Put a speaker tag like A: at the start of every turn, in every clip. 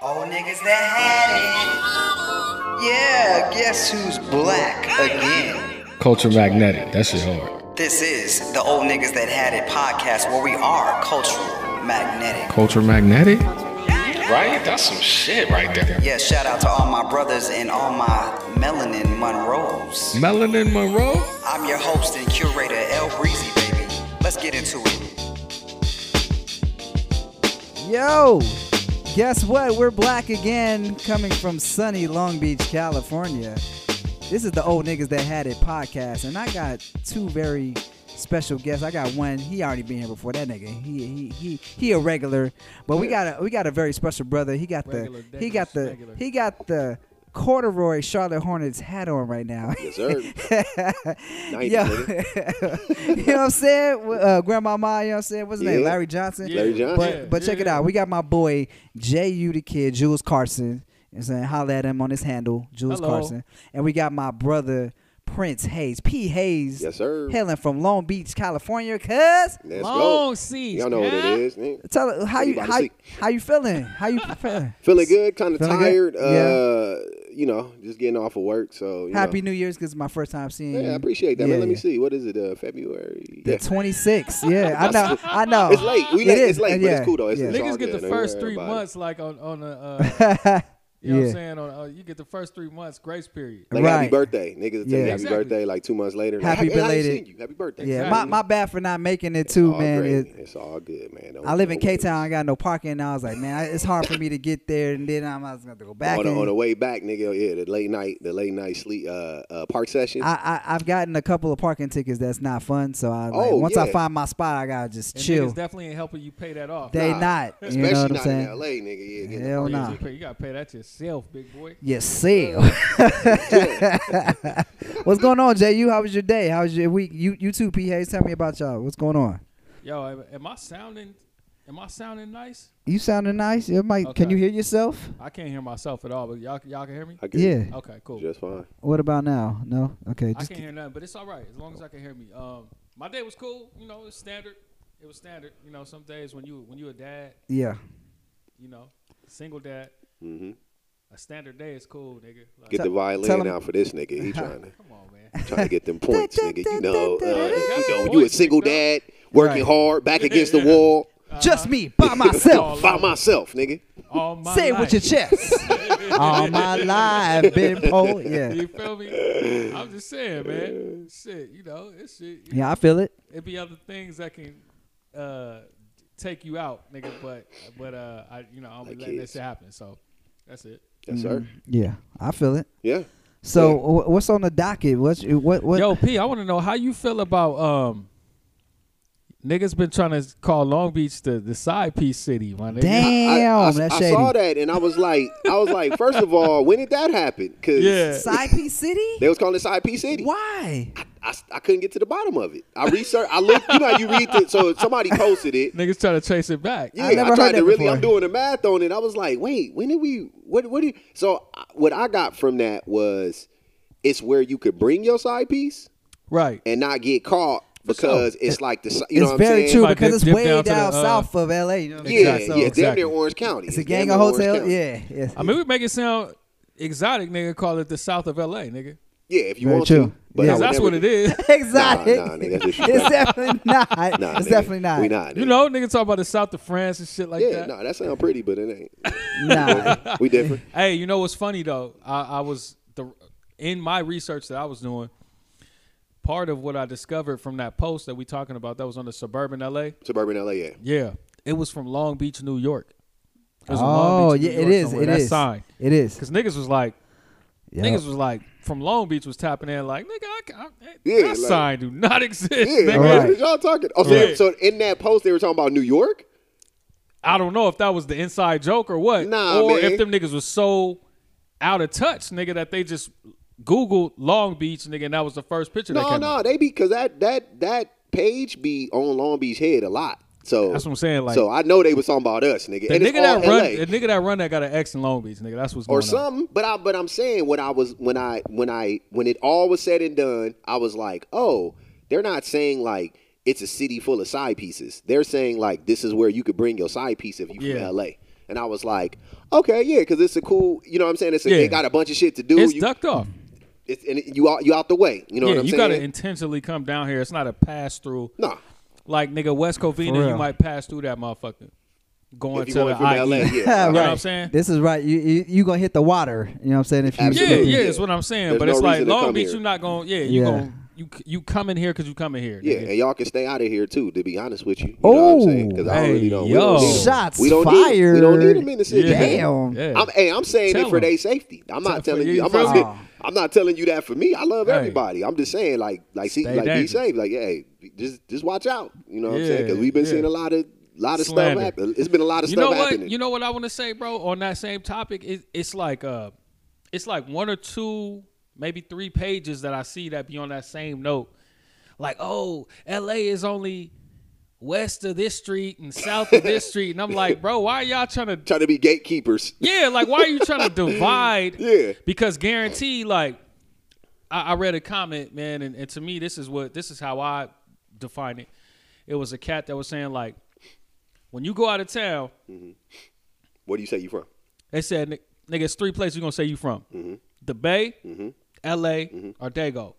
A: Old niggas that had it. Yeah, guess who's black again?
B: Culture magnetic. That shit hard.
A: This is the Old Niggas That Had It podcast where we are cultural, magnetic.
B: Culture magnetic. Right? That's some shit right there.
A: Yeah, shout out to all my brothers and all my melanin Monroes.
B: Melanin Monroe.
A: I'm your host and curator, El Breezy, baby. Let's get into it.
C: Yo, guess what? We're black again, coming from sunny Long Beach, California. This is the Old Niggas That Had It podcast, and I got two very special guests. I got one; he already been here before. That nigga, he he he he a regular, but we got a we got a very special brother. He got
D: Regular,
C: the he got the
D: degular, regular.
C: he got the corduroy Charlotte Hornets hat on right now.
E: Yes, sir. Nice,
C: Yo,
E: nigga.
C: you know what I'm saying? Uh, Grandma Ma, you know what I'm saying? What's his name?
E: Yeah.
C: Larry Johnson.
E: Larry Johnson.
C: But but check it out. We got my boy J.U. the kid, Jules Carson. You know what I'm saying? Holla at him on his handle, Jules
D: Hello.
C: Carson. And we got my brother Prince Hayes, P. Hayes.
E: Yes, sir.
C: Hailing from Long Beach, California. Cuz
E: Let's
D: Long
E: go.
D: seas.
E: Y'all know what it
D: yeah?
E: is. Nigga.
C: tell how you
E: Everybody
C: how,
E: sick.
C: how you feeling? How you feeling?
E: Feeling good, kind of
C: Feeling good?
E: tired. Uh, you know, just getting off of work. So you
C: Happy
E: Know.
C: New Year's because it's my first time seeing you.
E: Yeah, I appreciate that.
C: Yeah,
E: man, let me
C: yeah.
E: see. What is it? Uh, February.
C: The
E: Yeah.
C: 26th. Yeah, I know. I know.
E: It's late. We
C: It
E: late.
C: is,
E: It's late,
C: and
E: but
C: yeah,
E: it's cool though. It's,
C: yeah.
E: it's all
D: Niggas get
E: good.
D: the
E: Don't
D: first
E: worry
D: three
E: about it.
D: months like on on the. Uh, You know what
C: Yeah.
D: I'm saying? On, uh, you get the first three months, grace period.
E: Like
C: Right.
E: happy birthday, niggas.
C: Yeah.
E: Yeah. Happy
D: Exactly.
E: birthday. Like two months later. like,
C: Happy
E: hey, I ain't
C: belated-
E: seen you. Happy birthday.
C: Yeah, my,
D: Exactly.
C: my bad for not making it
E: It's
C: too,
E: all
C: man.
E: great.
C: It-
E: it's all good, man. Don't-
C: I live in
E: don't worry.
C: K Town. I got no parking, and I was like, man, I- it's hard for me to get there. And then I'm I was gonna have to go back.
E: On the,
C: and
E: on the way back, nigga. Yeah, the late night, the late night sleep, uh, uh park session.
C: I, I I've gotten a couple of parking tickets that's not fun. So I like,
E: Oh,
C: once I
E: yeah.
C: find my spot, I gotta just
D: And
C: chill.
D: niggas definitely ain't helping you pay that off.
C: they
E: Nah,
C: not. You
E: Especially
C: know what I'm
E: not
C: saying?
E: in LA, nigga. Yeah, get the
C: Hell
E: park
C: nah.
D: You gotta pay that yourself, big boy.
C: Yes,
E: Uh,
C: sell. What's going on, JU? How was your day? How was your week? You you too, P. Hayes. Tell me about y'all. What's going on?
D: Yo, am- am I sounding? Am I sounding nice?
C: You sounding nice. You might, Can
D: Okay.
C: you hear yourself?
D: I can't hear myself at all, but y'all y'all can hear me.
E: I get
C: Yeah.
E: it.
D: Okay, cool.
E: Just fine.
C: What about now? No. Okay.
D: I
C: Just
D: can't hear nothing, but it's all right as long as I can hear me. Um, my day was cool. You know, it's standard. It was standard. You know, some days when you when you a dad,
C: yeah.
D: you know, single dad,
E: Mm-hmm.
D: a standard day is cool, nigga. Like,
E: Get the
C: tell
E: violin
C: 'em-
E: out for this nigga. He trying to
D: come on, man.
E: trying to get them points, nigga. You know, uh, you know,
D: Points,
E: you a single
D: nigga.
E: dad working
C: Right.
E: hard, back against the wall,
D: Uh,
C: Just me by myself.
E: by myself, nigga.
D: All my
C: Say it with your
D: life.
C: chest. All my life, been poor. Yeah.
D: You feel me? I'm just saying, man. Shit, you know, it's shit. you
C: Yeah, I feel it.
D: it'd be other things that can uh, take you out, nigga. But but uh, I you know I'm
E: Like
D: letting this
E: kids.
D: shit happen. So that's it.
E: Yes, sir.
C: Yeah, I feel it.
E: Mm-hmm. Yeah.
C: So wh- what's on the docket? What's what what?
D: Yo, P, I want to know how you feel about um. Niggas been trying to call Long Beach the, the side piece city, my nigga.
C: damn,
E: I, I,
C: that's
E: I
C: shady.
E: saw that and I was like, I was like, first of all, when did that happen? Cause
D: Yeah.
C: Side piece city?
E: they was calling it Side P City.
C: Why?
E: I, I couldn't get to the bottom of it. I researched. I looked. You know, how you read it. So somebody posted it.
D: Niggas trying to chase it back.
E: Yeah,
C: I never
E: I
C: heard
E: tried
C: that
E: to really.
C: before.
E: I'm doing the math on it. I was like, wait, when did we? What? What? Do you, so I- what I got from that was, it's where you could bring your side piece
D: Right.
E: and not get caught because it's like the si- you know what
C: it's
E: I'm
C: very
E: saying?
C: true
D: Like,
C: because
D: dip-
C: it's
D: dip
C: way
D: down
C: down,
D: to the, uh,
C: south of LA. You know what I'm
E: Yeah,
C: saying?
D: Exactly.
C: So
E: yeah, damn
D: Exactly.
E: near Orange County.
C: It's a
E: damn
C: gang
E: near
C: of
E: Orange
C: hotels.
E: County.
C: Yeah, yeah.
D: I mean, we make it sound exotic, nigga. Call it the south of LA, nigga.
E: yeah, if you
C: Very
E: want
C: true.
E: to, but
C: Yeah.
E: I
D: Because
E: would
D: that's
E: never-
D: what it is.
C: Exotic.
E: Nah, nah, nigga, that's disrespectful.
C: it's definitely not.
E: Nah,
C: it's
E: nigga,
C: definitely not.
E: We not.
D: You
E: nigga.
D: know, nigga talk about the south of France and shit like
E: Yeah,
D: that.
E: nah, that sound pretty, but it ain't.
C: Nah.
E: We different.
D: Hey, you know what's funny though? I, I was the in my research that I was doing. Part of what I discovered from that post that we talking about that was on the suburban LA.
E: Suburban LA. Yeah.
D: Yeah, it was from Long Beach, New York. It was from Long
C: oh
D: Beach,
C: yeah,
D: New
C: it
D: York
C: is.
D: somewhere,
C: It
D: that
C: is.
D: sign.
C: It is.
D: Because niggas was like,
C: Yeah.
D: niggas was like, from Long Beach was tapping in like, nigga, I, ca- I, that
E: Yeah, like-
D: sign do not exist.
E: Yeah,
D: nigga.
E: like,
C: Right.
E: what is y'all talking? Oh, so,
D: Right.
E: so in that post they were talking about New York.
D: I don't know if that was the inside joke or what,
E: Nah,
D: or
E: man.
D: if them niggas was so out of touch, nigga, that they just Googled Long Beach, nigga, and that was the first picture. that
E: No,
D: came
E: no,
D: up.
E: they be because that that that page be on Long Beach head a lot. So
D: That's what I'm saying, like-
E: so I know they was talking about us, nigga.
D: The
E: and
D: nigga
E: it's all
D: that run,
E: LA
D: the nigga that run that got an ex in Long Beach, nigga. That's what's
E: or
D: going on.
E: something. But I but I'm saying when I was when I when I when it all was said and done, I was like, oh, they're not saying like it's a city full of side pieces. They're saying like this is where you could bring your side piece if you
D: Yeah.
E: from LA. And I was like, Okay, yeah, because it's a cool. You know what I'm saying? It's a,
D: Yeah.
E: It got a bunch of shit to do.
D: it's
E: you,
D: ducked off.
E: it's, and it- you out you out the way. You know
D: yeah,
E: what I'm
D: you
E: saying?
D: gotta intentionally come down here. It's not a pass through.
E: nah.
D: Like nigga, West
A: For
D: Covina,
A: real.
D: you might pass through that motherfucker. Going to
E: If you're going
D: the
E: from
D: IE.
E: LA, yeah.
D: You
E: right.
D: know what I'm saying?
A: This is right. You you, you gonna hit the water. You know what I'm saying? If you
D: Yeah,
E: Absolutely.
D: yeah, is what I'm saying.
E: There's
D: but
E: no
D: it's like
E: reason to
D: Long
E: come
D: Beach,
E: here.
D: you're not going. Yeah, you
A: Yeah.
D: going you you coming here because you coming here.
E: Yeah,
D: nigga.
E: and y'all can stay out of here too. To be honest with you, you know what I'm saying? Because I
D: Oh,
E: don't really don't.
D: hey,
E: we don't
D: yo.
E: need 'em.
A: Shots
E: we don't Need 'em. we don't need them in the city.
D: Yeah.
A: Damn.
D: Yeah.
E: I'm, hey, I'm saying
D: Tell
E: it for
D: 'em.
E: their safety. I'm not
D: Tell-
E: telling
D: yeah,
E: you.
D: you
E: I'm
D: feel
E: not,
D: me?
E: saying- I'm not telling you that for me. I love
D: Hey.
E: everybody. I'm just saying, like, like, see,
D: Stay
E: like, be
D: dangerous.
E: safe. Like, hey, be- just, just watch out. You know what I'm saying? Because
D: Yeah,
E: we've been
D: yeah.
E: seeing a lot of, lot of
D: Slander.
E: stuff happen. It's been a lot of
D: you
E: stuff
D: know what?
E: happening.
D: You know what I want to say, bro. On that same topic, it, it's like uh, it's like one or two, maybe three pages that I see that be on that same note. Like, oh, L.A. is only west of this street and south of this street, and I'm like, bro, why are y'all trying to?
E: Trying to be gatekeepers.
D: Yeah, like why are you trying to divide?
E: Yeah.
D: Because guarantee, like, I, I read a comment, man, and, and to me, this is what this is how I define it. It was a cat that was saying like, when you go out of town,
E: Where do you say you from?
D: they said, "Ni- nigga, it's three places you're gonna say you from:
E: Mm-hmm.
D: the Bay, L.A., or Dago.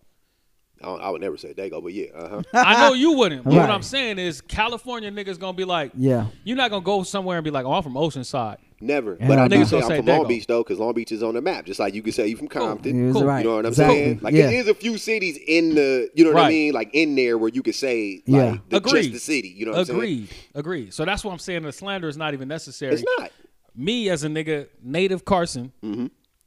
E: I, don't, I would never say Dago, but yeah, uh huh.
D: I know you wouldn't. But
A: Right.
D: What I'm saying is, California niggas gonna be like,
A: Yeah.
D: you're not gonna go somewhere and be like, oh, I'm from Oceanside.
E: Never. But I
A: Niggas
E: do say
D: gonna
E: I'm
D: say
E: from Long
D: Dago.
E: Beach though, because Long Beach is on the map. Just like you can say you from Compton.
A: You're
D: Cool.
A: right.
E: You know what I'm
A: Exactly.
E: saying? Like
A: yeah.
E: it is a few cities in the, you know what I
D: Right.
E: mean? Like in there where you could say like
A: Yeah.
E: the, just
D: Agreed.
E: the city. You know what I'm saying?
D: Agreed, agreed. So that's what I'm saying. The slander is not even necessary.
E: It's not.
D: me as a nigga, native Carson,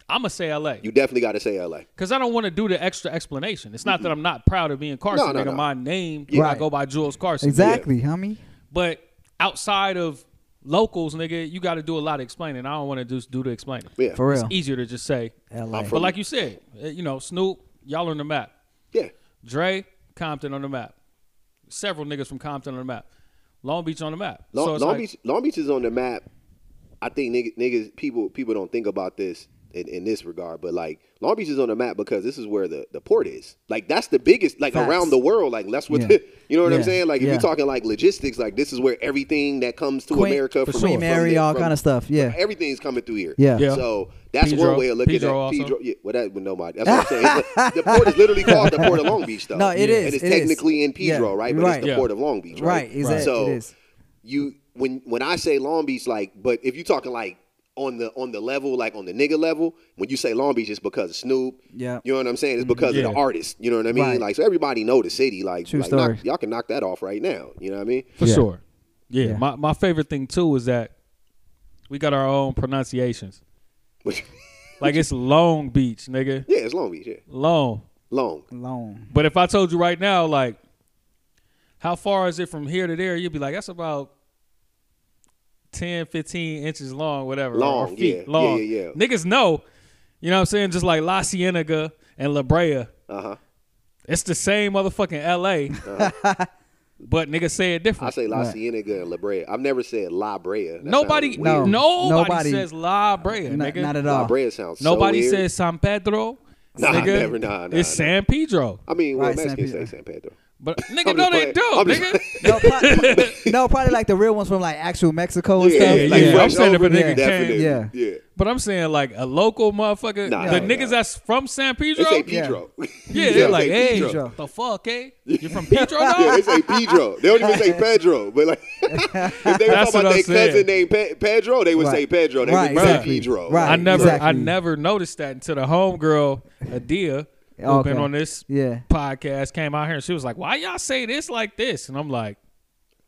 D: I'ma say LA.
E: Mm-hmm. You definitely got to say LA.
D: Cause I don't want to do the extra explanation. It's not that I'm not proud of being Carson,
E: No, no,
D: nigga.
E: no.
D: My name, I
A: Right.
D: go by Jules Carson.
A: Exactly, homie.
D: But outside of locals, nigga, you got to do a lot of explaining. I don't want to just do the explaining.
E: Yeah.
A: For real.
D: It's easier to just say.
A: LA.
E: I'm
D: But
E: from-
D: like you said, eh, you know, Snoop, y'all on the map.
E: Yeah.
D: Dre, Compton on the map. Several niggas from Compton on the map. Long Beach on the map.
E: Long,
D: so it's
E: Long
D: like,
E: Beach Long Beach is on the map. I think niggas, niggas people people don't think about this in, in this regard, but like Long Beach is on the map because this is where the, the port is. Like that's the biggest like
A: Facts.
E: around the world. Like that's what
A: Yeah.
E: the, you know what I'm
A: Yeah.
E: saying? Like if
A: Yeah.
E: you're talking like logistics, like this is where everything that comes to
A: Queen-
E: America
A: for
E: from,
A: sure.
E: from
A: Mary,
E: the-
A: all
E: from-
A: kind of stuff, yeah.
E: from- everything's coming through here.
A: Yeah.
D: Yeah.
E: So that's
D: Pedro.
E: one way of looking
D: Pedro
E: at
D: also.
E: Pedro. Yeah, well that would nobody. That's what I'm saying. the port is literally called the Port of Long Beach though.
A: No, it is.
E: And it's
A: It is.
E: technically in
A: Yeah.
E: Pedro, right? But
A: Right.
E: it's the
D: Yeah.
E: Port of Long Beach,
A: Right,
E: right?
A: exact- it
E: So
A: is.
E: you when when I say Long Beach, like, but if you talking like on the on the level, like on the nigga level, when you say Long Beach, it's because of Snoop.
A: Yeah. Mm-hmm.
E: you know what I'm saying. It's because of
D: Yeah.
E: the artist. You know what I mean.
A: Right.
E: Like, so everybody know the city. Like,
A: True
E: like, knock-
A: story.
E: y'all can knock that off right now. You know what I mean?
D: For
A: Yeah.
D: sure. Yeah.
A: Yeah.
D: My my favorite thing too is that we got our own pronunciations.
E: But,
D: Like it's Long Beach, nigga.
E: yeah, it's Long Beach. Yeah,
D: Long.
E: long.
A: Long.
D: But if I told you right now, like, how far is it from here to there? You'd be like, that's about 10, 15 inches long, whatever. or- or
E: Long,
D: feet
E: yeah, yeah,
D: long.
E: yeah, yeah.
D: Niggas know. You know what I'm saying? Just like La Cienega and La Brea.
E: Uh huh.
D: It's the same motherfucking LA. but niggas say it
E: Uh-huh. I
D: different.
E: say La Cienega and La Brea. I've never said La Brea. That
D: nobody,
E: sounds weird.
A: No.
D: nobody
A: Nobody-
D: says La Brea,
A: Not,
D: nigga.
A: not at
E: La
A: all.
E: Brea sounds. so
D: Nobody
E: weird.
D: says San Pedro.
E: Nah,
D: nigga.
E: never, nah, nah,
D: It's
E: nah.
D: San Pedro.
E: I mean, well,
A: Right, San
E: Mexicans
A: Pedro.
E: say San Pedro.
D: But nigga,
E: just
D: no, they
E: playing.
D: do,
E: I'm just-
D: nigga.
A: No, probably, no, probably like the real ones from like actual Mexico and
E: Yeah,
A: stuff.
E: yeah,
A: like,
E: yeah.
D: I'm saying if a
E: over
A: there.
D: nigga came,
E: Definitely.
A: Yeah.
E: yeah.
D: But I'm saying like a local motherfucker,
E: Nah,
D: the
E: nah,
D: niggas
E: nah.
D: that's from San
E: They
D: Pedro.
E: say
D: yeah,
E: Pedro.
D: they're
E: they
D: like,
E: say
D: hey,
E: Pedro.
D: the fuck, eh? You from Pedro?
E: Yeah,
D: dog?
E: they say Pedro. They don't even say Pedro, but like if
D: That's
E: they were talking
D: what I'm
E: about their cousin
D: saying.
E: named Pe- Pedro, they would
A: Right.
E: say Pedro. They
A: Right,
E: would say
D: exactly.
E: Pedro.
A: Right.
D: I never, I
A: exactly.
D: never noticed that until the homegirl Adia, who
A: Okay.
D: been on this
A: Yeah.
D: podcast, came out here and she was like, "Why y'all say this like this?" And I'm like,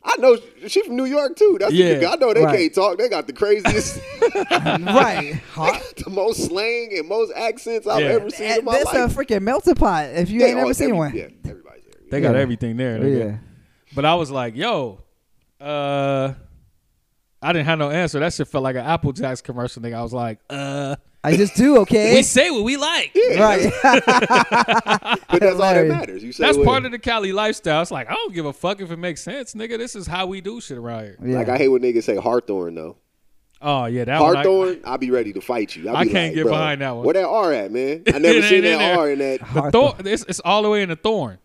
E: I know she from New York too. That's
D: Yeah.
E: the nigga. I know they
A: Right.
E: can't talk. They got the craziest,
A: Right. Hot.
E: the most slang and most accents I've
D: Yeah.
E: ever seen in my
A: That's a
E: life.
A: freaking melting pot. If you
E: Yeah,
A: ain't
E: oh,
A: ever seen
E: every-
A: one.
E: Yeah, everybody's there.
D: they got
A: Yeah.
D: everything there.
A: Yeah.
D: nigga. But I was like, yo, uh, I didn't have no answer. That shit felt like an Apple Jacks commercial. Nigga, I was like, uh,
A: I just do,
D: we
A: okay?
D: say what we like.
A: right.
E: But that's all that
A: Hilarious.
E: matters. You say
D: That's
E: what-
D: part of the Cali lifestyle. It's like I don't give a fuck if it makes sense, nigga. This is how we do shit around here.
A: yeah.
E: Like I hate when niggas say Hawthorne though.
D: Oh yeah, that one. I-
E: Hawthorne, I'll be ready to fight you. I'll
D: I
E: be
D: can't
E: like,
D: get
E: bro,
D: behind that one.
E: Where that R at, man? I
D: It
E: never
D: ain't
E: seen
D: in
E: that
D: there.
E: R in that.
D: the thorn, it's, it's all the way in the thorn.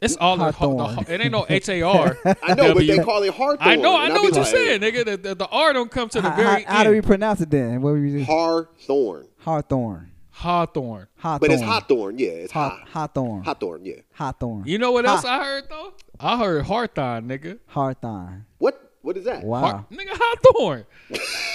D: It's all the, the,
A: Hawthorne.
D: it ain't no H A R.
E: I know, but they call it Hawthorne.
D: I know, I
E: And
D: know
E: be
D: what you're
E: like,
D: saying, nigga. The, the, the R don't come to the
A: How-
D: very
A: how, how do we
D: end.
A: pronounce it then? What were you?
E: Hawthorne.
A: Hawthorne.
D: Hawthorne.
A: Hawthorne.
E: But it's Hawthorne, yeah. It's
A: Haw-
E: hot.
A: Hawthorne.
E: Hawthorne, yeah.
A: Hawthorne.
D: You know what else I heard though? I heard Hawthorne, nigga.
A: Hawthorne.
E: What? What is that?
D: Har-
A: Wow.
D: Nigga Hawthorne.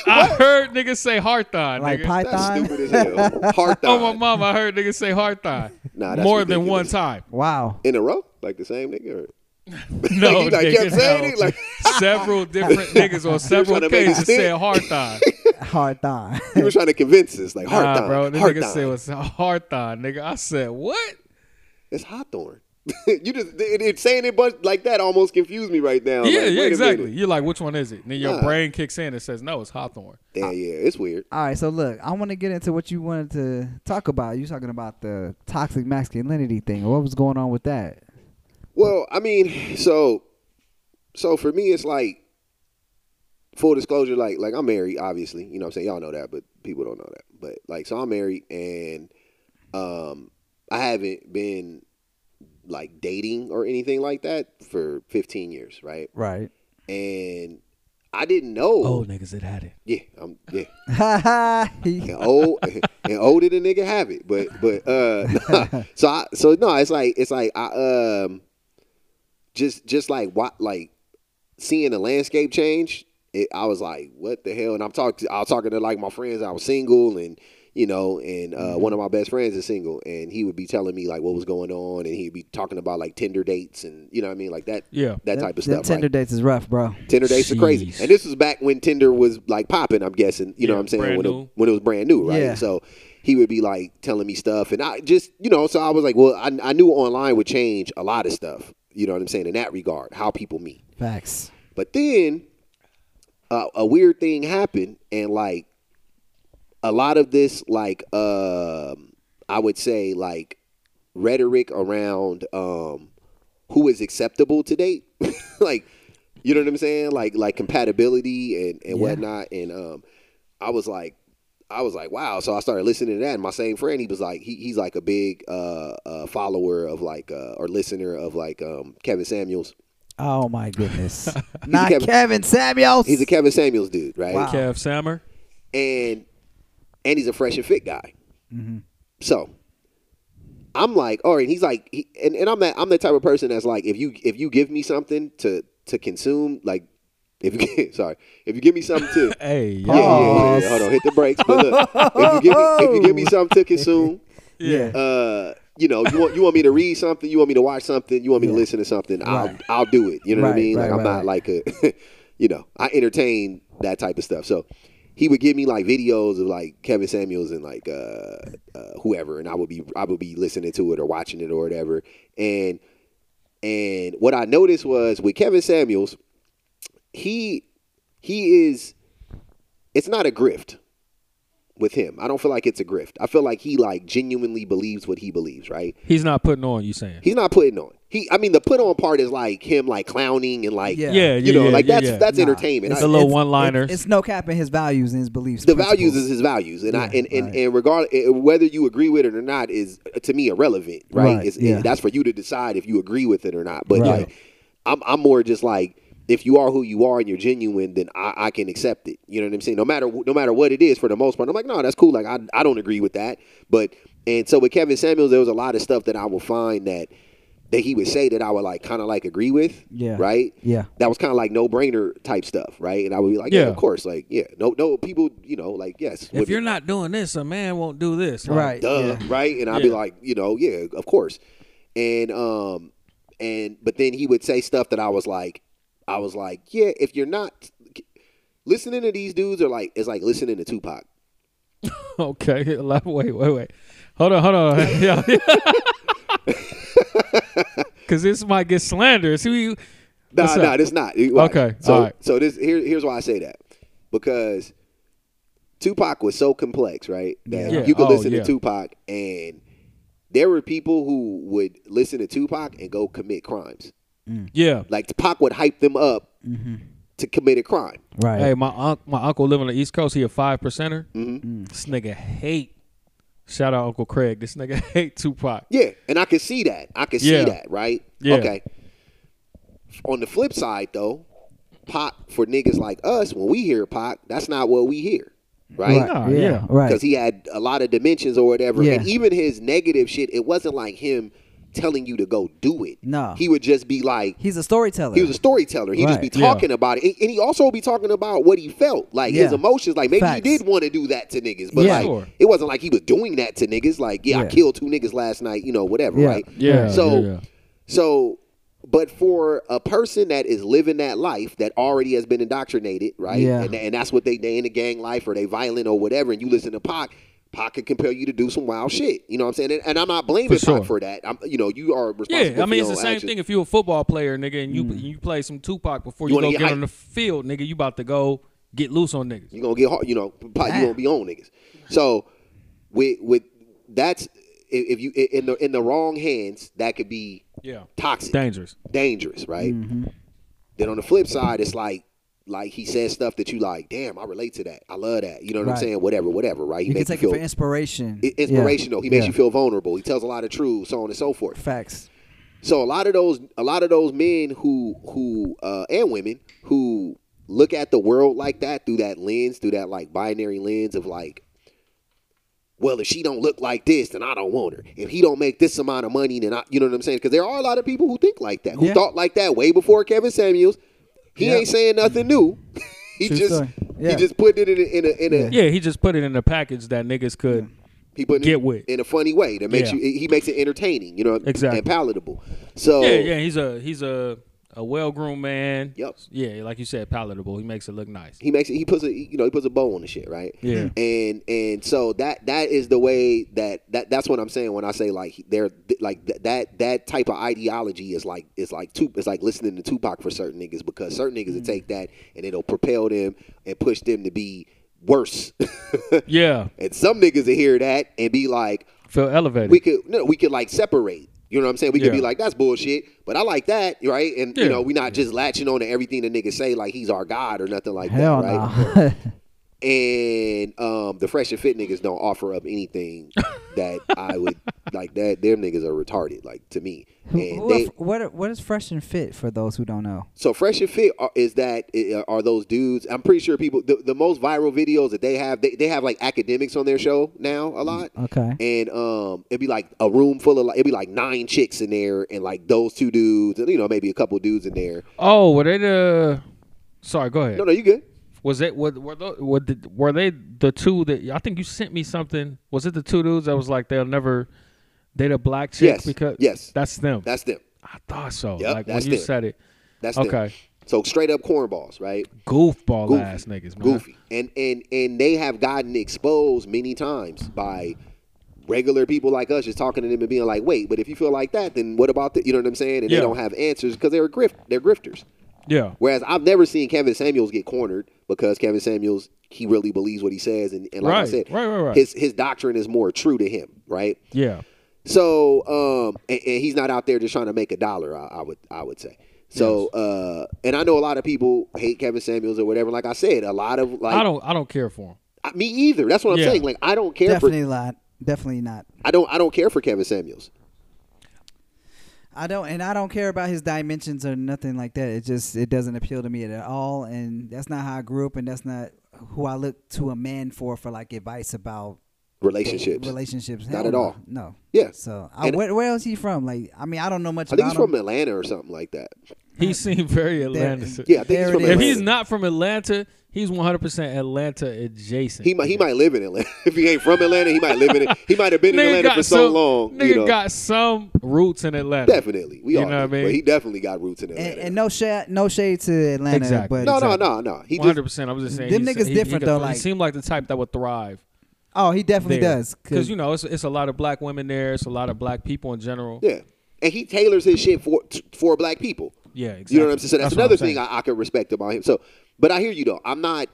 D: I heard niggas say Hawthorne,
A: Like
D: nigga.
E: That's
A: Python.
E: stupid as hell. Hawthorne.
D: Oh my mom, I heard niggas say Hawthorne.
E: Nah, that's
D: More than one
E: ridiculous.
D: time.
A: Wow.
E: In a row, like the same nigga. Or?
D: No,
E: You like
D: nigga,
E: kept saying
D: no.
E: it, like-
D: several different niggas on several
E: trying to make it
D: occasions
E: stick.
D: said Hawthorne.
A: Hawthorne.
E: He was trying to convince us, like
D: Nah,
E: Hawthorne.
D: bro, this nigga
E: Hawthorne.
D: said it was Hawthorne, nigga. I said what?
E: It's Hawthorne. you just it, it saying it but like that almost confused me right
D: yeah,
E: now. Like,
D: yeah,
E: wait a
D: exactly.
E: minute.
D: You're like, which one is it? And then your
E: Nah.
D: brain kicks in and says, no, it's Hawthorne.
E: Damn, yeah, it's weird.
A: All right, so look, I want to get into what you wanted to talk about. You talking about the toxic masculinity thing. What was going on with that?
E: Well, I mean, so so for me it's like full disclosure, like like I'm married, obviously. You know what I'm saying? Y'all know that, but people don't know that. But like so I'm married and um I haven't been like dating or anything like that for fifteen years, right?
A: Right.
E: And I didn't know.
D: niggas that had it.
E: Yeah, I'm yeah.
A: Hawthorne.
E: and old and older the nigga have it. But but uh so I so no, it's like it's like I um just just like what like seeing the landscape change, it, I was like, what the hell? And I'm talking I was talking to like my friends, I was single and you know, and uh, one of my best friends is single, and he would be telling me like what was going on, and he'd be talking about like Tinder dates, and you know what I mean, like that,
D: Yeah.
E: that type of
A: Them
E: stuff.
A: Tinder
E: like,
A: dates is rough, bro.
E: Tinder dates are crazy.
D: Jeez.
E: And this was back when Tinder was like popping, I'm guessing. You know
D: Yeah,
E: what I'm saying?
D: brand
E: When it,
D: new.
E: when it was brand new, right?
A: Yeah.
E: So he would be like telling me stuff. And I just, you know, so I was like, well, I, I knew online would change a lot of stuff. You know what I'm saying? In that regard, how people meet.
A: Facts.
E: But then uh, a weird thing happened, and like a lot of this, like um, I would say, like rhetoric around um, who is acceptable to date, like you know what I'm saying, like like compatibility and and
A: Yeah.
E: whatnot, and um, I was like. I was like, wow. So I started listening to that. And my same friend, he was like, he, he's like a big uh, uh, follower of like, uh, or listener of like um, Kevin Samuels.
A: Oh my goodness. Not
E: Kevin-
A: Kevin, Samuels.
E: He's a Kevin Samuels dude, right?
A: Wow.
D: Kev Sammer.
E: and and he's a fresh and fit guy. Mm-hmm. So I'm like, all right. He's like, he, and, and I'm that I'm the type of person that's like, if you if you give me something to to consume, like if you sorry, if you give me something to
D: Hey,
E: yeah,
D: yo.
E: yeah, yeah, yeah, hold on, hit the brakes. But look, if you give me if you give me something to consume,
D: Yeah.
E: uh, you know, you want you want me to read something, you want me to watch something, you want me to
A: Yeah.
E: listen to something, I'll
A: Right.
E: I'll do it. You know what I
A: Right,
E: mean?
A: right,
E: like I'm
A: right,
E: not like a, you know, I entertain that type of stuff. So he would give me like videos of like Kevin Samuels and like uh, uh, whoever, and I would be I would be listening to it or watching it or whatever. And and what I noticed was with Kevin Samuels, he he is it's not a grift with him. I don't feel like it's a grift. I feel like he like genuinely believes what he believes, right?
D: He's not putting on, you saying.
E: He's not putting on. He I mean the put on part is like him like clowning and like
A: Yeah.
D: Yeah,
E: you
D: yeah,
E: know,
D: yeah,
E: like
D: yeah,
E: that's
D: yeah.
E: that's
A: Nah,
E: entertainment.
D: It's
E: I-
D: a little
A: It's-
D: one-liners.
A: It's, it's no capping his values and his beliefs.
E: the
A: principles.
E: values is his values and I
A: Yeah,
E: and and,
A: right.
E: and regard eh, whether you agree with it or not is eh, to me irrelevant, right?
A: Right,
E: It's, eh,
A: yeah.
E: that's for you to decide if you agree with it or not. But
A: Right.
E: like I'm I'm more just like if you are who you are and you're genuine, then I, I can accept it. You know what I'm saying? No matter wh- no matter what it is, for the most part, I'm like, no, that's cool. Like I I don't agree with that. But and so with Kevin Samuels, there was a lot of stuff that I would find that that he would say that I would like kind of like agree with.
A: Yeah.
E: Right
A: Yeah.
E: that was kind of like no brainer type stuff, right? And I would be like, yeah,
D: Yeah.
E: of course, like yeah, no, no, people, you know, like yes,
D: if
E: women,
D: you're not doing this, a man won't do this. Like,
A: Right.
E: duh,
A: Yeah.
E: right? And I'd be
D: Yeah.
E: like, you know, yeah, of course, and um, and but then he would say stuff that I was like, I was like, yeah, if you're not listening to these dudes, are like it's like listening to Tupac.
D: Okay. Wait, wait, wait. Hold on, hold on. Yeah. Because this might get slanderous. Who you?
E: Nah,
D: What's
E: nah,
D: up?
E: it's not. Why?
D: Okay,
E: so
D: all right.
E: so this here, here's why I say that because Tupac was so complex, right? That
D: Yeah.
E: you could
D: Oh,
E: listen
D: yeah.
E: to Tupac, and there were people who would listen to Tupac and go commit crimes.
D: Yeah.
E: Like Tupac would hype them up
D: Mm-hmm.
E: to commit a crime.
A: Right.
E: Mm-hmm.
D: Hey, my unc my uncle live on the East Coast. He a five percenter. This nigga hate Shout out Uncle Craig. This nigga hate Tupac.
E: Yeah, and I could see that. I could
D: Yeah.
E: see that, right?
D: Yeah.
E: Okay. On the flip side, though, pop for niggas like us, when we hear pop, that's not what we hear, right?
D: Nah,
A: yeah,
D: yeah.
A: right.
E: because he had a lot of dimensions or whatever.
A: Yeah.
E: And even his negative shit, it wasn't like him telling you to go do it.
A: No.
E: he would just be like,
A: He's a storyteller.
E: he was a storyteller. He would just be
A: Right.
E: talking about it, and, and he also be talking about what he felt, like his
A: Yeah.
E: emotions. Like maybe
A: Facts.
E: he did want to do that to niggas, but
A: Yeah.
E: like
D: Sure.
E: it wasn't like he was doing that to niggas. Like yeah, I
A: Yeah.
E: killed two niggas last night, you know, whatever,
A: Yeah.
E: right?
D: Yeah,
E: So,
D: yeah.
E: so, but for a person that is living that life that already has been indoctrinated, right?
A: Yeah.
E: And, and that's what they they in the gang life or they violent or whatever, and you listen to Pac. Pac could compel you to do some wild shit. You know what I'm saying? And, and I'm not blaming
D: For sure.
E: Pac for that. I'm, you know, you are responsible.
D: Yeah, I
E: for
D: mean it's
E: your
D: the
E: own
D: same
E: actions.
D: thing. If you're a football player, nigga, and you you play some Tupac before
E: You
D: you,
E: wanna
D: go
E: get
D: get,
E: hype.
D: on the field, nigga, you about to go get loose on niggas.
E: You're gonna get hard, you know, probably
A: Damn.
E: you gonna be on niggas. So with with that's if if you in the in the wrong hands, that could be
D: Yeah,
E: toxic,
D: dangerous.
E: dangerous, right?
A: mm-hmm.
E: Then on the flip side, it's like like he says stuff that you like, damn, I relate to that. I love that. You know what
A: Right.
E: I'm saying? Whatever, whatever, right? He
A: you can
E: makes
A: take
E: you
A: it for
E: feel
A: inspiration.
E: i-
A: Yeah.
E: inspirational. He makes
A: Yeah.
E: you feel vulnerable. He tells a lot of truths, so on and so forth.
A: facts.
E: So a lot of those, a lot of those men who who uh, and women who look at the world like that through that lens, through that like binary lens of like, well, if she don't look like this, then I don't want her. If he don't make this amount of money, then I, you know what I'm saying? Because there are a lot of people who think like that, who
A: Yeah.
E: thought like that way before Kevin Samuels. He
A: Yeah.
E: ain't saying nothing new. he
A: True
E: just
A: story. Yeah.
E: he just put it in a, in a, in a
D: Yeah, he just put it in a package that niggas could.
E: he put it
D: Get with.
E: in a funny way that makes
D: Yeah.
E: you he makes it entertaining, you know,
D: Exactly.
E: and palatable. So
D: Yeah, yeah, he's a he's a a well groomed man.
E: Yep.
D: Yeah, like you said, palatable. He makes it look nice.
E: he makes it, he puts a you know he puts a bow on the shit right
D: Yeah.
E: and and so that that is the way that that that's what i'm saying when i say like he- they're like th- that that type of ideology is like is like two it's like listening to tupac for certain niggas because certain niggas will take that and it'll propel them and push them to be worse
D: Yeah,
E: and some niggas will hear that and be like
D: feel elevated.
E: we could no, we could like separate. You know what I'm saying? We could be
D: Yeah.
E: like, that's bullshit, but I like that, right? And
D: Yeah.
E: you know, we not just latching on to everything the niggas say like he's our god or nothing like
A: Hell
E: that, right?
A: no.
E: and um, the fresh and fit niggas don't offer up anything that I would like. That them niggas are retarded, like to me. And
A: what,
E: they,
A: what what is fresh and fit for those who don't know?
E: so fresh and fit are, is that eh, are those dudes? I'm pretty sure people the, the most viral videos that they have they, they have like academics on their show now a lot.
A: Okay.
E: And um, it'd be like a room full of like it'd be like nine chicks in there and like those two dudes and you know maybe a couple dudes in there.
D: oh, were they the? Sorry, go ahead.
E: No, no, you good?
D: Was it were were, tho- were, the, were they the two that I think you sent me something? Was it the two dudes that was like they'll never date a black chick
E: Yes,
D: because
E: yes.
D: that's them.
E: That's them.
D: I thought so.
E: Yep,
D: like when
E: that's
D: you
E: them.
D: said it,
E: That's Them.
D: Okay.
E: So straight up cornballs, right?
D: goofball
E: Goofy.
D: ass niggas, man.
E: Goofy. And and and they have gotten exposed many times by regular people like us just talking to them and being like, wait, but if you feel like that, then what about the you know what I'm saying? And
D: Yeah.
E: they don't have answers because they're a grift they're grifters.
D: Yeah,
E: Whereas I've never seen Kevin Samuels get cornered because Kevin Samuels he really believes what he says and, and like I
D: Right,
E: said,
D: right, right, right.
E: his his doctrine is more true to him, right?
D: yeah,
E: So um, and, and he's not out there just trying to make a dollar. I, I would I would say. So uh, and I know a lot of people hate Kevin Samuels or whatever. Like I said, a lot of like
D: I don't I don't care for him.
E: I- me either. That's what I'm
D: Yeah.
E: saying. Like I don't care
A: Definitely not. Definitely not.
E: for I don't I don't care for Kevin Samuels.
A: I don't, and I don't care about his dimensions or nothing like that. It just it doesn't appeal to me at all, and that's not how I grew up, and that's not who I look to a man for for like advice about
E: Relationships.
A: relationships.
E: Not
A: Hell
E: at
A: no.
E: all.
A: No.
E: Yeah.
A: So I,
E: And-
A: where, where else he from? Like, I mean, I don't know much
E: I think
A: about
E: he's from
A: him.
E: Atlanta or something like that.
D: He seemed very
A: There-
D: Atlanta.
E: Yeah, I think
A: there
E: he's from
A: it
D: If
A: is.
D: he's not from Atlanta, he's 100% Atlanta adjacent.
E: He might he might live in Atlanta. if he ain't from Atlanta, he might live in it. He might have been in
D: Nigga
E: Atlanta
D: got
E: for so
D: some-
E: long.
D: Nigga
E: you know.
D: got some roots in Atlanta.
E: definitely. We
D: You
E: all
D: know
E: do.
D: what I mean?
E: But he definitely got roots in Atlanta.
A: And, and no shade, no shade to Atlanta, but
D: Exactly.
E: no, no, no, no. He just
D: 100. percent I was just saying.
A: Them
D: he's-
A: niggas
D: he- he
A: different
D: could-
A: though,
D: He
A: like-
D: seemed like the type that would thrive.
A: oh, he definitely
D: there.
A: does.
D: because you know it's it's a lot of black women there. It's a lot of black people in general.
E: Yeah. And he tailors his shit for t- for black people.
D: Yeah, exactly.
E: You know what I'm saying? So that's,
D: That's what
E: another
D: I'm
E: thing
D: saying.
E: I, I can respect about him. So, but I hear you though. I'm not.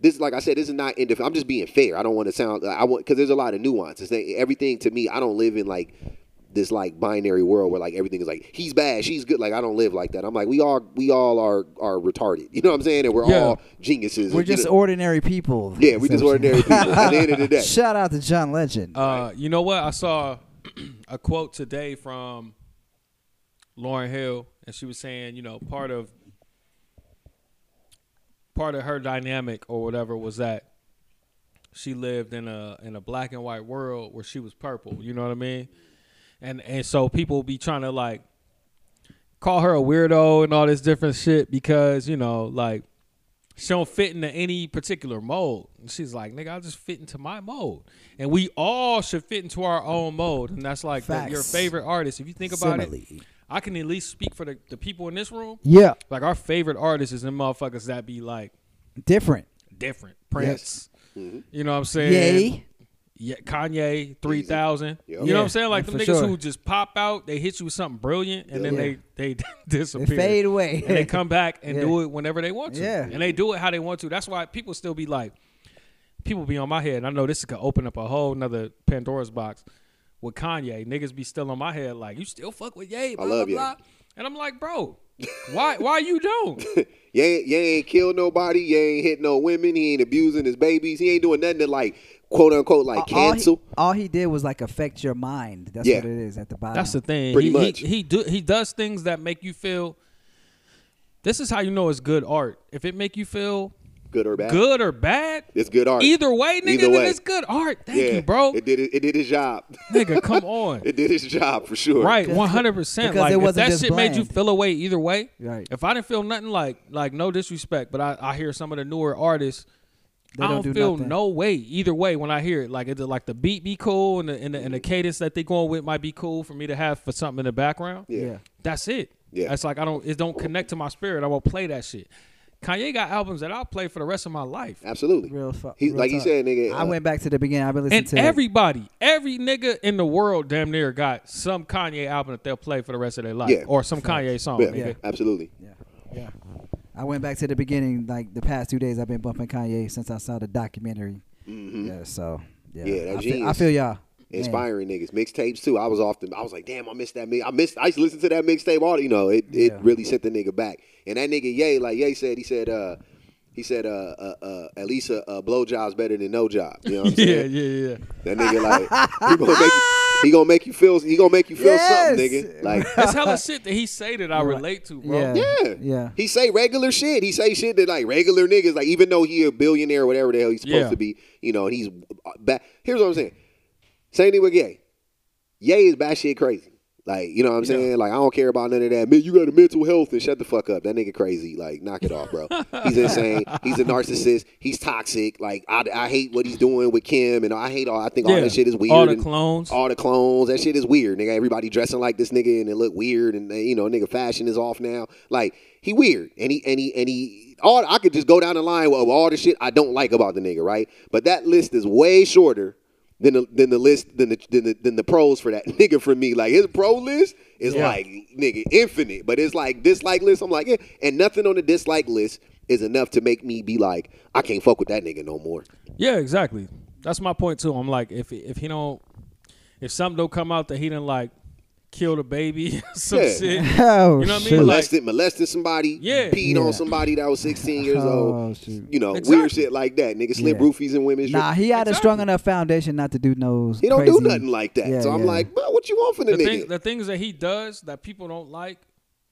E: This like I said, this is not. Indif- I'm just being fair. I don't want to sound. I want because there's a lot of nuances. They- Everything to me, I don't live in like this like binary world where like everything is like he's bad, she's good. Like I don't live like that. I'm like we all we all are are retarded. You know what I'm saying? And we're
D: Yeah.
E: all geniuses.
A: We're
E: and, you
A: just
E: know-
A: ordinary people.
E: yeah, we just
A: Essentially.
E: ordinary people. At the end of the day,
A: Shout out to John Legend.
D: Uh, you know what? I saw a quote today from Lauren Hill, and she was saying, you know, part of part of her dynamic or whatever was that she lived in a in a black and white world where she was purple. You know what I mean? And and so people be trying to like call her a weirdo and all this different shit because you know like she don't fit into any particular mold. And she's like, nigga, I just fit into my mold. And we all should fit into our own mold. And that's like the-
A: Facts.
D: your favorite artist. If you think about
A: Simile.
D: it, I can at least speak for the, the people in this room.
A: yeah,
D: Like our favorite artists is them motherfuckers that be like
A: different.
D: different. Prince.
E: Mm-hmm.
D: You know what I'm saying?
A: Yay.
D: Yeah, Kanye, 3000.
E: Yep.
D: You know what I'm saying? Like
A: Yeah,
D: them
A: for
D: niggas
A: sure.
D: who just pop out, they hit you with something brilliant, and then
A: Yeah.
D: they, they disappear.
A: fade away.
D: And they come back and
A: Yeah.
D: do it whenever they want to.
A: Yeah.
D: And they do it how they want to. That's why people still be like, people be on my head. And I know this could open up a whole nother Pandora's box with Kanye. Niggas be still on my head like, you still fuck with Ye, blah,
E: love
D: blah,
E: Ye.
D: blah. And I'm like, bro, why why you don't?
E: You ain't, you ain't killed nobody. You ain't hit no women. He ain't abusing his babies. He ain't doing nothing to like quote unquote like
A: all
E: cancel.
A: he, all he did was like affect your mind. That's
E: Yeah.
A: what it is at the bottom.
D: That's the thing.
E: Pretty
D: he, he-
E: much.
D: He, do he does things that make you feel. This is how you know it's good art. If it make you feel
E: good or bad.
D: good or bad,
E: It's good art.
D: either way, nigga,
E: Either
D: then
E: way.
D: it's good art. Thank
E: yeah,
D: you, bro.
E: It did it, it did his job.
D: nigga, come on.
E: it did his job for sure.
D: Right, one hundred percent.
A: because
D: Like
A: it
D: if
A: wasn't
D: that
A: just
D: shit made you
A: bland.
D: feel away either way.
A: Right.
D: If I didn't feel nothing, like like no disrespect, but I, I hear some of the newer artists.
A: They
D: I
A: don't
D: don't,
A: do
D: feel
A: nothing.
D: no way either way when I hear it. Like it, like the beat be cool and the, and the, and the cadence that they going with might be cool for me to have for something in the background.
E: Yeah.
A: yeah.
D: That's it.
E: Yeah.
D: That's like I don't it don't connect to my spirit. I won't play that shit. Kanye got albums that I'll play for the rest of my life.
E: Absolutely.
A: Real fuck.
E: He, like you said, nigga.
A: I
E: uh,
A: went back to the beginning. I've been listening
D: And
A: to
D: everybody, every nigga in the world damn near got some Kanye album that they'll play for the rest of their life.
E: Yeah.
D: Or some Kanye song,
E: Yeah,
D: nigga.
E: absolutely.
A: I went back to the beginning. Like the past two days, I've been bumping Kanye since I saw the documentary. Yeah. So yeah.
E: Mm-hmm. Yeah, that
A: I, feel, I
E: genius.
A: feel y'all. Man.
E: Inspiring niggas. Mixtapes too. I was often. I was like, damn, I missed that. mi- I missed. I used to listen to that mixtape. All you know, it, it
A: Yeah.
E: really sent the nigga back. And that nigga, yay, like yay said, he said, uh, he said, uh, uh, uh at least a, a blowjob's better than no job. You know what I'm saying?
D: Yeah, yeah, yeah.
E: That nigga like he gonna make you, he gonna make you feel he gonna make you feel
A: Yes.
E: something, nigga. Like
D: That's hella shit that he say that I relate to, bro.
A: Yeah.
E: yeah,
A: Yeah.
E: He say regular shit. He say shit that like regular niggas like even though he a billionaire or whatever the hell he's supposed
D: Yeah.
E: to be, you know. And he's back. Here's what I'm saying. Same thing with Ye. Ye is batshit crazy. Like you know what I'm saying? Like I don't care about none of that. Man, you got a mental health and shut the fuck up. That nigga crazy. Like knock it off, bro. He's insane. He's a narcissist. He's toxic. Like I, I hate what he's doing with Kim and I hate all. I think all
D: Yeah.
E: that shit is weird.
D: All the
E: and-
D: clones.
E: all the clones. That shit is weird, nigga. Everybody dressing like this nigga and it look weird, and they- you know, nigga, fashion is off now. Like he weird, and he and he and he. All I could just go down the line of all the shit I don't like about the nigga, right? But that list is way shorter than the than the list than the than the, than the pros for that nigga. For me, like his pro list is like nigga infinite, but it's like dislike list. I'm like, yeah, and nothing on the dislike list is enough to make me be like, I can't fuck with that nigga no more.
D: Yeah, exactly. That's my point too. I'm like, if if he don't, if something don't come out that he didn't like, kill the baby, some
E: Yeah.
D: shit.
A: Oh
D: You know what I mean?
A: shoot.
D: Like-
E: molested, molested somebody,
D: Yeah.
E: peed
A: Yeah.
E: on somebody that was 16 years
A: Oh,
E: old.
A: shoot.
E: You know,
D: Exactly.
E: weird shit like that. Nigga slip
A: Yeah.
E: roofies in women's
A: Nah,
E: dri-
A: he had a strong enough foundation not to do no.
E: he don't
A: crazy,
E: do nothing like that.
A: Yeah,
E: so I'm
A: yeah.
E: like, bro, what you want from the,
D: the,
E: nigga?
D: thing, the things that he does that people don't like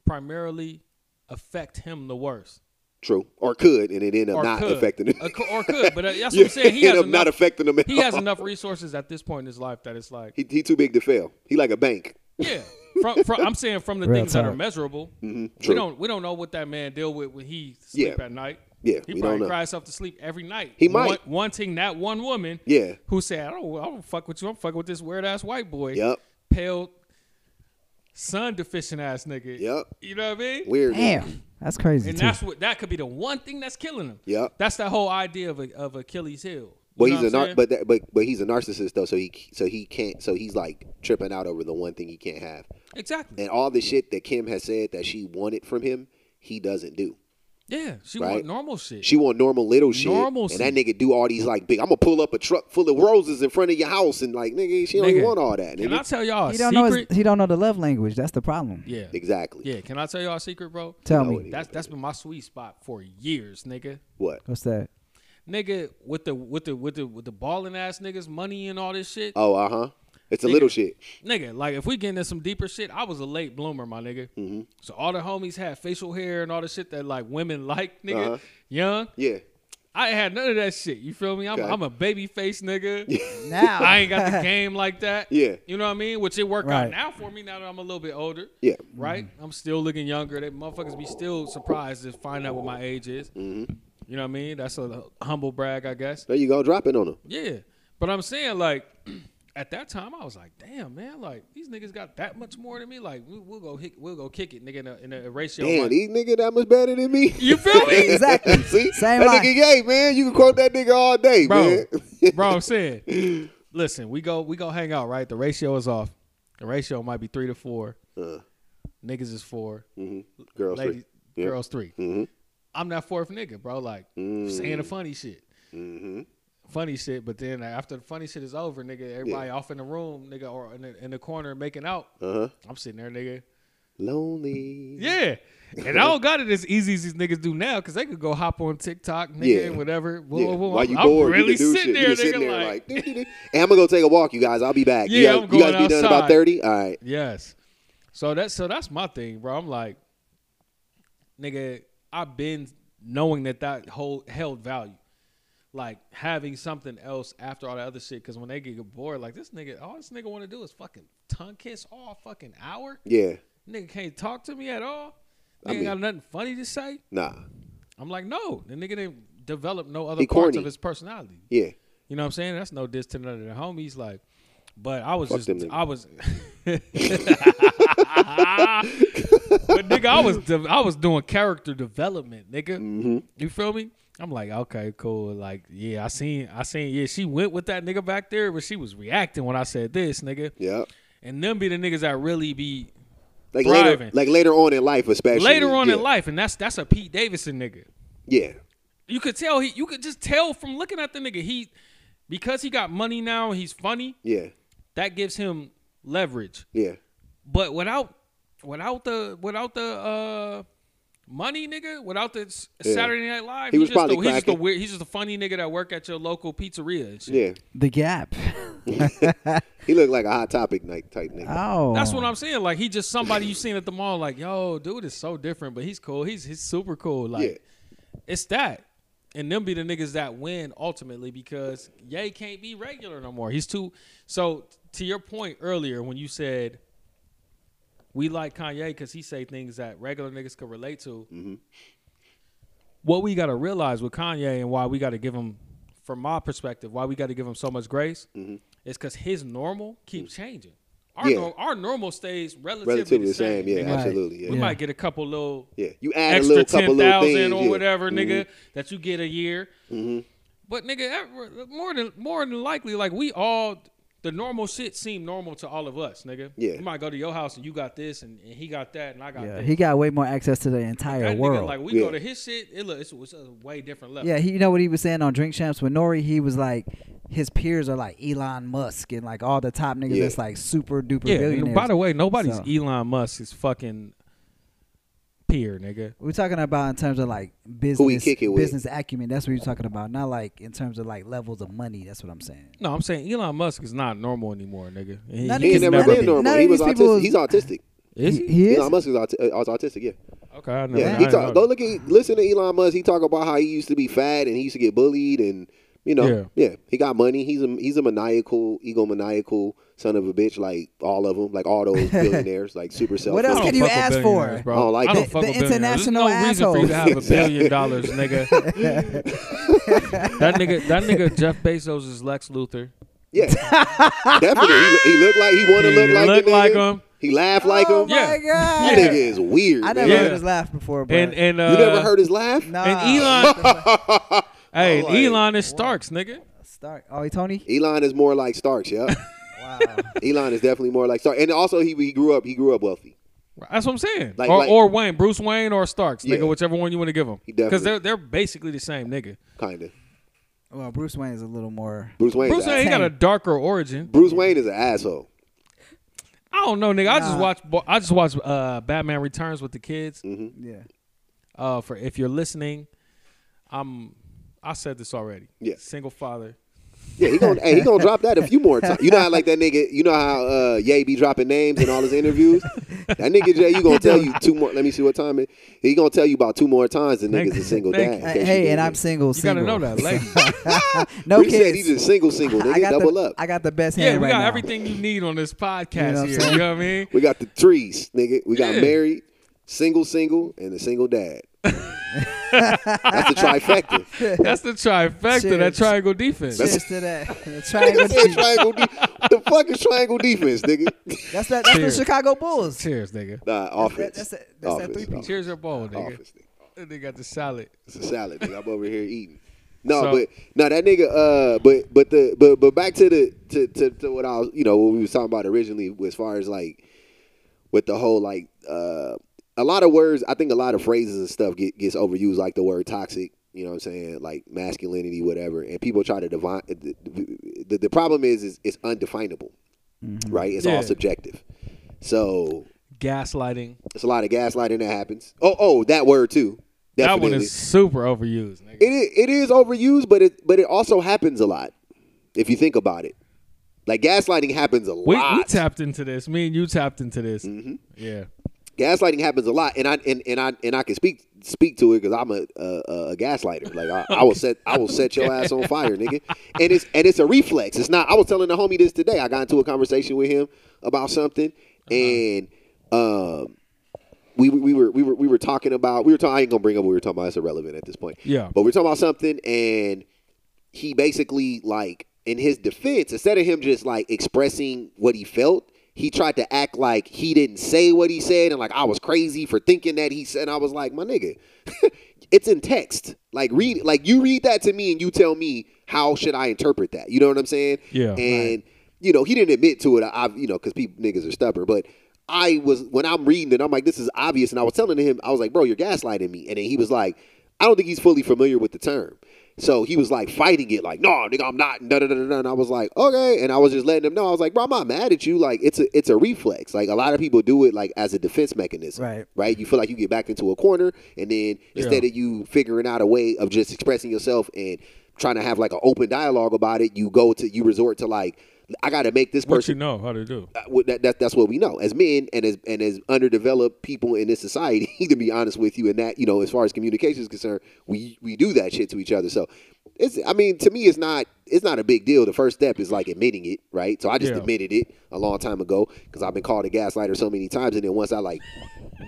D: primarily affect him the worst.
E: True, or could, and it end up
D: Or
E: not
D: could.
E: affecting them.
D: Or, co- or could, but uh, that's
E: Yeah,
D: what I'm saying. He
E: end
D: has
E: up
D: enough,
E: not affecting them. At
D: He has
E: all.
D: enough resources at this point in his life that it's like,
E: He, he too big to fail. He like a bank.
D: yeah. From, from I'm saying from the
A: Real
D: things that are
A: talk.
D: measurable. We
E: Mm-hmm, true.
D: don't we don't know what that man deal with when he sleep
E: Yeah.
D: at night.
E: Yeah,
D: he probably
E: we don't know.
D: cries himself to sleep every night.
E: He might.
D: want- wanting that one woman.
E: Yeah.
D: who said, "I don't, I don't fuck with you. I'm fucking with this weird ass white boy.
E: Yup.
D: pale, sun deficient ass nigga.
E: Yup.
D: you know what I mean?
E: Weird.
A: Damn, that's crazy.
D: And
A: too.
D: that's what that could be the one thing that's killing him.
E: Yup.
D: that's that whole idea of a, of Achilles heel.
E: But
D: You know
E: he's a
D: what I'm
E: nar-
D: saying?
E: but that, but but he's a narcissist though. So he so he can't. So he's like tripping out over the one thing he can't have.
D: exactly.
E: and all the shit that Kim has said that she wanted from him, he doesn't do.
D: Yeah, she
E: Right.
D: want normal shit.
E: She want normal little shit.
D: Normal
E: and that nigga do all these like big. I'm gonna pull up a truck full of roses in front of your house and like nigga, she don't
D: Nigga.
E: want all that.
D: Can
E: nigga.
D: I tell y'all a
A: He don't know. His,
D: secret?
A: he don't know the love language. That's the problem.
D: yeah,
E: exactly.
D: yeah. Can I tell y'all a secret, bro?
A: Tell
E: No,
A: me
E: it-
D: That's that's been my sweet spot for years, nigga.
E: What?
A: what's that?
D: Nigga with the with the with the with the balling ass niggas, money and all this shit.
E: Oh, uh huh. It's a
D: Nigga.
E: little shit.
D: Nigga, like if we get into some deeper shit, I was a late bloomer, my nigga.
E: Mm-hmm.
D: So all the homies had facial hair and all the shit that like women like, nigga.
E: Uh-huh.
D: Young,
E: Yeah.
D: I ain't had none of that shit. You feel me? I'm,
E: Okay.
D: I'm a baby face nigga.
A: Now
D: I ain't got the game like that.
E: Yeah.
D: You know what I mean? Which it worked
A: Right.
D: out now for me now that I'm a little bit older.
E: Yeah.
D: Right? I'm still looking younger. They motherfuckers be still surprised to find out what my age is.
E: Mm-hmm.
D: You know what I mean? That's a humble brag, I guess.
E: There you go. Drop it on them.
D: Yeah. But I'm saying, like, at that time, I was like, damn, man, like, these niggas got that much more than me. Like, we, we'll go hit, we'll go kick it, nigga, in a, in a ratio. of
E: Damn,
D: one-
E: these nigga that much better than me.
D: you feel me?
A: exactly.
E: See,
A: Same
E: that
A: line.
E: nigga gay man. You can quote that nigga all day,
D: Bro.
E: man.
D: Bro, I'm saying, listen, we go, we go hang out, right? The ratio is off. The ratio might be three to four.
E: Uh.
D: Niggas is four.
E: Girl,
D: Ladies,
E: straight. Mm-hmm. Yeah.
D: girls 3 i I'm that fourth nigga, bro. Like
E: Mm.
D: saying the funny shit,
E: Mm-hmm.
D: funny shit. But then after the funny shit is over, nigga, everybody off in the room, nigga, or in the, in the corner making out.
E: Uh-huh.
D: I'm sitting there, nigga.
E: Lonely.
D: Yeah, and I don't got it as easy as these niggas do now, cause they could go hop on TikTok, nigga,
E: Yeah.
D: and whatever. Whoa,
E: Yeah.
D: whoa, whoa.
E: While you
D: I'm
E: bored,
D: really
E: you can do
D: sitting
E: shit.
D: there,
E: you
D: nigga,
E: just sitting there
D: like
E: like, "Doo, doo, doo." and I'm gonna go take a walk, you guys. I'll be back. you
D: Yeah,
E: guys,
D: I'm
E: you guys
D: going
E: be done about
D: outside.
E: thirty. All right.
D: Yes. So that's so that's my thing, bro. I'm like, nigga, I've been knowing that that whole held value, like having something else after all the other shit. Because when they get bored, like this nigga, all this nigga want to do is fucking tongue kiss all fucking hour.
E: Yeah.
D: Nigga can't talk to me at all. Nigga
E: I mean-
D: got nothing funny to say.
E: Nah.
D: I'm like, no, the nigga didn't develop no other
E: He
D: parts
E: corny.
D: of his personality.
E: Yeah.
D: You know what I'm saying? That's no diss to none of the homies. Like, but I was
E: Fuck them
D: just,
E: niggas.
D: I was, but nigga, I was, de- I was doing character development, nigga.
E: Mm-hmm.
D: You feel me? I'm like, okay, cool. Like, yeah, I seen, I seen, yeah, she went with that nigga back there, but she was reacting when I said this, nigga.
E: Yeah.
D: And them be the niggas that really be
E: Like
D: Thriving.
E: later, like later on in life, especially
D: later on
E: yeah.
D: in life, and that's that's a Pete Davidson nigga.
E: Yeah.
D: You could tell he, you could just tell from looking at the nigga, he, because he got money now, and he's funny.
E: Yeah.
D: that gives him leverage.
E: Yeah.
D: But without without the without the uh money, nigga, without the s-
E: Yeah.
D: Saturday Night Live,
E: He was
D: he's just
E: probably
D: a, he's just a
E: cracking.
D: weird, he's just a funny nigga that work at your local pizzeria. And shit.
E: Yeah.
A: the gap.
E: He looked like a hot topic night type nigga.
A: Oh,
D: That's what I'm saying. Like he just somebody you seen at the mall. Like yo, dude is so different, but he's cool. He's he's super cool. Like it's that. And them be the niggas that win ultimately because Ye can't be regular no more. He's too. So to your point earlier when you said we like Kanye because he say things that regular niggas could relate to. What we gotta realize with Kanye and why we gotta give him, from my perspective, why we gotta give him so much grace, is because his normal keeps changing. Our,
E: Mm-hmm. Yeah.
D: nor- our normal stays relatively,
E: Relatively
D: the
E: the
D: same.
E: same. Yeah.
D: nigga.
A: Right.
E: Absolutely. Yeah.
D: We might get a couple little
E: yeah. You add a
D: extra
E: little couple
D: ten
E: little
D: thousand
E: things.
D: or
E: yeah. Mm-hmm.
D: whatever,
E: Mhm.
D: nigga, that you get a year. But nigga, that- more than more than likely, like we all the normal shit seemed normal to all of us, nigga.
E: Yeah.
D: you might go to your house and you got this, and, and he got that, and I got
A: Yeah,
D: that.
A: he got way more access to the entire
D: that nigga,
A: world.
D: like we go
E: Yeah.
D: to his shit, it look, it's, it's a way different level.
A: yeah, he, you know what he was saying on Drink Champs with Nori. He was like, his peers are like Elon Musk and like all the top niggas
E: Yeah.
A: that's like super duper
D: yeah.
A: billionaires.
D: And by the way, nobody's
A: So-
D: Elon Musk is fucking peer, nigga.
A: we're talking about in terms of like
E: Who he
A: business,
E: kick it with.
A: business acumen. That's what you're talking about. Not like in terms of like levels of money. That's what I'm saying.
D: No, I'm saying Elon Musk is not normal anymore, nigga. He,
A: Not
E: He
A: even-
E: ain't never
A: None
E: been
A: of-
E: normal.
A: none of
E: He was
A: these people
E: autistic.
A: is-
E: He's autistic.
D: is he?
A: He is.
E: Elon Musk is auti- uh, autistic. Yeah.
D: Okay, I know.
E: Yeah,
D: I
E: he
D: didn't
E: talk,
D: know
E: go
D: that.
E: look at listen to Elon Musk. He talk about how he used to be fat and he used to get bullied and you know
D: Yeah.
E: yeah, he got money. He's a he's a maniacal, egomaniacal son of a bitch like all of them, like all those billionaires, like super self.
A: What
D: I
A: else
D: don't
A: can you
D: fuck with
A: ask
D: billionaires,
A: for?
D: Bro.
E: I don't like
D: don't
A: The-
D: fuck
A: the
D: with billionaires.
A: international
D: There's no reason for you to have a billion dollars, nigga. that nigga, that nigga, Jeff Bezos is Lex Luthor.
E: Yeah, definitely. He, he looked like he want to
D: He
E: look like
D: look
E: the nigga.
D: like him.
E: He laughed like
A: oh
E: him.
D: Yeah.
A: my god!
E: That
D: Yeah.
E: nigga is weird.
A: I
E: man.
A: never
D: Yeah.
A: heard his laugh before, bro.
D: And and uh,
E: You never heard his laugh?
A: nah,
D: and Elon. hey,
E: Like-
D: Elon is Starks, nigga.
A: Stark. Oh, he Tony.
E: Elon is more like Starks. Yeah,
A: Wow.
E: Elon is definitely more like Stark. And also he, he grew up he grew up wealthy.
D: That's what I'm saying.
E: Like-
D: or,
E: like-
D: or Wayne, Bruce Wayne, or Starks,
E: Yeah.
D: nigga, whichever one you want to give them.
E: He
D: Because
E: definitely-
D: they're they're basically the same nigga.
E: kind of.
A: Well, Bruce Wayne is a little more.
E: Bruce Wayne.
D: Bruce Wayne he got a darker origin.
E: Bruce Wayne is an asshole.
D: I don't know, nigga. I just
A: Nah.
D: watched bo- I just watched uh, Batman Returns with the kids.
E: Mm-hmm.
A: Yeah.
D: Uh, for if you're listening, I'm I said this already.
E: Yeah.
D: Single father.
E: Yeah, he gonna hey, he gonna drop that a few more times. You know how like that nigga. You know how uh, Ye be dropping names in all his interviews. That nigga Jay, you gonna tell you two more. Let me see what time it. He gonna tell you about two more times the
D: Thank
E: nigga's
D: you.
E: a single
D: Thank
E: dad. in
D: you.
E: case
A: Hey,
E: you
A: hey, and
E: didn't
A: I'm single.
D: You gotta
A: single.
D: know that, lady.
A: no
E: Bree said he's
A: kids.
E: a single single
A: I
E: nigga.
A: got
E: Double
A: the,
E: up.
A: I got the best
D: yeah,
A: hand
D: we
A: right
D: got
A: now.
D: everything you need on this
A: You know what
D: podcast
A: I'm
D: here.
A: saying?
D: You know what I mean?
E: we got the threes, nigga. We got
D: Yeah.
E: married, single single, and a single dad. That's the trifecta.
D: That's the trifecta. That
A: Cheers.
D: triangle defense.
A: Cheers to that. The
E: Nigga
A: triangle
E: said
A: cheat.
E: triangle. De- what the fuck is triangle defense, nigga?
A: That's that. That's
D: Cheers.
A: the Chicago Bulls.
D: Cheers, nigga.
E: Nah, offense.
A: that's that- that's that
E: Offense,
A: three-peat.
E: offense,
D: Cheers your ball, nigga.
E: offense, nigga.
D: They got the salad.
E: It's a salad. nigga. I'm over here eating. No,
D: So-
E: but no, that nigga. Uh, but but the but but back to the to, to, to what I was you know what we was talking about originally as far as like with the whole like uh a lot of words. I think a lot of phrases and stuff get gets overused like the word toxic. You know what I'm saying? Like masculinity, whatever. And people try to divine. The, the, the problem is, is it's undefinable, right? It's
D: Yeah.
E: all subjective. So
D: Gaslighting.
E: it's a lot of gaslighting that happens. Oh oh, that word too.
D: That
E: Definitely.
D: one is super overused, nigga.
E: It is, it is overused, but it but it also happens a lot if you think about it. Like gaslighting happens a
D: we,
E: lot.
D: we tapped into this. Me and you tapped into this.
E: Mm-hmm.
D: Yeah.
E: gaslighting happens a lot, and I and, and I and I can speak speak to it because I'm a, a a gaslighter. Like I, I will set I will set your ass on fire, nigga. And it's and it's a reflex. It's not. I was telling the homie this today. I got into a conversation with him about something,
D: Uh-huh.
E: and um. We, we were we were we were talking about we were talking I ain't gonna bring up what we were talking about it's irrelevant at this point
D: Yeah.
E: but we we're talking about something and he basically like in his defense instead of him just like expressing what he felt he tried to act like he didn't say what he said and like i was crazy for thinking that he said and i was like my nigga it's in text like read like you read that to me and you tell me how should i interpret that you know what i'm saying
D: Yeah.
E: and you know he didn't admit to it i I've- you know because people niggas are stubborn but i was when i'm reading it i'm like this is obvious and i was telling him i was like bro you're gaslighting me and then he was like i don't think he's fully familiar with the term so he was like fighting it like no nigga i'm not da, da, da, da, da. and i was like okay and i was just letting him know i was like bro i'm not mad at you like it's a it's a reflex like a lot of people do it like as a defense mechanism
A: Right.
E: right you feel like you get back into a corner and then instead
D: Yeah.
E: of you figuring out a way of just expressing yourself and trying to have like an open dialogue about it you go to you resort to like i gotta make this
D: What you
E: person
D: know how to do.
E: uh, well, that, that that's what we know as men and as and as underdeveloped people in this society. to be honest with you, and that you know, as far as communication is concerned, we we do that shit to each other. So it's I mean, to me, it's not it's not a big deal. The first step is like admitting it, right? So I just
D: Yeah.
E: admitted it a long time ago because I've been called a gaslighter so many times, and then once I like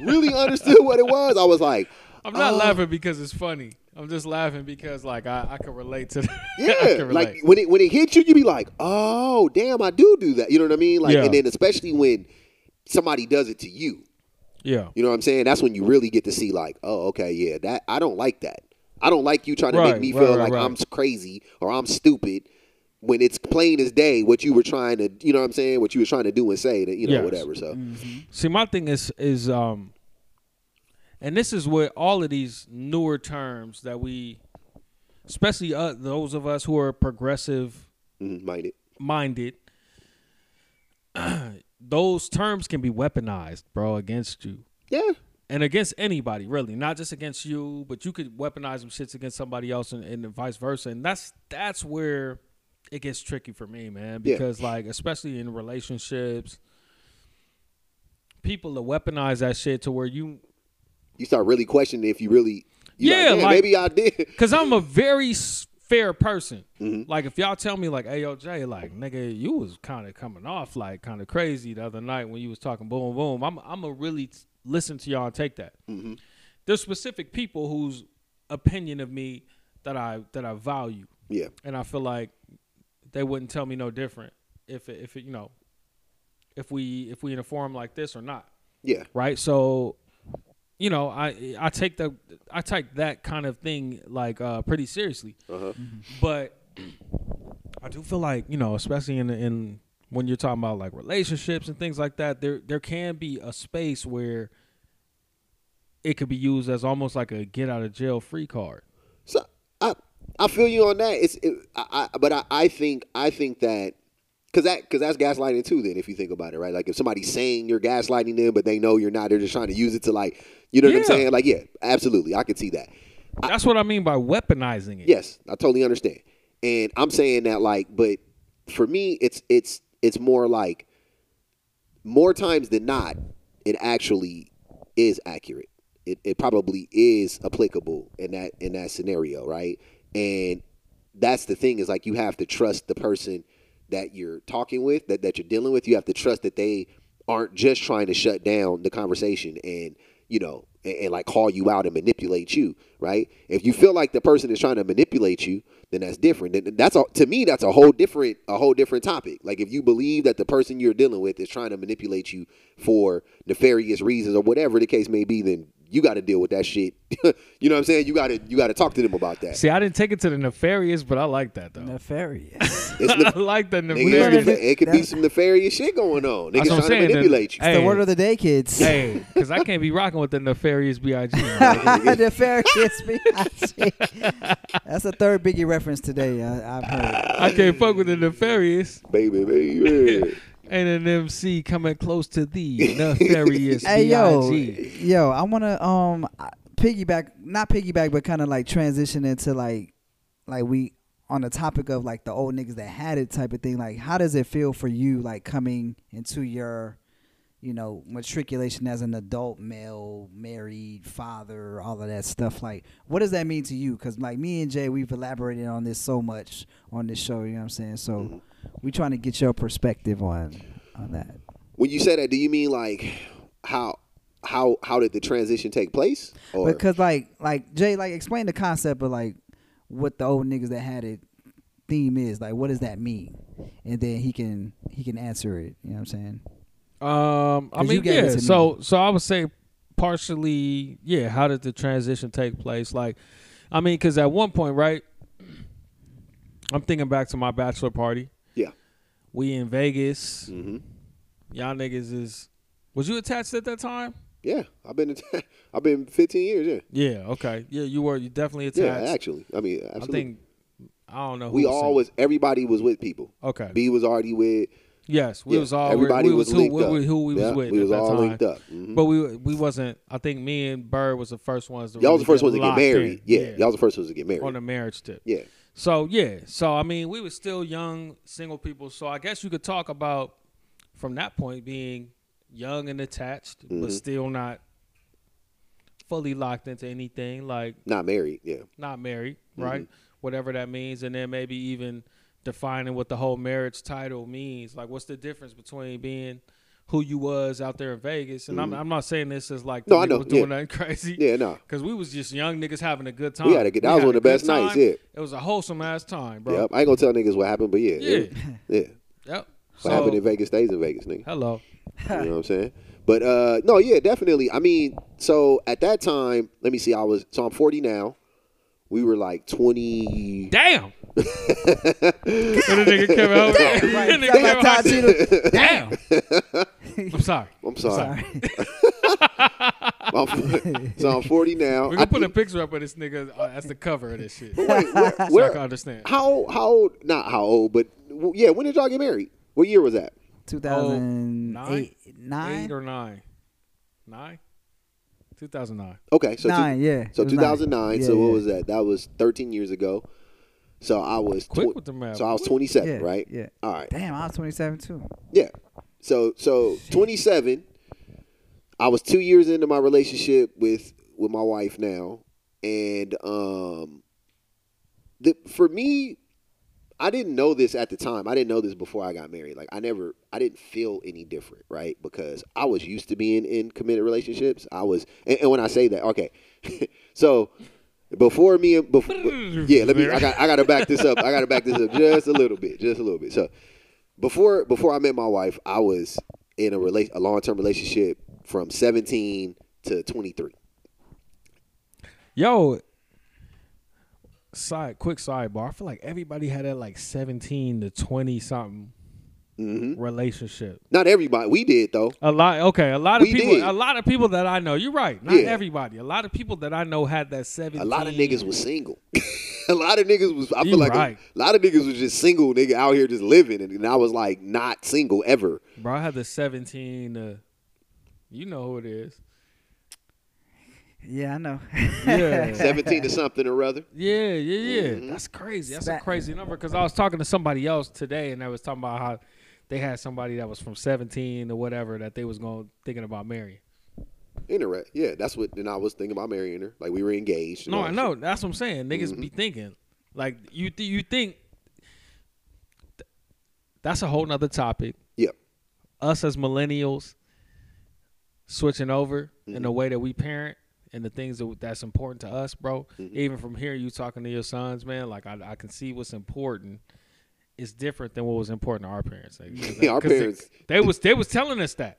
E: really understood what it was, I was like.
D: I'm not
E: oh,
D: laughing because it's funny. I'm just laughing because like I, I can relate to that. I
E: Yeah,
D: can relate.
E: like when it when it hits you, you be like, "Oh, damn, I do do that." You know what I mean? Like,
D: Yeah.
E: and then especially when somebody does it to you,
D: yeah.
E: You know what I'm saying? That's when you really get to see like, oh, okay, yeah, that I don't like that. I don't like you trying to
D: Right,
E: make me
D: right,
E: feel
D: right,
E: like
D: right.
E: I'm crazy or I'm stupid when it's plain as day what you were trying to, you know what I'm saying? What you were trying to do and say that, you know,
D: Yes. Mm-hmm.
E: whatever. So,
D: See, my thing is is um, and this is where all of these newer terms that we, especially uh, those of us who are progressive
E: mhm, mind it.
D: minded, those terms can be weaponized, bro, against you
E: Yeah.
D: and against anybody really, not just against you, but you could weaponize some shits against somebody else and, and vice versa. And that's that's where it gets tricky for me, man,
E: Yeah.
D: because like especially in relationships, people to weaponize that shit to where you
E: You start really questioning if you really you
D: Yeah,
E: like, "Damn,
D: like-
E: maybe I did.
D: Cause I'm a very s- fair person. Like if y'all tell me like, "Hey, yo, Jay, like nigga, you was kind of coming off like kind of crazy the other night when you was talking boom boom," I'm I'm a really t- listen to y'all and take that. There's specific people whose opinion of me that I that I value,
E: yeah.
D: and I feel like they wouldn't tell me no different if it, if it, you know if we if we in a forum like this or not
E: Yeah.
D: right? So, you know, I I take the I take that kind of thing like uh, pretty
E: Uh-huh.
C: Mm-hmm.
D: seriously, but I do feel like you know, especially in in when you're talking about like relationships and things like that, there there can be a space where it could be used as almost like a get out of jail free card.
E: So I I feel you on that. It's it, I, I but I, I think I think that because that because that's gaslighting too. Then if you think about it, right? Like if somebody's saying you're gaslighting them, but they know you're not, they're just trying to use it to like you know what
D: Yeah.
E: I'm saying? Like yeah, absolutely, I could see that.
D: That's what I mean by weaponizing it.
E: Yes, I totally understand. And I'm saying that like, but for me, it's it's it's more like more times than not, it actually is accurate. It it probably is applicable in that in that scenario, right? And that's the thing is like you have to trust the person that you're talking with, that, that you're dealing with. You have to trust that they aren't just trying to shut down the conversation and, you know, and, and like call you out and manipulate you, right? If you feel like the person is trying to manipulate you, then that's different. Then that's a, to me, that's a whole different, a whole different topic. Like if you believe that the person you're dealing with is trying to manipulate you for nefarious reasons or whatever the case may be, then you got to deal with that shit. you know what I'm saying? You got to, you got to talk to them about that.
D: See, I didn't take it to the nefarious, but I like that though.
C: Nefarious.
E: It's
D: I
E: the-
D: like the
E: Nigga,
D: nefarious.
E: it's nefa- it could be
C: That-
E: some nefarious shit going on. Niggas
D: That's what
E: trying
D: I'm
E: to
D: saying.
E: manipulate you.
D: Hey,
C: the word of the day, kids.
D: hey, because I can't be rocking with the nefarious big. nigga.
C: Nefarious B.I.G. That's a third Biggie reference today. I, I've heard.
D: I can't fuck with the nefarious.
E: Baby, baby.
D: Ain't an MC coming close to the nefarious
C: Hey yo,
D: B.I.G.
C: yo, I wanna um piggyback, not piggyback, but kind of like transition into like, like we on the topic of like the old niggas that had it type of thing. Like, how does it feel for you like coming into your, you know, matriculation as an adult male, married father, all of that stuff? Like, what does that mean to you? Because like me and Jay, we've elaborated on this so much on this show. You know what I'm saying? So we trying to get your perspective on on that.
E: When you say that, do you mean like how how how did the transition take place? Or
C: because like like Jay like explain the concept of like what the old niggas that had it theme is like what does that mean and then he can he can answer it you know what I'm saying
D: Um, I
C: 'Cause you
D: mean,
C: gave it
D: yeah.
C: to me.
D: So, so I would say partially, yeah. How did the transition take place? Like, I mean, because at one point, right? I'm thinking back to my bachelor party.
E: yeah,
D: We in Vegas.
E: hmm
D: Y'all niggas is. Was you attached at that time?
E: yeah. I've been I've been 15 years. Yeah,
D: Yeah. Okay. Yeah, you were. You definitely attached.
E: yeah. Actually, I mean,
D: I
E: absolutely.
D: think. I don't know. Who
E: we
D: was
E: all
D: single.
E: was everybody was with people.
D: Okay.
E: B was already with.
D: yes, we
E: yeah,
D: was all.
E: everybody
D: we
E: was
D: was who,
E: linked
D: we-
E: up.
D: we- who we
E: Yeah,
D: was with
E: we
D: at
E: was
D: that
E: all
D: time.
E: linked up. Mhm.
D: But we we wasn't. I think me and Bird was the first ones. To
E: Y'all was the
D: really
E: first ones to get
D: locked
E: married.
D: in.
E: Yeah, y'all was the first ones to get married.
D: on the marriage tip.
E: yeah,
D: So yeah, so I mean, we were still young, single people. So I guess you could talk about from that point being young and attached,
E: Mm-hmm.
D: but still not fully locked into anything, like
E: not married. Yeah,
D: not married, right?
E: Mm-hmm.
D: Whatever that means, and then maybe even defining what the whole marriage title means. Like, what's the difference between being who you was out there in Vegas? And I'm, I'm not saying this as like
E: Mm-hmm. No,
D: the
E: I
D: nigga
E: know,
D: was doing
E: yeah.
D: nothing crazy.
E: yeah. No,
D: Cause we was just young niggas having a good time.
E: We had a good- that was
D: had
E: one of the
D: good
E: best nights,
D: time.
E: yeah.
D: it was a wholesome ass time, bro.
E: Yep. I ain't gonna tell niggas what happened, but yeah, it- yeah.
D: Yep.
E: What happened in Vegas stays in Vegas, nigga.
D: hello.
E: You know what I'm saying? But uh, no, yeah, definitely. I mean, so at that time, let me see. I was so I'm 40 now. We were like 20.
D: Damn. when the nigga came out, the nigga came out, I said, damn. I'm sorry. Oh,
E: I'm sorry. I'm- so I'm 40 now.
D: We're
E: I
D: gonna put a
E: think-
D: picture up of this nigga uh, as the cover of this shit. So
E: wait, where,
D: I
E: where-
D: can understand.
E: how old? How old? Not how old, but well, yeah. When did y'all get married? What year was that?
C: 2008
D: Eight
C: nine
D: or nine? Nine? 2009.
E: Okay, so two-
C: Nine, yeah,
E: So
C: it was
E: 2009.
C: nine.
E: so
C: Yeah,
E: what
C: yeah.
E: was that? That was 13 years ago. So I was
D: Quick
E: twen-
D: with the math.
E: So I was 27,
C: yeah
E: right?
C: yeah
E: All right.
C: damn I was 27 too
E: Yeah. So so 27. I was two years into my relationship with with my wife now, and um, the for me, I didn't know this at the time. I didn't know this before I got married. Like I never, I didn't feel any different, right? Because I was used to being in committed relationships. I was, and, and when I say that, okay, so. Before me and before, yeah, let me. I got. I got to back this up. I got to back this up just a little bit, just a little bit. So, before before I met my wife, I was in a rela- a long term relationship from 17 to 23.
D: Yo, side quick sidebar. I feel like everybody had that like 17 to 20 something
E: Mm-hmm.
D: relationship.
E: Not everybody. We did though.
D: A lot. Okay, a lot of
E: We
D: people.
E: did.
D: A lot of people that I know. You're right. Not
E: Yeah.
D: everybody. A lot of people that I know had that seventeen.
E: A lot of niggas was single. a lot of niggas was. I
D: You
E: feel like
D: right.
E: a, lot of niggas was just single nigga out here just living, and, and I was like not single ever.
D: Bro, I had the seventeen. Uh, you know who it is.
A: Yeah, I know.
D: Yeah.
E: Seventeen to something or other.
D: Yeah, yeah, yeah. That's crazy. That's
A: Spat-
D: a crazy number because I was talking to somebody else today and they was talking about how they had somebody that was from 17 or whatever that they was going thinking about marrying.
E: Interact. Yeah, that's what. And I was thinking about marrying her. Like we were engaged. and
D: No,
E: all
D: I
E: that Mm-hmm.
D: know.
E: shit.
D: That's what I'm saying. Niggas be thinking like you. Th- you think th- that's a whole nother topic.
E: Yep.
D: Us as millennials switching over in
E: Mm-hmm.
D: the way that we parent and the things that that's important to us, bro.
E: Mm-hmm.
D: Even from here, you talking to your sons, man. Like I, I can see what's important. is different than what was important to our parents. Like, 'cause
E: Yeah, our
D: 'cause they-
E: parents-
D: They, was they was telling us that.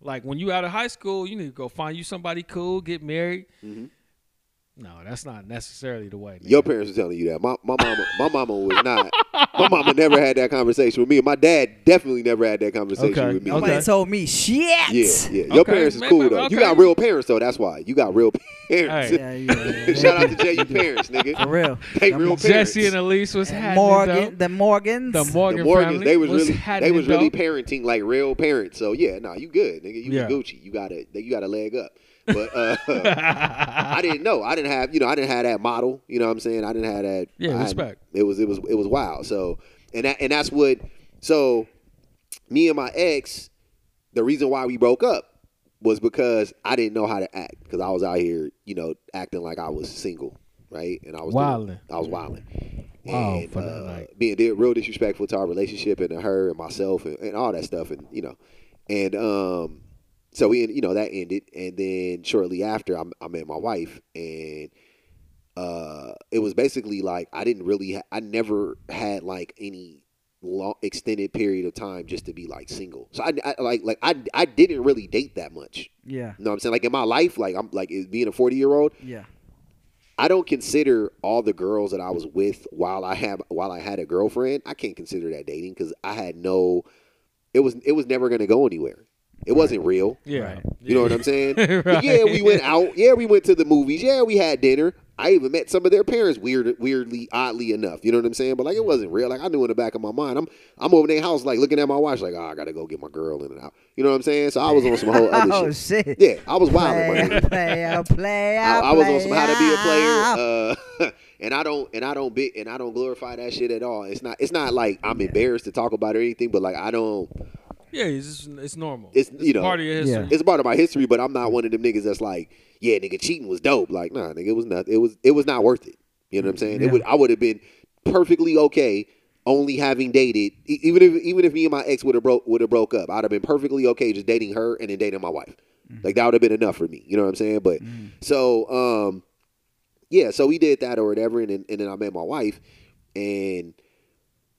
D: Like when you out of high school, you need to go find you somebody cool, get married. No, that's not necessarily the way. nigga.
E: Mm-hmm. Your parents were telling you that. My, my mama, my mama was not. My mama never had that conversation with me. And my dad definitely never had that conversation
D: Okay.
E: with me.
D: Okay.
A: Nobody told me shit.
E: Yeah, yeah. Your
D: Okay,
E: parents is
D: man,
E: cool
D: man,
E: though.
D: okay.
E: You got real parents though. That's why you got real parents.
D: Hey.
A: Yeah, yeah, yeah.
E: Shout out to J.U. parents,
A: For
E: nigga.
A: real.
E: They
A: The
E: real
A: Mo-
D: Jesse and Elise was happening
A: Morgan,
D: Morgan,
A: the Morgans.
D: though. The Morgan
E: the Morgans,
D: family
E: they was, really,
D: happening
E: they was really
D: though.
E: parenting like real parents. So yeah, nah, you good, nigga. You
D: Yeah.
E: was Gucci. You got a, you got a leg up. But uh, I didn't know. I didn't have, you know, I didn't have that model. You know what I'm saying? I didn't have that.
D: Yeah,
E: I hadn't-
D: respect.
E: It was, it was, it was wild. So and that, and that's what. So me and my ex, the reason why we broke up was because I didn't know how to act because I was out here, you know, acting like I was single, right? And I was doing-
D: Wildin'.
E: I was wilding.
D: Wow,
E: and,
D: for that
E: uh,
D: night.
E: being di- real disrespectful to our relationship and to her and myself and, and all that stuff and you know, and um, so we you know that ended and then shortly after I, I met my wife and uh, it was basically like I didn't really, ha- I never had like any long extended period of time just to be like single. So I, I like like I I didn't really date that much.
A: Yeah,
E: You know what I'm saying? Like in my life, like I'm like it- being a 40 year old,
A: yeah.
E: I don't consider all the girls that I was with while I have while I had a girlfriend. I can't consider that dating because I had no. It was it was never gonna go anywhere. It wasn't real.
D: Yeah,
E: You know what I'm saying?
D: Right.
E: Yeah, we went out. Yeah, we went to the movies. Yeah, we had dinner. I even met some of their parents weird, weirdly, oddly enough. You know what I'm saying? But like, it wasn't real. Like I knew in the back of my mind, I'm I'm over their house, like looking at my watch, like, oh, I gotta go get my girl in and out. You know what I'm saying? So I was on some whole other
A: Oh
E: shit.
A: shit.
E: Yeah, I was wild. my
A: Player,
E: nigga.
A: player, player.
E: I, I was on some how to be
A: player.
E: a player, uh, and I don't and I don't be, and I don't glorify that shit at all. It's not it's not like I'm embarrassed to talk about it or anything, but like I don't.
D: Yeah, it's just, it's normal.
E: It's, you know,
D: part of your
A: Yeah.
D: history.
E: It's a part of my history, but I'm not one of them niggas that's like, yeah, nigga, cheating was dope. Like, nah, nigga, it was not. It was it was not worth it. You know what I'm saying? It would I would have been perfectly okay only having dated e- even if even if me and my ex would have broke would have broke up, I'd have been perfectly okay just dating her and then dating my wife.
D: Mm.
E: Like that would have been enough for me. You know what I'm saying? But so um yeah, so we did that or whatever, and then, and then I met my wife, and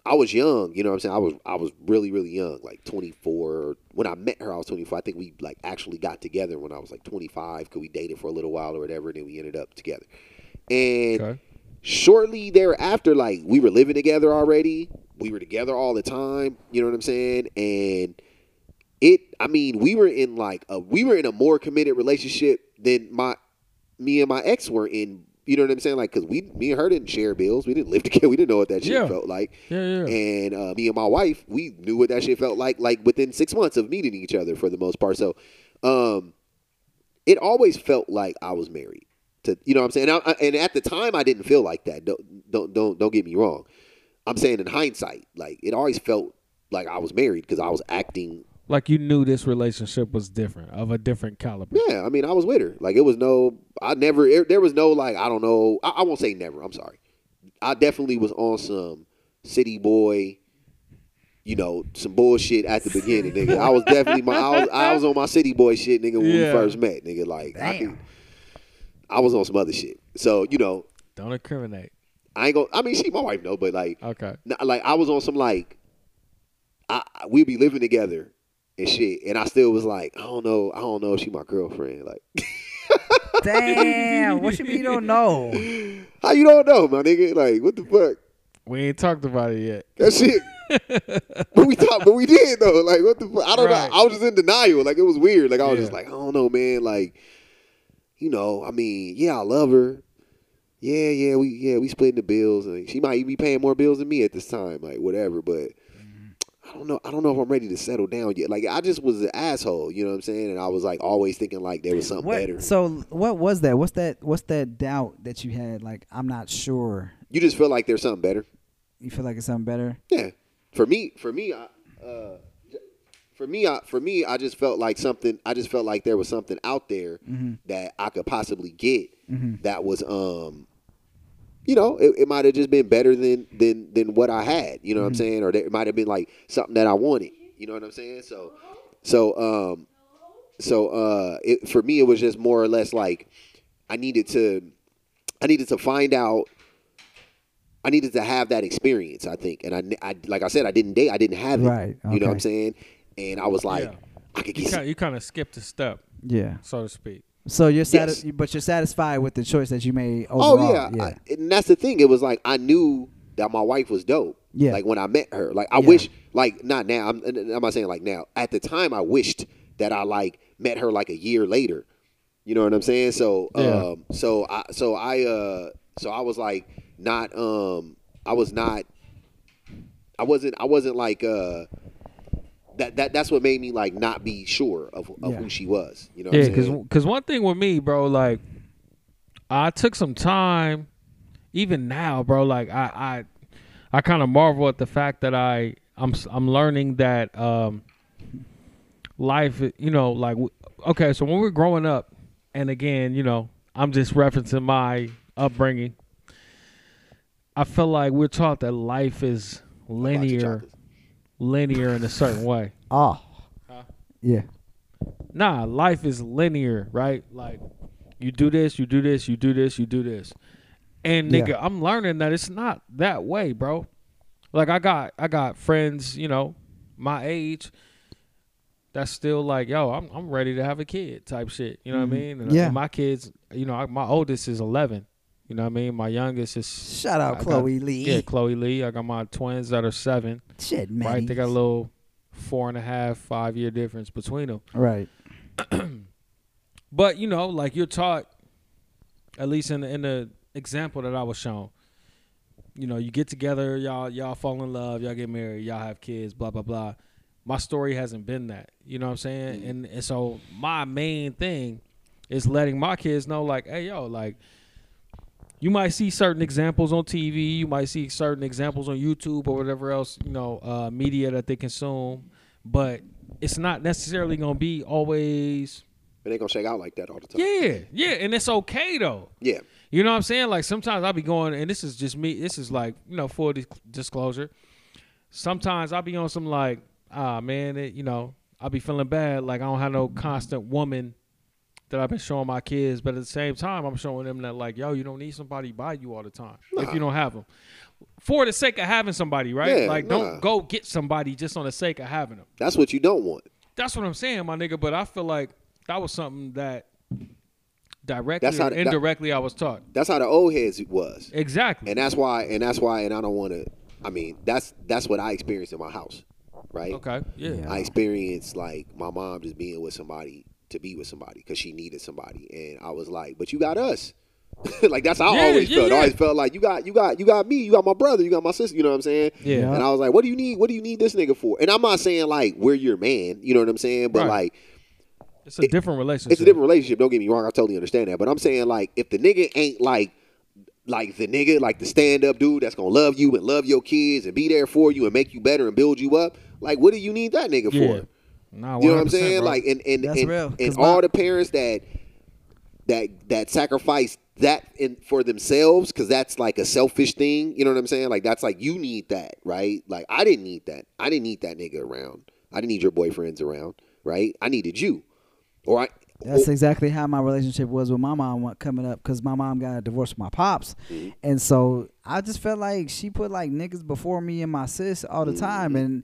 E: I was young, you know what I'm saying? I was I was really really young, like 24. When I met her, I was 24. I think we like actually got together when I was like 25 cuz we dated for a little while or whatever and then we ended up together. And
D: Okay.
E: shortly thereafter like we were living together already. We were together all the time, you know what I'm saying? And it I mean, we were in like a we were in a more committed relationship than my me and my ex were in, you know what I'm saying? Like cuz we me and her didn't share bills. We didn't live together. We didn't know what that shit
D: Yeah.
E: felt like.
D: Yeah, yeah.
E: And uh, me and my wife, we knew what that shit felt like, like within six months of meeting each other for the most part. So, um, it always felt like I was married. To you know what I'm saying? And, I, I- and at the time, I didn't feel like that. Don't don't don't don't get me wrong. I'm saying in hindsight, like it always felt like I was married because I was acting.
D: Like you knew this relationship was different, of a different caliber.
E: Yeah, I mean, I was with her. Like it was no, I never. It, there was no like I don't know. I, I won't say never. I'm sorry. I definitely was on some city boy, you know, some bullshit at the beginning, nigga. I was definitely my I was, I was on my city boy shit, nigga, when we
D: Yeah.
E: first met, nigga. Like I,
A: Damn.
E: could, I was on some other shit. So you know,
D: Don't incriminate.
E: I ain't gonna. I mean, she my wife though, but like,
D: Okay.
E: n- like I was on some like, I I- we be living together and shit, and I still was like, I don't know, I don't know if she my girlfriend. Like,
A: oh, Damn, what you mean you don't know?
E: how you don't know, my nigga? Like, what the fuck?
D: We ain't talked about it yet.
E: That shit. But we we thought, but we did though. Like what the? Fuck? I don't
D: Right.
E: know. I was just in denial. Like it was weird. Like I was just
D: Yeah.
E: like, I don't know, man. Like, you know, I mean, yeah, I love her. Yeah, yeah, we yeah we splitting the bills. Like, she might even be paying more bills than me at this time. Like whatever, but. I don't know. I don't know if I'm ready to settle down yet. Like I just was an asshole, you know what I'm saying? And I was like always thinking like there was something
A: What,
E: better.
A: So what was that? What's that? What's that doubt that you had? Like I'm not sure.
E: You just feel like there's something better.
A: You feel like it's something better?
E: Yeah. For me, for me, I, uh, j- for me, I, for me, I just felt like something. I just felt like there was something out there
A: Mm-hmm.
E: that I could possibly get that was, um, you know, it, it might have just been better than than than what I had. You know
A: Mm-hmm.
E: what I'm saying? Or there, it might have been like something that I wanted. You know what I'm saying? So, so, um, so, uh, it, for me, it was just more or less like I needed to, I needed to find out I needed to have that experience, I think. And I, I like I said, I didn't date, I didn't have it.
A: Right,
E: You know what
A: okay.
E: I'm saying? And I was like,
D: Yeah.
E: I could
D: You
E: get
D: kind,
E: some,
D: you kind of skipped a step,
A: Yeah.
D: so to speak.
A: So you're
E: Yes.
A: satis- but you're satisfied with the choice that you made overall.
E: Oh yeah, I- and that's the thing. It was like I knew that my wife was dope.
A: Yeah.
E: Like when I met her, like I
A: Yeah.
E: wish, like not now. I'm, and I'm not saying like now. At the time, I wished that I like met her like a year later. You know what I'm saying? So,
D: Yeah.
E: um, so I, so I, uh, so I was like not, um, I was not, I wasn't, I wasn't like, uh. That, that, that's what made me like not be sure of, of
A: Yeah.
E: who she was. You know what
D: Yeah,
E: I'm
D: because
E: saying?
D: one thing with me, bro, like I took some time, even now, bro. Like I I I kind of marvel at the fact that I I'm s- I'm learning that um life, you know, like w- okay, so when we're growing up, and again, you know, I'm just referencing my upbringing. I feel like we're taught that life is
E: Lots of
D: linear,
E: chocolates.
D: linear in a certain way.
A: Oh. Yeah.
D: nah, life is linear, right? Like you do this, you do this, you do this, you do this. And
A: Yeah.
D: nigga, I'm learning that it's not that way, bro. Like I got I got friends, you know, my age that's still like, yo, I'm I'm ready to have a kid type shit. You know what I mean? And
A: Mm-hmm.
D: uh,
A: Yeah.
D: my kids, you know, I, my oldest is 11. You know what I mean? My youngest is
A: Shout out
D: I got-
A: Chloe Lee.
D: yeah, Chloe Lee. I got my twins that are seven,
A: Shit, man.
D: right? They got a little four and a half, five year difference between them.
A: Right.
D: But you know, like you're taught, at least in the, in the example that I was shown, you know, you get together, y'all y'all fall in love, y'all get married, y'all have kids, blah blah blah. My story hasn't been that, you know what I'm saying? And and so my main thing is letting my kids know, like, hey yo, like. You might see certain examples on TV. You might see certain examples on YouTube or whatever else you know uh, media that they consume, but it's not necessarily going to be always
E: It ain't gonna shake out like that all the time.
D: yeah, yeah, and it's okay though.
E: yeah.
D: You know what I'm saying? Like sometimes I'll be going, and this is just me. This is like you know full dis- disclosure. Sometimes I'll be on some like ah man, it, you know I'll be feeling bad like I don't have no constant woman that I've been showing my kids, but at the same time I'm showing them that like yo you don't need somebody by you all the time if you don't have them for the sake of having somebody right
E: Yeah,
D: like
E: nah.
D: don't go get somebody just on the sake of having them.
E: That's what you don't want.
D: That's what I'm saying, my nigga. But I feel like that was something that directly
E: That's how
D: or
E: the- that-
D: indirectly I was taught.
E: That's how the old heads was,
D: Exactly.
E: and that's why, and that's why, and I don't want to. I mean, that's that's what I experienced in my house, right?
D: okay. Yeah.
E: I experienced like my mom just being with somebody to be with somebody because she needed somebody, and I was like, "But you got us." like that's how
D: Yeah,
E: I always
D: yeah,
E: felt.
D: yeah.
E: I always felt like you got you got you got me, you got my brother, you got my sister. You know what I'm saying?
D: Yeah.
E: And I was like, "What do you need? What do you need this nigga for?" And I'm not saying like we're your man. You know what I'm saying?
D: Right.
E: But like
D: It's a different relationship.
E: It's a different relationship. Don't get me wrong. I totally understand that. But I'm saying like if the nigga ain't like like the nigga like the stand up dude that's gonna love you and love your kids and be there for you and make you better and build you up. Like what do you need that nigga
D: Yeah.
E: for?
D: Nah,
E: You know what I'm
D: 100%,
E: saying?
D: bro.
E: Like and and
A: That's
E: and,
A: real,
E: and
A: 'cause my-
E: all the parents that that that sacrifice that in for themselves because that's like a selfish thing. You know what I'm saying? Like that's like you need that, right? Like I didn't need that. I didn't need that nigga around. I didn't need your boyfriends around, right? I needed you, or I.
A: That's exactly how my relationship was with my mom wa- coming up because my mom got a divorce from my pops. And so I just felt like she put like niggas before me and my sis all the time. And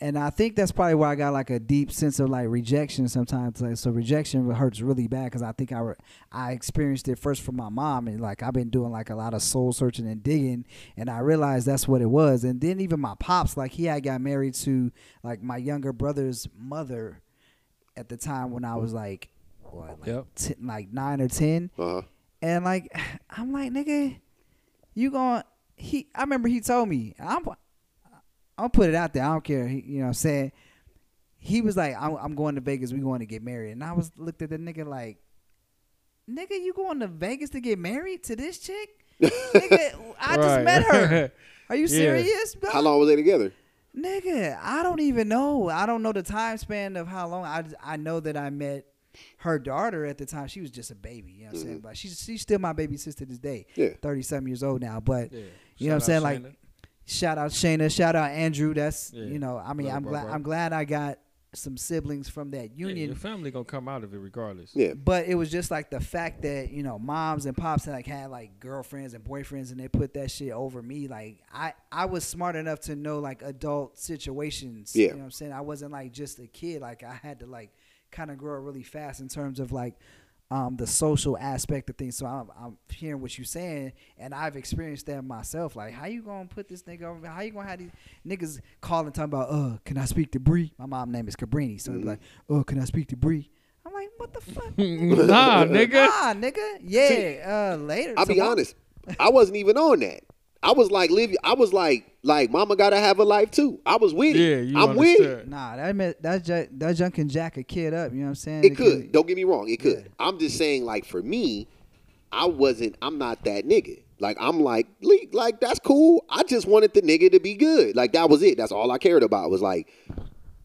C: and I think that's probably why I got like a deep sense of like rejection sometimes. Like, so rejection hurts really bad because I think I re- I experienced it first from my mom, and like I've been doing like a lot of soul searching and digging, and I realized that's what it was. And then even my pops, like he had got married to like my younger brother's mother at the time when I was like, what, like,
D: Yep.
C: 10 like nine or ten,
E: Uh-huh.
C: and like I'm like nigga, you going he I remember he told me I'm I'll put it out there I don't care he, you know what I'm saying he was like I'm, I'm going to Vegas we going to get married and I was looked at the nigga like nigga you going to Vegas to get married to this chick nigga I just
D: Right.
C: met her are you
D: Yeah.
C: serious bro?
E: How long were they together?
C: Nigga, I don't even know. I don't know the time span of how long. I I know that I met her daughter at the time. She was just a baby. You know what I'm saying? But she's she's still my baby sister to this day.
E: Mm-hmm. Yeah.
C: Thirty something years old now. But
D: Yeah.
C: you know what I'm
D: Shout
C: saying?
D: out
C: Like
D: Shayna.
C: shout out Shayna, shout out Andrew. That's
D: Yeah.
C: you know, I mean
D: Love
C: I'm
D: bro,
C: glad
D: bro.
C: I'm glad I got some siblings from that
D: Yeah,
C: union.
D: your family gonna come out of it regardless.
E: Yeah.
C: But it was just like the fact that you know moms and pops had like had like girlfriends and boyfriends, and they put that shit over me. Like I I was smart enough to know like adult situations. You
E: Yeah.
C: know what I'm saying? I wasn't like just a kid. Like I had to like kind of grow up really fast in terms of like um, the social aspect of things. So I'm, I'm hearing what you're saying, and I've experienced that myself. Like, how you gonna put this nigga over? How you gonna have these niggas calling talking about, uh, can I speak to Bree? My mom name is Cabrini, so it'd be like,
E: Mm.
C: oh, can I speak to Bree? I'm like, what the fuck?
D: nah, nigga.
C: Nah, nigga. Yeah, uh, later.
E: I'll be
C: tomorrow.
E: honest. I wasn't even on that. I was like, live. I was like, like, Mama gotta have a life too. I was with
D: Yeah,
E: it.
D: you
E: I'm with it.
D: understood.
C: Nah, that meant that ju- that junk can jack a kid up. You know what I'm saying?
E: It could. Don't get me wrong. It could.
C: Yeah.
E: I'm just saying, like for me, I wasn't. I'm not that nigga. Like I'm like, le- like that's cool. I just wanted the nigga to be good. Like that was it. That's all I cared about was like,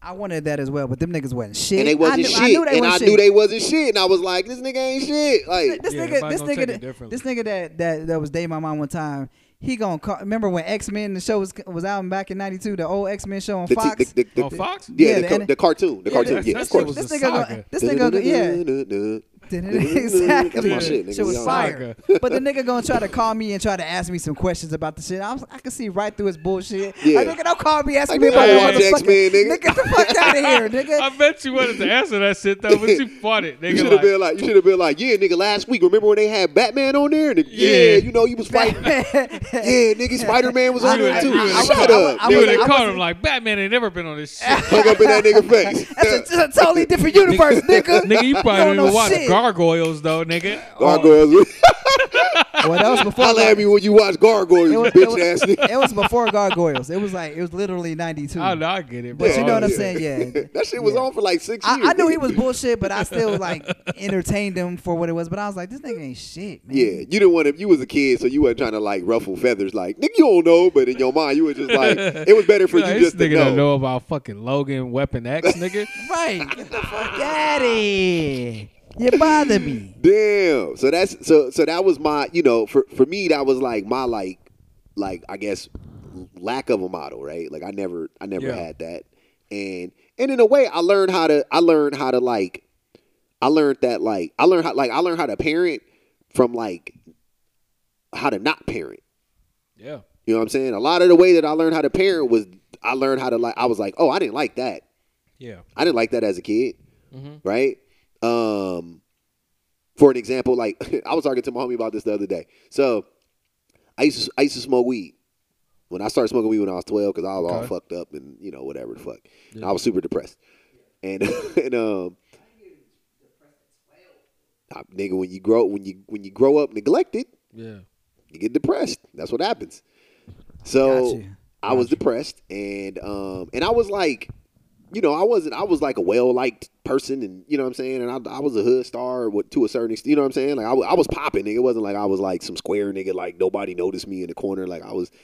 C: I wanted that as well, but them niggas wasn't shit.
E: and they wasn't
C: I knew,
E: shit,
C: I knew they
E: and I
C: wasn't
E: knew
C: shit.
E: they wasn't shit, and I was like, this nigga ain't shit. Like,
C: this
D: Yeah,
C: nigga,
D: everybody
C: this
D: gonna take it
C: nigga, that,
D: differently.
C: this nigga that, that that was dating my mom one time. He gonna call. Remember when X Men the show was was out back in '92, the old X Men show on
E: the, t-
C: Fox.
E: the, the, the,
D: On Oh, Fox?
E: yeah,
C: Yeah,
E: the,
C: the
E: ca-
C: and-
E: the cartoon, the
D: Yeah,
E: cartoon,
D: that's-
E: yeah,
D: that's
E: of course.
D: what was
C: this
D: a
C: nigga, go,
D: saga.
C: this nigga, go, yeah, exactly.
E: That's my shit, nigga.
C: Shit was
E: We on.
C: fire.
D: Saga.
C: But the nigga gonna try to call me and try to ask me some questions about the shit. I was, I can see right through his bullshit.
E: Yeah.
C: Like, nigga, don't call me
E: Like,
C: asking me
E: nigga,
C: about
D: I
C: the
D: watch
C: motherfucking
E: X-Men, nigga.
C: Nigga, get the fuck out of here, nigga.
D: I bet you wanted to answer that shit though, but you fought it,
E: You
D: nigga.
E: should have
D: like,
E: been like, you should have been like, yeah, nigga. Last week, remember when they had Batman on there? And the- yeah.
D: Yeah.
E: you know, you was fighting. yeah, nigga, Spider Man was on
D: You
E: there
D: would've-
E: too.
D: you would've
E: Shut
D: caught-
E: up,
C: I
D: you
C: was-
D: would
E: nigga.
D: have
C: I
D: caught
C: was-
D: him like Batman ain't never been on this shit.
E: Hung up in that nigga face.
C: That's a, that's a totally different universe, nigga.
D: nigga, you probably don't even
C: don't know
D: watch
C: shit.
D: Gargoyles though, nigga.
E: Gargoyles.
C: Well, that was before.
E: Holla at me when you watch Gargoyles,
C: it,
E: you
C: was, it,
E: bitch ass
C: was,
E: nigga.
C: it was before Gargoyles. It was like it was literally '92.
D: I know, I get it, bro.
C: But you know what I'm
E: Oh, Yeah.
C: saying, yeah.
E: That shit was
C: Yeah.
E: on for like six years.
C: I, I knew he
E: nigga.
C: was bullshit, but I still like entertained him for what it was. But I was like, this nigga ain't shit, man.
E: Yeah, you didn't want to. You was a kid, so you weren't trying to like ruffle feathers. Like, nigga, you don't know, but in your mind, you were just like, it was better for
D: Like,
E: you
D: this
E: just to
D: nigga don't
E: know.
D: know about fucking Logan Weapon X, nigga.
C: Right. Get the fuck out of here. You bother me.
E: Damn. So that's so so that was my you know for for me that was like my like like I guess lack of a model right like I never I never
D: Yeah.
E: had that and and in a way I learned how to I learned how to like I learned that like I learned how like I learned how to parent from like how to not parent
D: yeah.
E: you know what I'm saying a lot of the way that I learned how to parent was I learned how to like I was like oh I didn't like that
D: Yeah.
E: I didn't like that as a kid,
D: Mhm.
E: right? Um, for an example, like I was talking to my homie about this the other day. So I used to, I used to smoke weed when I started smoking weed when I was twelve because I was all
D: Okay.
E: fucked up and you know whatever the fuck. And I was super depressed, and and um, I- nigga, when you grow when you when you grow up neglected,
D: Yeah.
E: you get depressed. That's what happens. So
C: Gotcha.
E: I was depressed and um and I was like, you know, I wasn't I was like a well liked person and you know what I'm saying and I, I was a hood star with, to a certain extent. You know what I'm saying? Like I, wa- I was popping. nigga. It wasn't like I was like some square nigga like nobody noticed me in the corner. Like I was.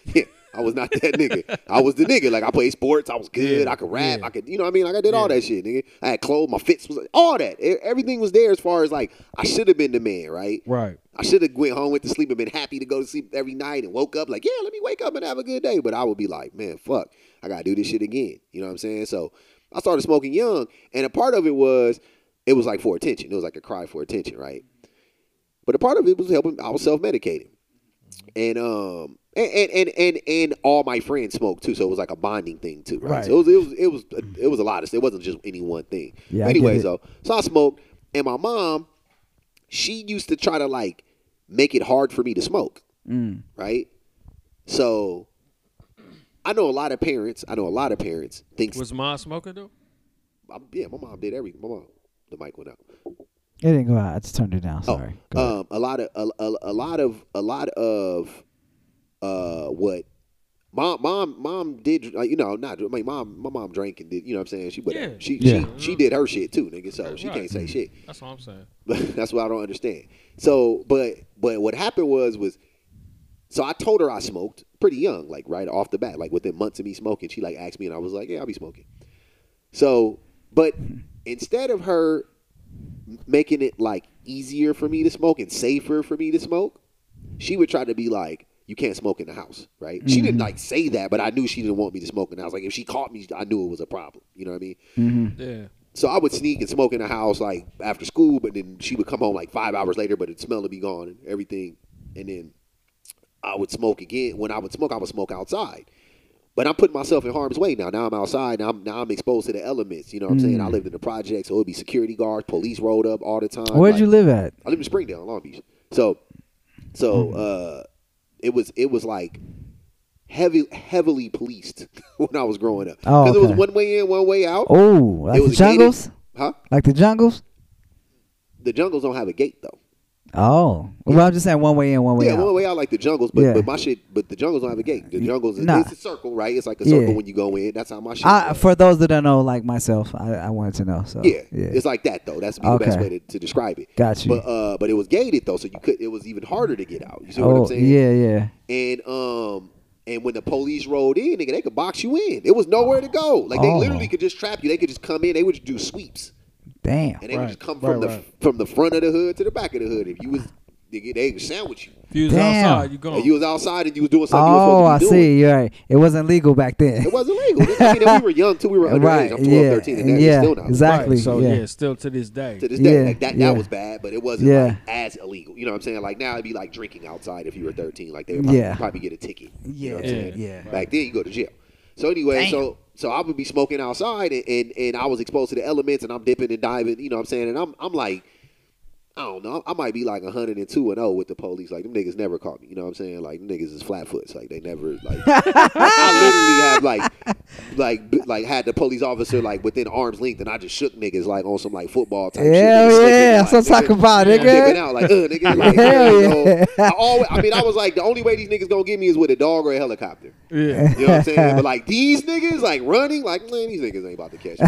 E: I was not that nigga. I was the nigga. Like I played sports. I was good.
D: Yeah,
E: I could rap.
D: yeah.
E: I could, you know what I mean? Like I did all that shit, nigga. I had clothes. My fits was all that. E- Everything was there as far as like I should have been the man, right?
D: Right.
E: I should have went home, went to sleep, and been happy to go to sleep every night, and woke up like, yeah, let me wake up and have a good day. But I would be like, man, fuck, I gotta do this shit again. You know what I'm saying? So I started smoking young, and a part of it was, it was like for attention. It was like a cry for attention, right? But a part of it was helping. I was self medicating, and um and and, and and and all my friends smoked too, so it was like a bonding thing too, right?
A: Right.
E: So it was it was it was it was a lot of. It wasn't just any one thing.
A: Yeah, I get
E: Anyway,
A: it.
E: so so I smoked, and my mom, she used to try to like make it hard for me to smoke,
A: Mm.
E: right? So I know a lot of parents. I know a lot of parents think
D: Was mom smoking though?
E: I'm- yeah, my mom did everything. My mom, the mic went out.
C: It didn't go out. I just turned it down. Sorry. Go ahead.
E: um, a lot of a, a, a lot of a lot of uh, what mom mom mom did uh, you know not my mom my mom drank and did you know what I'm saying she whatever
D: Yeah.
E: she
C: Yeah.
E: she she did her shit too nigga so she
D: Right.
E: can't say shit
D: That's what I'm saying.
E: that's what I don't understand so but but what happened was was so I told her I smoked pretty young like right off the bat like within months of me smoking she like asked me and I was like yeah I'll be smoking so but instead of her making it like easier for me to smoke and safer for me to smoke, she would try to be like, "You can't smoke in the house," right? She didn't like say that, but I knew she didn't want me to smoke in the house. Like if she caught me, I knew it was a problem. You know what I mean?
D: Yeah.
E: So I would sneak and smoke in the house like after school, but then she would come home like five hours later, but it smelled to be gone and everything. And then I would smoke again. When I would smoke, I would smoke outside. But I'm putting myself in harm's way now. Now I'm outside. Now I'm now I'm exposed to the elements. You know what I'm
C: Hmm.
E: saying? I lived in the project, so it'd be security guards, police rolled up all the time.
C: Where'd
E: like-
C: you live at?
E: I live in Springdale, Long Beach. So, so
C: Hmm.
E: uh, it was it was like heavy heavily policed when I was growing up
C: Oh,
E: it was
C: okay.
E: one way in, one way out.
C: Oh, like the
E: was gated.
C: jungles?
E: Huh?
C: Like the jungles?
E: The jungles don't have a gate though.
C: Oh. Well, I'm just saying one way in, one way
E: yeah,
C: out.
E: one way out like the jungles, but,
C: Yeah.
E: but my shit, but the jungles don't have a gate. The jungles is
C: nah.
E: it's a circle, right? It's like a
C: Yeah.
E: circle when you go in. That's how my shit.
C: I,
E: was.
C: for those that don't know, like myself, I, I wanted to know. So
E: yeah,
C: yeah.
E: it's like that though. That's be the best
C: Okay.
E: way to, to describe it.
C: Got you.
E: But uh, but it was gated though, so you could. It was even harder to get out. You see what I'm
C: oh
E: saying?
C: yeah, yeah.
E: and um and when the police rolled in, nigga, they could box you in. It was nowhere to go. Like they
C: Oh.
E: literally could just trap you. They could just come in. They would just do sweeps,
C: Damn.
E: and they would
D: Right,
E: just come
D: right,
E: from the
D: right.
E: from the front of the hood to the back of the hood. If you was nigga, they would sandwich you.
D: If you was
C: Damn.
D: outside, you gone.
E: If you was outside and you was doing something.
C: Oh,
E: you
C: I
E: was supposed to be doing,
C: see. You're right. It wasn't legal back then.
E: It wasn't legal. I mean, and we were young too. We were underage.
C: right.
E: I'm 12,
C: yeah.
E: 13, and that is
C: yeah.
E: still not
D: Right,
C: exactly.
D: So
C: yeah.
D: yeah. still to this day.
E: to this day.
C: Yeah,
E: like that,
C: yeah.
E: that was bad, but it wasn't
C: Yeah.
E: like as illegal. You know what I'm saying? Like now it'd be like drinking outside if you were 13. Like they would probably,
C: Yeah.
E: probably get a ticket. You know what I'm
D: Yeah,
E: saying?
D: yeah.
E: Back then you go to jail. So anyway, so so I would be smoking outside and, and and I was exposed to the elements and I'm dipping and diving. You know what I'm saying? And I'm I'm like. I don't know. I might be like 102 and 0 with the police. Like, them niggas never caught me. You know what I'm saying? Like, them niggas is flatfoots. Like, they never, like, I literally have like, like, b- like had the police officer like within arm's length, and I just shook niggas like on some like football type. shit.
C: Hell
E: Just
C: yeah,
E: slipping,
C: that's what I'm
E: like,
C: talking about,
E: yeah,
C: nigga.
E: dipping out like, uh, nigga. Like,
C: Hell
E: you know,
C: yeah.
E: I always, I mean, I was like, the only way these niggas gonna get me is with a dog or a helicopter.
D: yeah.
E: You know what I'm saying? But like these niggas, like running, like man, these niggas ain't about to catch me.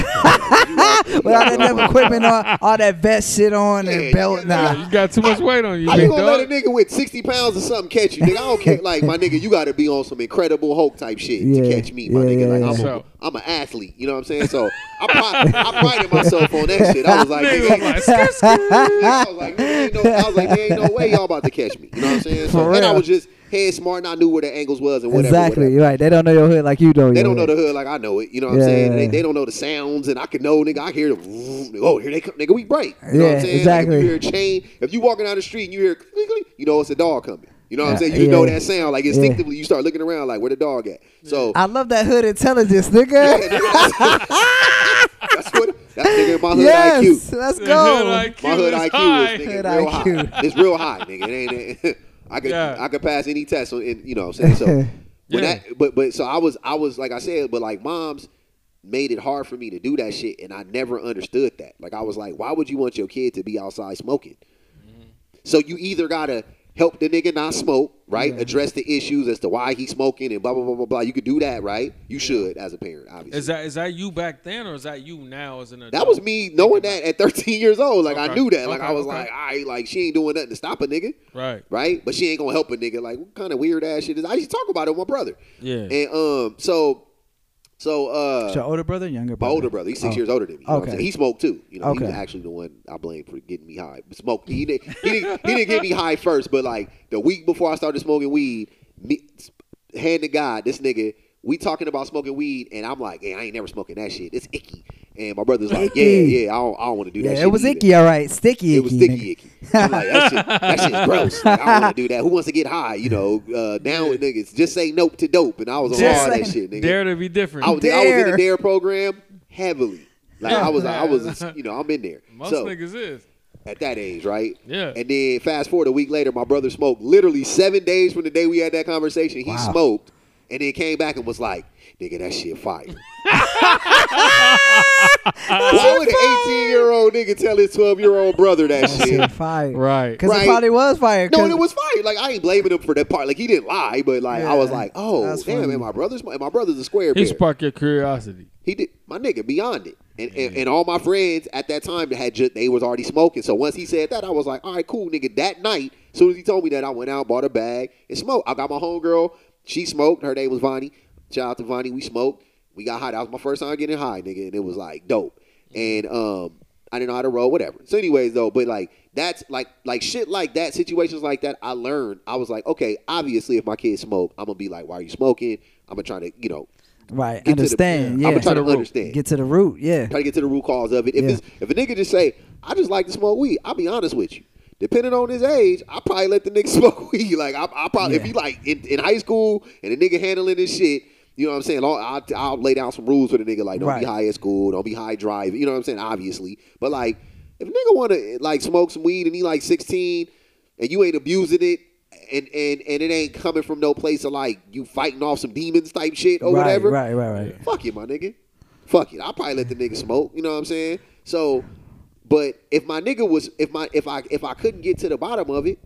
A: With all that
E: You know,
A: damn equipment on, all that vest shit on
E: Yeah,
A: and belt.
E: yeah,
A: Nah.
D: You got too much weight on you,
E: How you
D: big
E: gonna
D: dog.
E: let a nigga with sixty pounds or something catch you, nigga? I don't care. Like my nigga, you gotta be on some incredible Hulk type shit
C: Yeah,
E: to catch me, my
C: yeah,
E: nigga. Like
C: yeah,
E: I'm,
D: yeah.
E: a, I'm an athlete, you know what I'm saying? So I, pri- I prided myself on that shit. I was like, nigga,
D: Nigga, like, skr, skr.
E: I was like, there ain't no, I was like, there ain't no way y'all about to catch me. You know what I'm saying? So,
C: For
E: and I
C: real.
E: was just head smart, and I knew where the angles was and whatever.
C: exactly.
E: whatever.
C: You're right. They don't know your hood like you know.
E: They
C: your
E: don't know
C: hood.
E: the hood like I know it. You know what
C: Yeah,
E: I'm saying? They,
C: yeah.
E: they don't know the sounds, and I can know, nigga. I hear the, oh, here they come, nigga. We break. You know what
C: Yeah,
E: I'm saying?
C: exactly.
E: Like if you hear a chain, if you walking down the street and you hear, click, click, click, you know it's a dog coming. You know what I'm
C: Uh,
E: saying? You
C: yeah.
E: know that sound. Like instinctively, you start looking around, like where the dog at. So
A: I love that hood intelligence, nigga.
E: that's what that's nigga in my hood
A: yes.
E: IQ.
A: Let's
D: The
A: go.
D: hood IQ
E: My hood
D: is
E: IQ
D: high.
E: is nigga,
A: Hood
E: real
A: IQ.
E: high. It's real high, nigga. It ain't. It, I could
D: Yeah.
E: I could pass any test, on, in, you know. what I'm saying so. When
D: Yeah.
E: that, but but so I was I was like I said, but like moms made it hard for me to do that shit, and I never understood that. Like I was like, why would you want your kid to be outside smoking?
D: Mm-hmm.
E: So you either gotta help the nigga not smoke, right? Address the issues as to why he's smoking and blah blah blah blah blah. You could do that, right? You should as a parent, obviously.
D: Is that is that you back then or is that you now as an adult?
E: That was me knowing that at 13 years old. Like I
D: Okay.
E: knew that. Like
D: Okay,
E: I was
D: okay.
E: like, all right, like she ain't doing nothing to stop a nigga,
D: Right.
E: right? But she ain't gonna help a nigga. Like what kind of weird ass shit is? I used to talk about it with my brother.
D: Yeah.
E: And um, so, so uh,
A: Your older brother, younger
E: my
A: brother.
E: older brother, he's
C: Oh.
E: six years older than me. You know what I'm
A: Okay.
E: saying? he smoked too. You know, he was
A: Okay.
E: actually the one I blame for getting me high. Smoked. He didn't. He didn't, he didn't get me high first, but like the week before I started smoking weed, me, hand to God, this nigga. We talking about smoking weed, and I'm like, hey, I ain't never smoking that shit. It's icky. And my brother's like,
C: Icky.
E: yeah, yeah, I don't, I don't want to do that.
C: Yeah,
E: shit
C: it was
E: either.
C: icky, all right. Sticky icky.
E: It was
C: nigga.
E: sticky icky. I'm like, that shit, that shit's gross. Like, I don't want to do that. Who wants to get high? You know, uh, down with niggas. Just say nope to dope. And I was on
C: Just
E: all
C: say-
E: that shit, nigga.
D: Dare to be different.
E: I was, I was in
C: Dare.
E: the dare program heavily. Like I was, I was, you know, I'm in there.
D: Most
E: so
D: niggas is.
E: at that age, right?
D: Yeah.
E: And then fast forward a week later, my brother smoked literally seven days from the day we had that conversation. He smoked and then came back and was like, nigga, that shit fire. Why would an 18 year old nigga tell his 12 year old brother that
C: That shit
E: shit?
C: fire.
D: Right.
C: Because
E: Right.
C: it probably was fire.
E: No,
C: 'cause-
E: and it was fire. Like I ain't blaming him for that part. Like he didn't lie, but like I was
C: Yeah,
E: like, oh
C: that's
E: damn,
C: funny.
E: and my brother's and my brother's a square
D: He
E: bear.
D: sparked your curiosity.
E: He did my nigga beyond it. And, and, and all my friends at that time had just they was already smoking. So once he said that, I was like, all right, cool, nigga. That night, as soon as he told me that, I went out, bought a bag, and smoked. I got my homegirl. She smoked. Her name was Vonnie. Shout out to Vonnie. We smoked. We got high. That was my first time getting high, nigga, and it was like dope. And um, I didn't know how to roll, whatever. So, anyways, though, but like that's like like shit like that, situations like that. I learned. I was like, okay, obviously, if my kids smoke, I'm gonna be like, why are you smoking? I'm gonna try to, you know,
C: Right.
E: get to the-
C: Understand.
E: I'm
C: yeah.
E: gonna try to
D: root.
E: understand.
C: Get to the root. Yeah.
E: Try to get to the root cause of it. If
C: Yeah.
E: it's, if a nigga just say, I just like to smoke weed, I'll be honest with you. Depending on his age, I probably let the nigga smoke weed. Like I, I probably if he like in, in high school and the nigga handling this shit, you know what I'm saying. I'll, I'll, I'll lay down some rules for the nigga. Like don't
C: Right.
E: be high at school, don't be high driving. You know what I'm saying. Obviously, but like if a nigga want to like smoke some weed and he like 16 and you ain't abusing it. And, and and it ain't coming from no place of like you fighting off some demons type shit or
C: right,
E: Oh, whatever.
C: Right. Right. Right.
E: Fuck it, my nigga. Fuck it. I probably let the nigga smoke. You know what I'm saying? So, but if my nigga was, if my, if I, if I couldn't get to the bottom of it,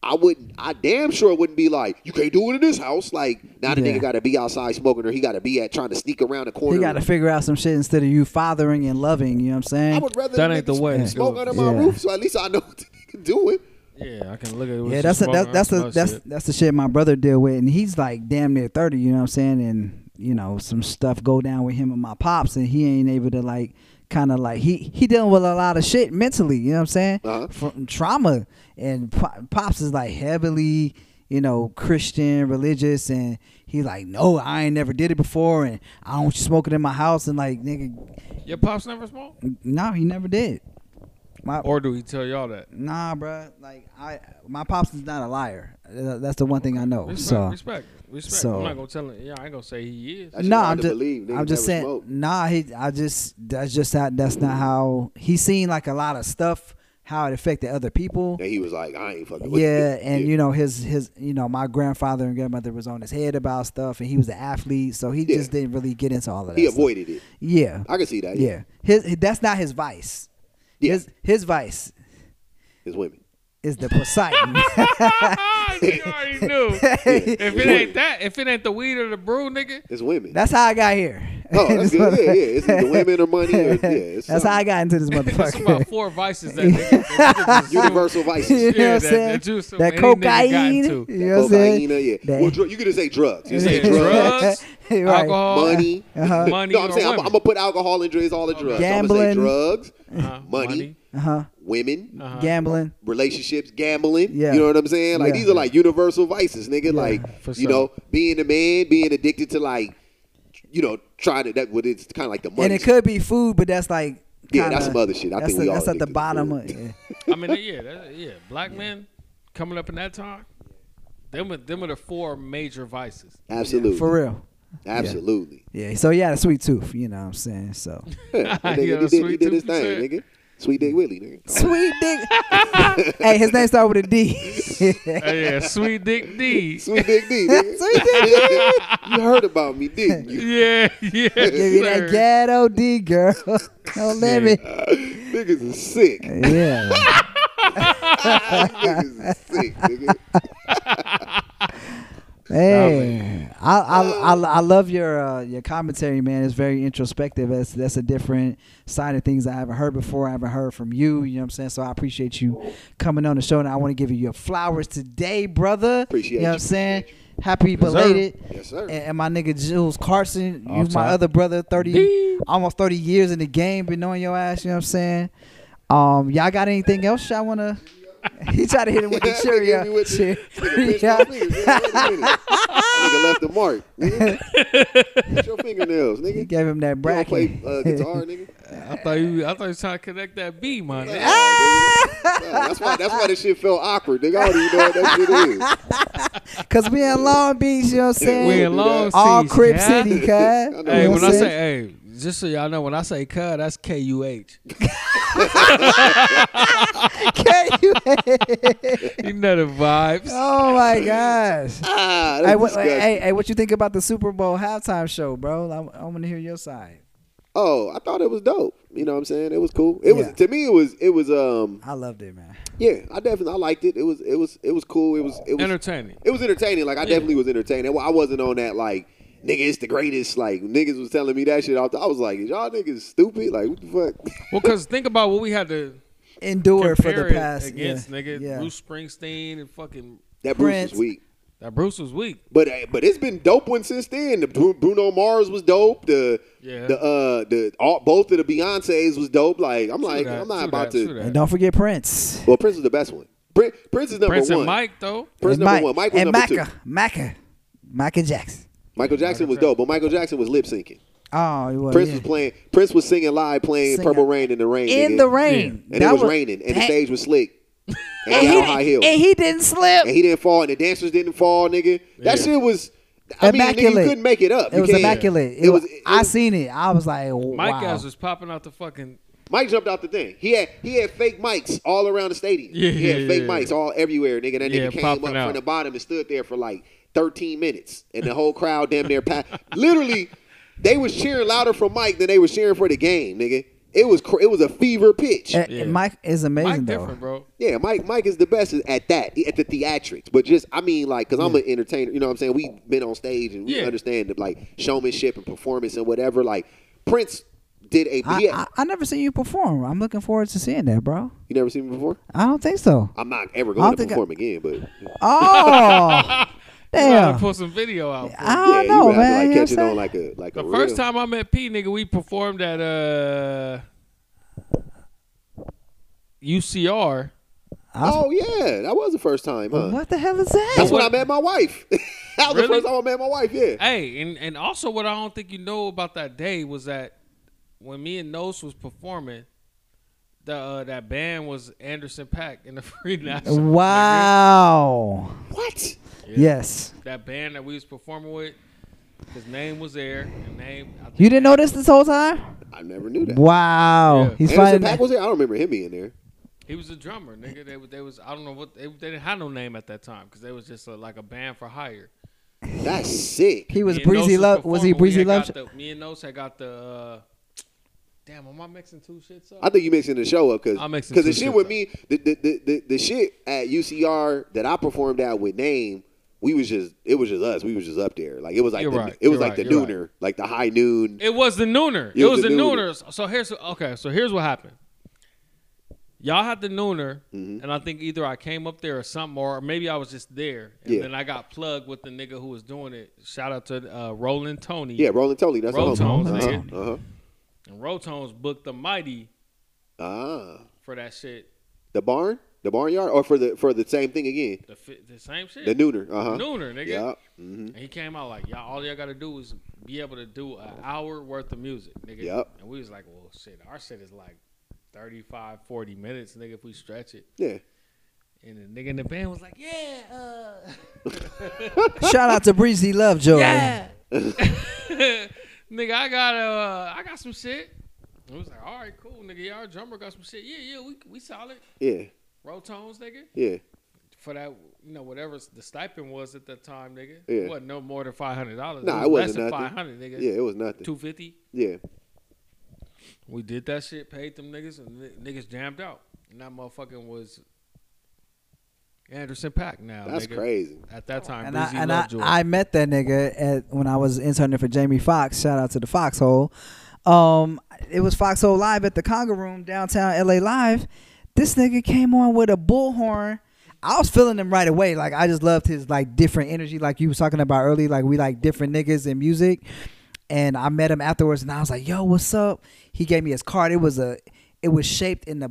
E: I wouldn't. I damn sure wouldn't be like, you can't do it in this house. Like now the
C: Yeah.
E: nigga got to be outside smoking, or he got to be at trying to sneak around the corner.
C: He got to figure out some shit instead of you fathering and loving. You know what
E: I
C: I'm saying?
E: would rather
D: That
E: the
D: ain't
E: nigga
D: the way to
E: Smoke
D: do it.
E: under my
C: Yeah.
E: roof, so at least I know what the nigga doing.
D: Yeah, I can look at what
C: yeah,
D: you
C: that's a,
D: smoking.
C: that, that's
D: I
C: the
D: smell
C: that's
D: shit.
C: that's the shit my brother deal with, and he's like damn near thirty. You know what I'm saying? And you know some stuff go down with him and my pops, and he ain't able to like kind of like he he dealing with a lot of shit mentally. You know what I'm saying?
E: Uh-huh.
C: From trauma, and Pop- pops is like heavily you know Christian religious, and he like no, I ain't never did it before, and I don't want you smoking in my house, and like nigga,
D: Your pops never smoked?
C: no, he never did. My,
D: Or do he tell y'all that?
C: Nah, bruh. Like I, my pops is not a liar. Uh, That's the one thing I know.
D: Respect,
C: so
D: respect, respect.
C: so-
D: I'm not gonna tell him. Yeah, I ain't gonna say he is.
E: That shit
C: no,
E: hard
C: I'm
E: to
C: just,
E: believe. Niggas
C: I'm just
E: never
C: saying.
E: smoke.
C: Nah, he. I just. That's just how. That's not how. He seen like a lot of stuff. How it affected other people.
E: And he was like, I ain't fucking. with
C: Yeah,
E: it.
C: and you know his his you know my grandfather and grandmother was on his head about stuff, and he was an athlete, so he
E: Yeah.
C: just didn't really get into all of that.
E: he
C: stuff.
E: avoided it.
C: Yeah,
E: I can see that. Yeah,
C: yeah. His that's not his vice.
E: Yeah.
C: His his vice
E: his women.
C: is the Poseidon.
D: Ah, you already knew. If it ain't that, if it ain't the weed or the brew, nigga,
E: It's women.
C: That's how I got here.
E: Oh, that's good. Yeah, yeah. It's either women or money. Or, yeah, it's
C: That's how I got into this
D: that's about
C: motherfucker.
D: four vices that nigga, that nigga just-
E: universal vices.
C: you know what
D: Yeah,
C: I'm
D: that-
C: saying?
D: that juice
C: That
D: any nigga gotten
C: cocaine.
D: to.
C: You know what I'm saying?
E: Cocaine, uh, yeah.
C: That-
E: Well, dr- you could just say drugs. You say
D: Yeah,
E: drugs,
D: drugs,
C: Right.
D: alcohol,
E: money,
D: uh-huh. money
E: No, I'm
D: or
E: saying I'm,
D: women.
E: I'm gonna put alcohol and drugs, all the drugs. So I'm
C: Gambling.
E: gonna say drugs,
D: Uh,
E: money,
C: Uh-huh.
E: women,
D: Uh-huh.
C: Gambling.
E: relationships, gambling.
C: Yeah.
E: You know what I'm saying? Like
C: Yeah.
E: these are like universal vices, nigga. like
D: for
E: you
D: sure.
E: know, being a man, being addicted to like, you know, trying to that. What it's kind of like the money.
C: And it could be food, but that's like
E: Yeah,
C: kinda-
E: that's some other shit. I
C: that's
E: think
C: a-
E: we all
C: That's at
E: addicted
C: the
E: to
C: bottom
E: food.
C: of yeah.
D: I mean, yeah, that, yeah. Black men coming up in that time, them, are- them are the four major vices.
E: Absolutely,
C: for real.
E: Absolutely.
C: Yeah. So yeah, the sweet tooth, you know what I'm saying? So
E: Yeah.
D: You
E: That nigga,
D: got a
E: he did, he
D: sweet
E: did his
D: 2%.
E: thing, nigga. Sweet Dick Willie, nigga.
C: Sweet dick. hey, his name started with a D.
D: Uh, yeah, sweet dick D.
E: Sweet Dick D, nigga.
C: Sweet
E: you heard about me, didn't you?
D: Yeah, yeah.
C: Give you that
D: sir.
C: ghetto D girl. No limit.
E: Niggas is sick.
C: Yeah.
E: Niggas is sick, nigga.
C: Hey, I, I, I, I love your uh, your commentary, man. It's very introspective. That's that's a different side of things I haven't heard before. I haven't heard from you. You know what I'm saying? So I appreciate you coming on the show, and I want to give you your flowers today, brother.
E: Appreciate
C: You know what
E: you.
C: I'm saying? Happy
D: sir.
C: belated.
E: Yes, sir.
C: And, and my nigga Jules Carson, you
D: Off
C: my
D: top.
C: other brother, thirty
D: Beep.
C: almost thirty years in the game, been knowing your ass. You know what I'm saying? Um, y'all got anything else y'all want to he tried to hit him with the
E: That nigga hit me
C: Cheerio.
E: with the- Nigga,
C: Cheerio.
E: pinch my fingers, nigga. Wait a minute. Nigga left the mark. Nigga. Pinch your fingernails,
C: He
E: nigga. You
C: gave him that
E: don't
C: bracket.
E: play uh, guitar, nigga.
D: I thought you, I thought you was trying to connect that B, my
E: Nah,
D: nigga.
E: nigga. Nah, that's why. That's why this shit felt awkward, nigga. I don't even know what that shit is. Ah, uh,
C: Cause we in Long Beach, you know what I'm saying?
D: We
E: Yeah,
D: in
E: do
D: Long
E: that.
C: All
D: Seas,
C: Crip
D: yeah?
C: City,
E: You
C: cuz.
D: Hey,
E: know
D: when
E: what
D: I
E: I'm
D: say hey, just so y'all know, when I say "cuz," that's K U H. You know the vibes.
C: oh my gosh.
E: Ah, that's
C: Hey what,
E: disgusting.
C: hey, hey, what you think about the Super Bowl halftime show, bro? I'm, I'm gonna hear your side.
E: Oh, I thought it was dope. You know what I'm saying? It was cool. It was
C: Yeah.
E: to me. It was. It was. Um.
C: I loved it, man.
E: Yeah. I definitely. I liked it. It was. It was. It was cool. It was. It was.
D: Entertaining.
E: it was entertaining. Like I definitely was entertained. And I wasn't on that like nigga. It's the greatest. Like niggas was telling me that shit. off the- I was like, is y'all niggas stupid? Like what the fuck?
D: Well, cause think about what we had to
C: Endure for
D: compare
C: the past
D: it against,
C: yeah,
D: nigga.
C: Yeah.
D: Bruce Springsteen and fucking
E: that Bruce
C: Prince.
E: was weak.
D: that Bruce was weak.
E: But uh, but it's been dope one since then. The Bru- Bruno Mars was dope. The
D: Yeah.
E: the uh the all, both of the Beyonces was dope. Like I'm
D: True
E: like
D: that,
E: I'm not
D: true
E: about
D: that,
E: to.
D: true that.
C: And don't forget Prince.
E: Well, Prince is the best one. Prince, Prince is number
D: Prince
E: one.
D: and Mike though.
E: Prince number
C: and Mike,
E: one. Mike was
C: and
E: number
C: Micah,
E: two.
C: Micah, Micah Jackson.
E: Michael Jackson was dope, but Michael Jackson was lip syncing.
C: Oh, he was,
E: Prince
C: yeah.
E: was playing. Prince was singing live, playing
C: Singing.
E: "Purple Rain" in the rain.
C: in
E: nigga.
C: the rain.
E: and
C: That
E: it was, raining, and the
C: that-
E: stage was slick, and,
C: and
E: he
C: he,
E: had high
C: didn't-
E: heels,
C: and he didn't slip.
E: and he didn't fall, and the dancers didn't fall, nigga. That shit was. I mean, nigga, you
C: Immaculate.
E: couldn't make it up.
C: it
E: You
C: was
E: can't-
C: immaculate. It, was, I seen it. I was like, wow.
D: Mike ass was popping out the fucking.
E: Mike jumped out the thing. He had he had fake mics all around the stadium.
D: Yeah,
E: he had
D: yeah,
E: fake
D: yeah.
E: mics all everywhere, nigga. That nigga
D: Yeah,
E: came up
D: popping
E: from
D: out.
E: the bottom and stood there for like 13 minutes, and the whole crowd damn near passed. Literally, they was cheering louder for Mike than they was cheering for the game, nigga. It was cr- it was a fever pitch.
C: And- and Mike is
D: Mike
C: amazing though.
D: different, bro.
E: Yeah, Mike Mike is the best at that at the theatrics. But just I mean like cuz I'm an entertainer, you know what I'm saying? We've been on stage and we
D: Yeah.
E: understand that like showmanship and performance and whatever like Prince did a
C: I,
E: yeah.
C: I, I never seen you perform. I'm looking forward to seeing that, bro.
E: you never seen me before?
C: I don't think so.
E: I'm not ever
C: I
E: going
C: don't
E: to
C: think I-
E: perform again, but
C: Oh,
D: Yeah.
C: damn.
D: Put some video out. for
C: I
D: it.
C: don't
E: yeah,
C: know,
E: you would have
C: Oh, man.
E: to
C: you
E: like
C: know
E: catch it
C: what I'm
E: on
C: saying?
E: like a like a
D: The
E: real-
D: first time I met P, nigga, we performed at uh UCR.
E: Oh yeah, that was the first time, huh?
C: What the hell is that?
E: uh, That's when I met my wife. that was the
D: Really?
E: first time I met my wife. Yeah.
D: Hey, and and also what I don't think you know about that day was that when me and Nose was performing, the uh, that band was Anderson Pack and the Free National.
C: Wow.
E: What?
C: Yes.
D: That band that we was performing with, his name was there. And name I think
C: You didn't know this this whole time?
E: I never knew that.
C: Wow.
D: Yeah.
C: He's
E: Anderson
C: finding
E: Pack was there. I don't remember him being there.
D: He was a drummer, nigga. They, was- they was I don't know what they, they didn't have no name at that time because they was just a, like a band for hire.
E: That's sick.
C: He was
D: Me and
C: breezy
D: Nose
C: love. Was he
D: performing.
C: breezy
D: We had
C: love?
D: got the- Me and Nose had got the. Uh, damn, am I mixing two shits up?
E: I think you mixing the show up because
D: I'm mixing
E: because the
D: two
E: shit
D: shits
E: with
D: up.
E: me, the the, the the the shit at UCR that I performed at with Name, we was just it was just us. We was just up there. Like it was like
D: You're
E: the,
D: right.
E: it was
D: You're
E: like
D: right.
E: the
D: You're right.
E: nooner, like the high noon.
D: It was the nooner. It,
E: It
D: was,
E: was
D: the
E: the
D: nooner. So here's okay. So here's what happened. Y'all had the nooner,
E: Mm-hmm.
D: and I think either I came up there or something, or maybe I was just there, and
E: Yeah.
D: then I got plugged with the nigga who was doing it. Shout out to uh, Roland Tony.
E: Yeah, Rolling Tolly. That's the
D: Roll Tones,
E: homie.
D: nigga.
E: Uh huh.
D: And Rotones booked the Mighty
E: Ah,
D: for that shit.
E: the barn, the barnyard, or for the for the same thing again,
D: The fi- the same shit.
E: the nooner. Uh huh.
D: Nooner, nigga.
E: Yeah. Mm-hmm.
D: And he came out like, y'all, all y'all got to do is be able to do an hour worth of music, nigga.
E: Yep.
D: And we was like, well, shit, our shit is like 35, 40 minutes, nigga, if we stretch it.
E: Yeah.
D: And the nigga in the band was like, yeah, uh,
C: Shout out to Breezy Love, Joey.
D: yeah. nigga, I got uh, I got some shit. And we was like, all right, cool, nigga. Y'all drummer got some shit. Yeah, yeah, we we solid.
E: Yeah.
D: Roll tones, nigga.
E: Yeah.
D: For that, you know, whatever the stipend was at that time, nigga.
E: Yeah.
D: It wasn't no more than five hundred dollars.
E: Nah,
D: it
E: it
D: was
E: wasn't
D: less than five
E: nothing.
D: hundred, nigga.
E: Yeah. It was nothing.
D: Two fifty.
E: Yeah.
D: We did that shit, paid them niggas, and ni- niggas jammed out. And that motherfucking was Anderson Pack now.
E: That's
D: nigga.
E: crazy.
D: At that time,
C: And, I,
D: Breezy
C: and I,
D: Lovejoy.
C: I met that nigga at, when I was interning for Jamie Foxx. Shout out to the Foxhole. Um, it was Foxhole Live at the Conga Room downtown LA Live. This nigga came on with a bullhorn. I was feeling him right away. Like I just loved his like different energy, like you was talking about earlier. Like we like different niggas in music. And I met him afterwards, and I was like, "Yo, what's up?" He gave me his card. It was a, it was shaped in the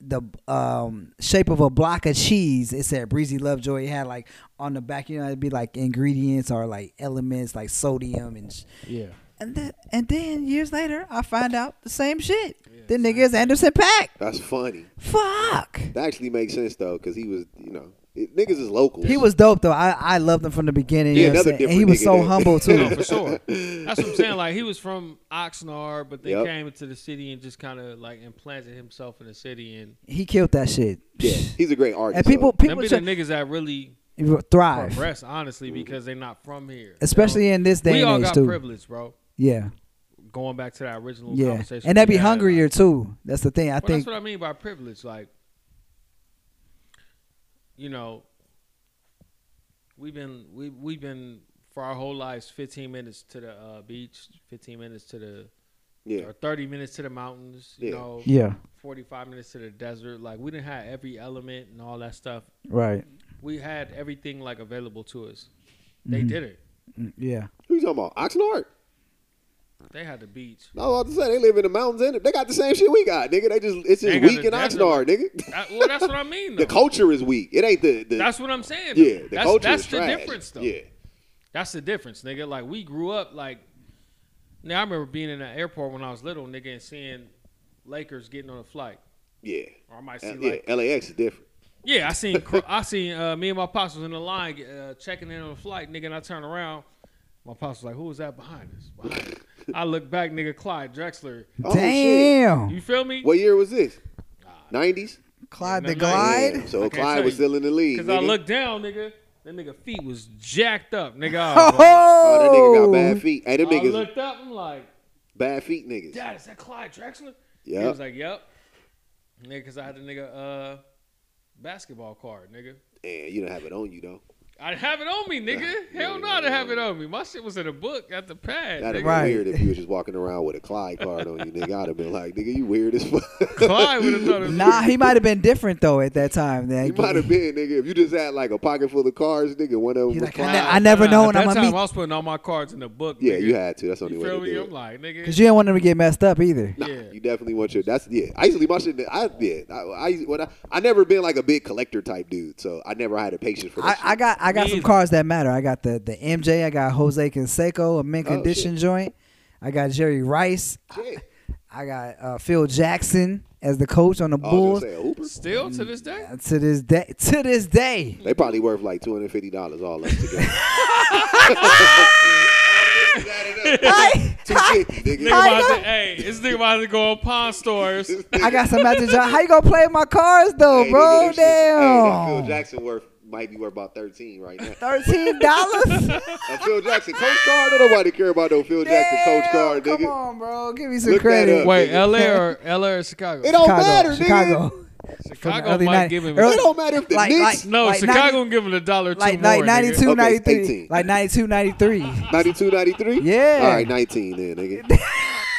C: the um, shape of a block of cheese. It said Breezy Lovejoy had like on the back, you know, it'd be like ingredients or like elements like sodium and. Sh-
D: Yeah.
C: and, th- and then years later, I find out the same shit. the nigga is Anderson Pack.
E: That's funny.
C: Fuck.
E: That actually makes sense though, because he was, you know, it, niggas is local.
C: He was dope though. I, I loved him from the beginning.
E: Yeah,
C: you know what I'm
E: another
C: saying? And he
E: different
C: was
E: nigga
C: so
E: then.
C: humble
D: No, for
C: too.
D: sure. That's what I'm saying. Like he was from Oxnard, but then
E: Yep.
D: came into the city and just kind of like implanted himself in the city. And
C: he killed that shit.
E: Yeah, he's a great artist.
C: And people
E: so-
D: them
C: people
D: be the niggas that really
C: should thrive,
D: progress, honestly, because they're not from here.
C: especially in this day
D: we all
C: and age
D: got
C: too.
D: privilege, bro.
C: Yeah,
D: Going back to that original
C: yeah,
D: conversation,
C: and they'd
D: we
C: be
D: had,
C: hungrier
D: like-
C: too. That's the thing. I
D: Well,
C: think
D: that's what I mean by privilege. Like, you know, we've been we we've been for our whole lives 15 minutes to the uh, beach, 15 minutes to the
E: yeah,
D: or 30 minutes to the mountains. You
E: Yeah.
D: know,
C: yeah,
D: 45 minutes to the desert. Like we didn't have every element and all that stuff.
C: right.
D: We had everything like available to us. They
E: Mm-hmm.
D: didn't.
C: Mm, Yeah,
E: who you talking about? Oxnard.
D: They had the beach.
E: I was about to say they live in the mountains and they got the same shit we got, nigga. They just it's
D: They
E: just
D: got
E: weak
D: the
E: in
D: desert.
E: Oxnard, nigga.
D: That- well, that's what I mean. Though.
E: the culture is weak. It ain't the, the
D: that's what I'm saying. though.
E: yeah. The
D: that's
E: culture
D: that's
E: is
D: the
E: trash.
D: difference, though.
E: Yeah,
D: That's the difference, nigga. Like we grew up like now I remember being in the airport when I was little, nigga, and seeing Lakers getting on a flight.
E: yeah,
D: Or I might see
E: Uh,
D: like
E: yeah. LAX is different.
D: Yeah, I seen cr- I seen uh, me and my pops was in the line get- uh, checking in on the flight, nigga, and I turn around. My pops was like, "Who was that behind us?" Behind us. I look back, nigga, Clyde Drexler.
E: Oh, shit.
C: damn,
D: You feel me?
E: What year was this? Nineties.
C: Clyde
D: Yeah,
C: the
D: man, like-
C: Glide.
E: Damn. So
D: I can't tell
E: Clyde was
D: you.
E: still in the league.
D: Because I
E: nigga.
D: looked down, nigga, that nigga feet was jacked up, nigga. I, was like-
E: Oh, that nigga
C: Oh,
E: got bad feet. Hey, them
D: I
E: niggas,
D: looked up, I'm like,
E: bad feet niggas.
D: Dad, is that Clyde Drexler? He
E: Yeah.
D: was like, yep. Nigga, because I had the nigga uh, basketball card, nigga.
E: And you don't have it on you though.
D: I didn't have it on me, nigga. Hell no, I didn't have it on me. My shit was in a book at the pad,
E: That'd
D: nigga.
E: have
C: Right.
E: been weird if you was just walking around with a Clyde card on you, nigga. I'd have been like, nigga, you weird as fuck.
D: Clyde would have thought it was
C: Nah, he might have been different though at that time. That
E: You might have been, nigga. If you just had like a pocket full of cards, nigga, one of them
C: He's
E: was
C: like,
E: Clyde.
C: I, ne- I never know
D: At
C: when
D: that
C: I'm gonna
D: time,
C: meet
D: I was putting all my cards in the book.
E: Yeah,
D: nigga.
E: you had to. That's the only
D: You
E: way
D: feel
E: to
D: me?
E: do
D: I'm
E: it.
D: like, nigga.
C: because you didn't want him to get messed up either.
E: Nah,
D: yeah.
E: you definitely want your. That's yeah. I used to leave my shit. in the- I did. I I, used- when I I never been like a big collector type dude, so I never had a patience for
C: I,
E: that.
C: I
E: shit.
C: got I got
D: Me
C: some
D: either.
C: cards that matter. I got the the MJ. I got Jose Canseco, a mint
E: Oh,
C: condition joint. I got Jerry Rice.
E: Shit.
C: I got uh, Phil Jackson as the coach on the
E: I was
C: Bulls. Uh,
E: gonna say a Hooper.
D: Still to this day?
C: To this day, to this day,
E: They probably worth like two hundred fifty dollars all up together.
C: I,
E: Two fifty,
D: Nigga,
E: nigga.
C: I
D: about
C: know.
D: to, hey, this nigga about to go on pawn stores.
C: I got some magic. John. How you gonna play with my cards though,
E: Hey, nigga,
C: Oh, bro?
E: them shit- Hey, that Phil
C: Damn,
E: Jackson worth might be worth about thirteen right now.
C: thirteen dollars.
E: A Phil Jackson coach card? Don't nobody care about no Phil Jackson coach card, nigga.
C: Come on, bro. Give me some
E: Look that
C: credit.
E: up.
D: Wait, LA or LA or Chicago?
E: It don't matter,
C: Chicago,
E: nigga.
C: Chicago. From the
D: Chicago
C: early
D: might
C: 90s.
D: give him
E: It don't matter if the
C: Like-
E: Knicks.
D: No,
C: Like
D: Chicago
C: 90
D: gonna give him a dollar or two
C: like,
D: more.
C: like 92,
E: Okay,
C: 93.
E: 18.
C: Like 92, 93.
E: 92, 93?
C: Yeah.
E: All right, 19 then, nigga.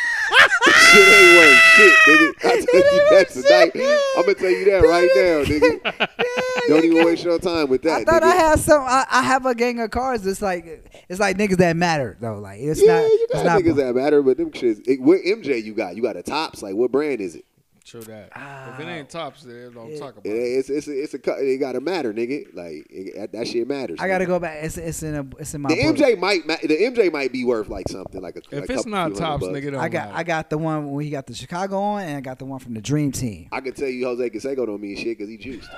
E: shit ain't worth shit, nigga. I tell you that tonight. I'm gonna tell you that right now, nigga. Don't even waste your time with that.
C: I thought
E: nigga.
C: I had some. I, I have a gang of cards. It's like it's like niggas that matter though. Like it's
E: Yeah,
C: not.
E: you
C: it's
E: got
C: not.
E: niggas that matter, but them shits. It, what MJ you got? You got a tops? Like what brand is it?
D: True that. if it ain't tops, then don't talk about
E: It,
D: it.
E: it's it's a, it's a cut- it gotta matter, nigga. Like it, that, that shit matters.
C: I gotta
E: nigga.
C: go back. It's it's in a. It's in my.
E: The
C: book.
E: MJ might ma- the MJ might be worth like something like a. a
D: If it's
E: couple-
D: not
E: few hundred
D: tops,
E: bucks.
D: nigga, don't
C: I got I got the one when he got the Chicago on, and I got the one from the Dream Team.
E: I can tell you Jose Canseco don't mean shit because he juiced.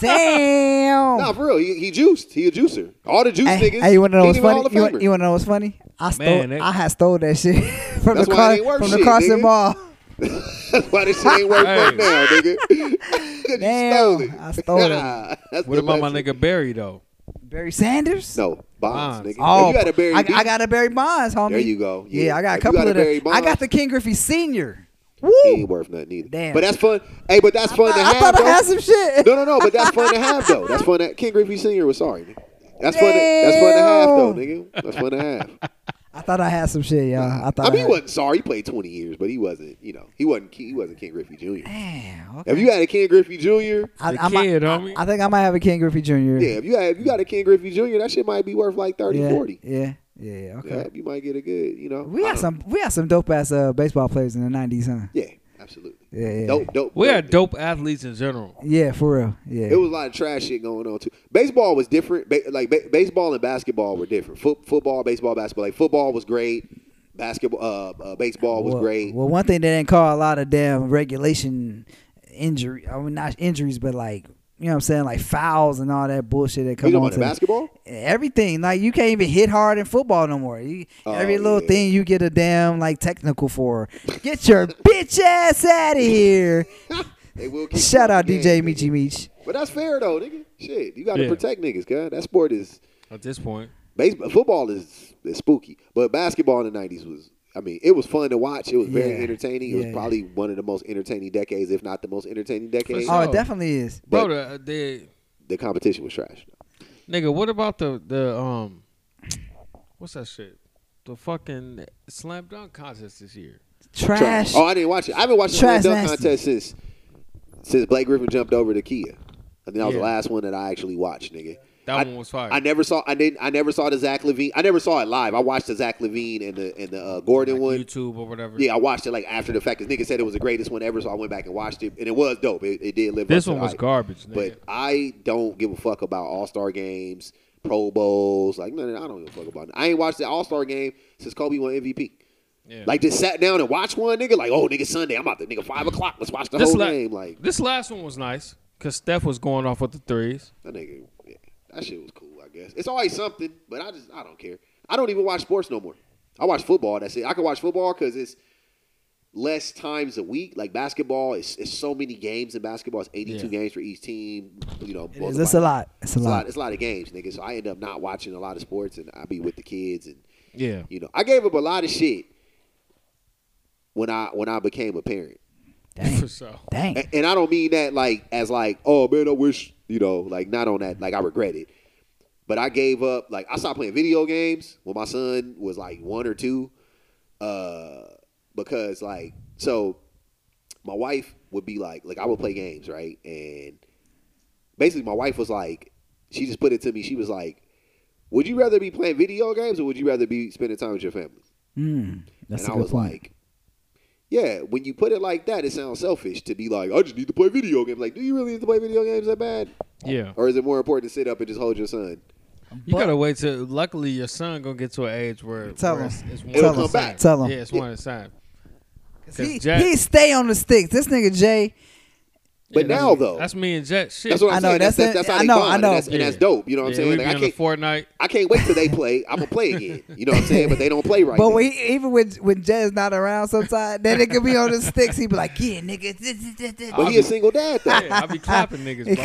C: Damn.
E: Nah, for real, he, he juiced. He a juicer. All the juice
C: Oh. Hey,
E: niggas.
C: hey, you wanna know
E: he
C: what's
E: ain't even Hall
C: funny?
E: of
C: You want,
E: Famer.
C: you wanna know what's funny? I stole.
D: Man, that-
C: I had stole that shit from
E: That's why it
C: the car
E: ain't worth
C: from the
E: shit,
C: Carson
E: nigga.
C: Ball.
E: That's why this shit ain't worth
D: Hey.
E: right now, nigga. 'Cause you
C: Damn,
E: stole it.
C: I stole it.
E: Nah, that's
D: What
E: the
D: about my
E: lesson.
D: nigga Barry though?
C: Barry Sanders.
E: No, Bonds,
D: Bonds.
E: nigga.
C: Oh,
E: if you had a Barry
C: I,
E: B,
C: I got a Barry Bonds, homie.
E: There you go.
C: Yeah,
E: Yeah.
C: I got
E: If
C: a
E: you
C: couple
E: got a
C: of the.
E: Barry
C: I got
E: Bonds-
C: the King Griffey Senior. Woo!
E: he ain't worth nothing either.
C: Damn.
E: But that's fun. Hey, but that's fun to
C: I
E: have.
C: thought
E: bro.
C: I had some shit.
E: No, no, no. But that's fun to have though. That's fun. To, King Griffey Sr. was sorry. Nigga. That's fun. To, that's fun to have though, nigga. That's fun to have.
C: I thought I had some shit, y'all. Uh, I thought
E: I
C: I,
E: mean, he
C: had-
E: wasn't sorry. He played 20 years, but he wasn't. You know, he wasn't. He wasn't King Griffey Jr.
C: Damn, okay.
E: If you had a Ken Griffey Jr.,
C: I,
D: The
C: I might-
D: kid,
C: I-
D: homie.
C: I think I might have a King Griffey Jr.
E: yeah, if you had, if you got a Ken Griffey Jr., that shit might be worth like 30,
C: yeah,
E: 40.
C: yeah, yeah. Okay.
E: Yeah, you might get a good, you know.
C: We
E: I
C: had
E: don't-
C: some. We had some dope ass uh, baseball players in the nineties, huh?
E: Yeah, absolutely.
C: Yeah, yeah.
E: Dope, dope.
D: We
E: dope.
D: are dope athletes in general.
C: Yeah, for real. Yeah.
E: It was a lot of trash shit going on too. Baseball was different. Ba- like ba- baseball and basketball were different. Foot- football, baseball, basketball. Like football was great. Basketball, uh, uh, baseball was
C: well,
E: great.
C: Well, one thing they didn't call a lot of damn regulation injury. I mean, not injuries, but like you know what I'm saying, like fouls and all that bullshit that
E: you
C: come
E: know
C: on
E: about
C: to
E: the basketball?
C: everything. Like you can't even hit hard in football no more. You,
E: Oh,
C: every little
E: yeah.
C: thing you get a damn like technical for. Get your bitch ass out of here.
E: They will keep
C: Shout out
E: the
C: DJ
E: game,
C: Michi
E: nigga.
C: Meech.
E: But that's fair though, nigga. Shit, you got to
D: Yeah.
E: protect niggas, cuz. That sport is
D: At this point,
E: baseball, football is, is spooky, but basketball in the '90s was. I mean, it was fun to watch. It was very
C: Yeah.
E: entertaining. It was
C: Yeah.
E: probably one of the most entertaining decades, if not the most entertaining decade.
D: sure.
C: Oh,
D: So-
C: it definitely is.
D: bro,
E: But-
D: the, uh, the
E: The competition was trash.
D: nigga, what about the the um, what's that shit? The fucking slam dunk contest this year.
C: Trash.
E: Oh, I didn't watch it. I haven't watched the slam
C: Trash
E: dunk
C: nasty.
E: contest since since Blake Griffin jumped over to Kia. I think that was the
D: Yeah.
E: last one that I actually watched, nigga.
D: That
E: I-
D: one was fire.
E: I never saw. I didn't. I never saw the Zach Levine. I never saw it live. I watched the Zach Levine and the and the uh, Gordon
D: Like
E: one.
D: YouTube or whatever.
E: Yeah, I watched it like after the fact. Cause nigga said it was the greatest one ever, so I went back and watched it, and it was dope. It, it did live.
D: this
E: up to
D: one
E: the
D: was
E: hype.
D: garbage, nigga.
E: But I don't give a fuck about All Star games, Pro Bowls. Like, no, no, I don't give a fuck about it. I ain't watched the All Star game since Kobe won MVP.
D: Yeah.
E: Like, just sat down and watched one nigga. Like, oh, nigga, Sunday, I'm out there, nigga, five o'clock. Let's watch the
D: This
E: whole
D: la-
E: game. Like,
D: this last one was nice because Steph was going off with the threes.
E: that nigga, yeah, that shit was cool. I guess it's always something, but I just, I don't care. I don't even watch sports no more. I watch football. That's it. I can watch football because it's less times a week. Like basketball, it's, it's so many games in basketball. It's 82 games for each team. You know,
C: It is. It's a lot. It's a
E: It's a
C: lot.
E: lot. It's a lot of games, nigga. So I end up not watching a lot of sports, and I be with the kids, and
D: Yeah.
E: you know, I gave up a lot of shit when I when I became a parent,
D: For sure.
C: Dang.
E: A- and I don't mean that like as like, oh man, I wish you know, like not on that, like I regret it, but I gave up. Like I stopped playing video games when my son was like one or two, uh, because like so, my wife would be like, like I would play games, right, and basically my wife was like, she just put it to me. She was like, would you rather be playing video games or would you rather be spending time with your family?
C: Mm, that's a
E: and I
C: good
E: was
C: point.
E: like, yeah, when you put it like that, it sounds selfish to be like, I just need to play video games. Like, do you really need to play video games that bad?
D: Yeah.
E: Or is it more important to sit up and just hold your son?
D: You gotta wait till. Luckily, your son gonna get to an age where,
C: Tell
D: where
C: him.
D: it's, it's one
E: Tell
D: at a
E: him.
D: time.
C: Tell him.
D: Yeah, it's one at a time. 'Cause
C: he,
D: Jack-
C: he stay on the sticks. This nigga Jay,
E: But
D: Yeah,
E: now,
D: that's-
E: though,
D: that's me and Jet. Shit,
E: that's what I'm
C: I know,
E: saying. That's,
C: that's
E: that's, that's
C: it.
E: how
C: I
E: they
C: know,
E: bond,
C: I
E: and
C: know.
E: that's- and that's dope. You know what I'm
D: yeah,
E: saying?
D: We be
E: Like, I
D: on the
E: can't,
D: Fortnite.
E: I can't wait till they play. I'm gonna play again. You know what I'm saying? But they don't play right.
C: but
E: now.
C: when he, even when when Jay's not around, sometimes that nigga be on the sticks. He be like, yeah, nigga. this, this, this, this."
E: but he a single dad though.
D: Yeah, I be clapping niggas, bro.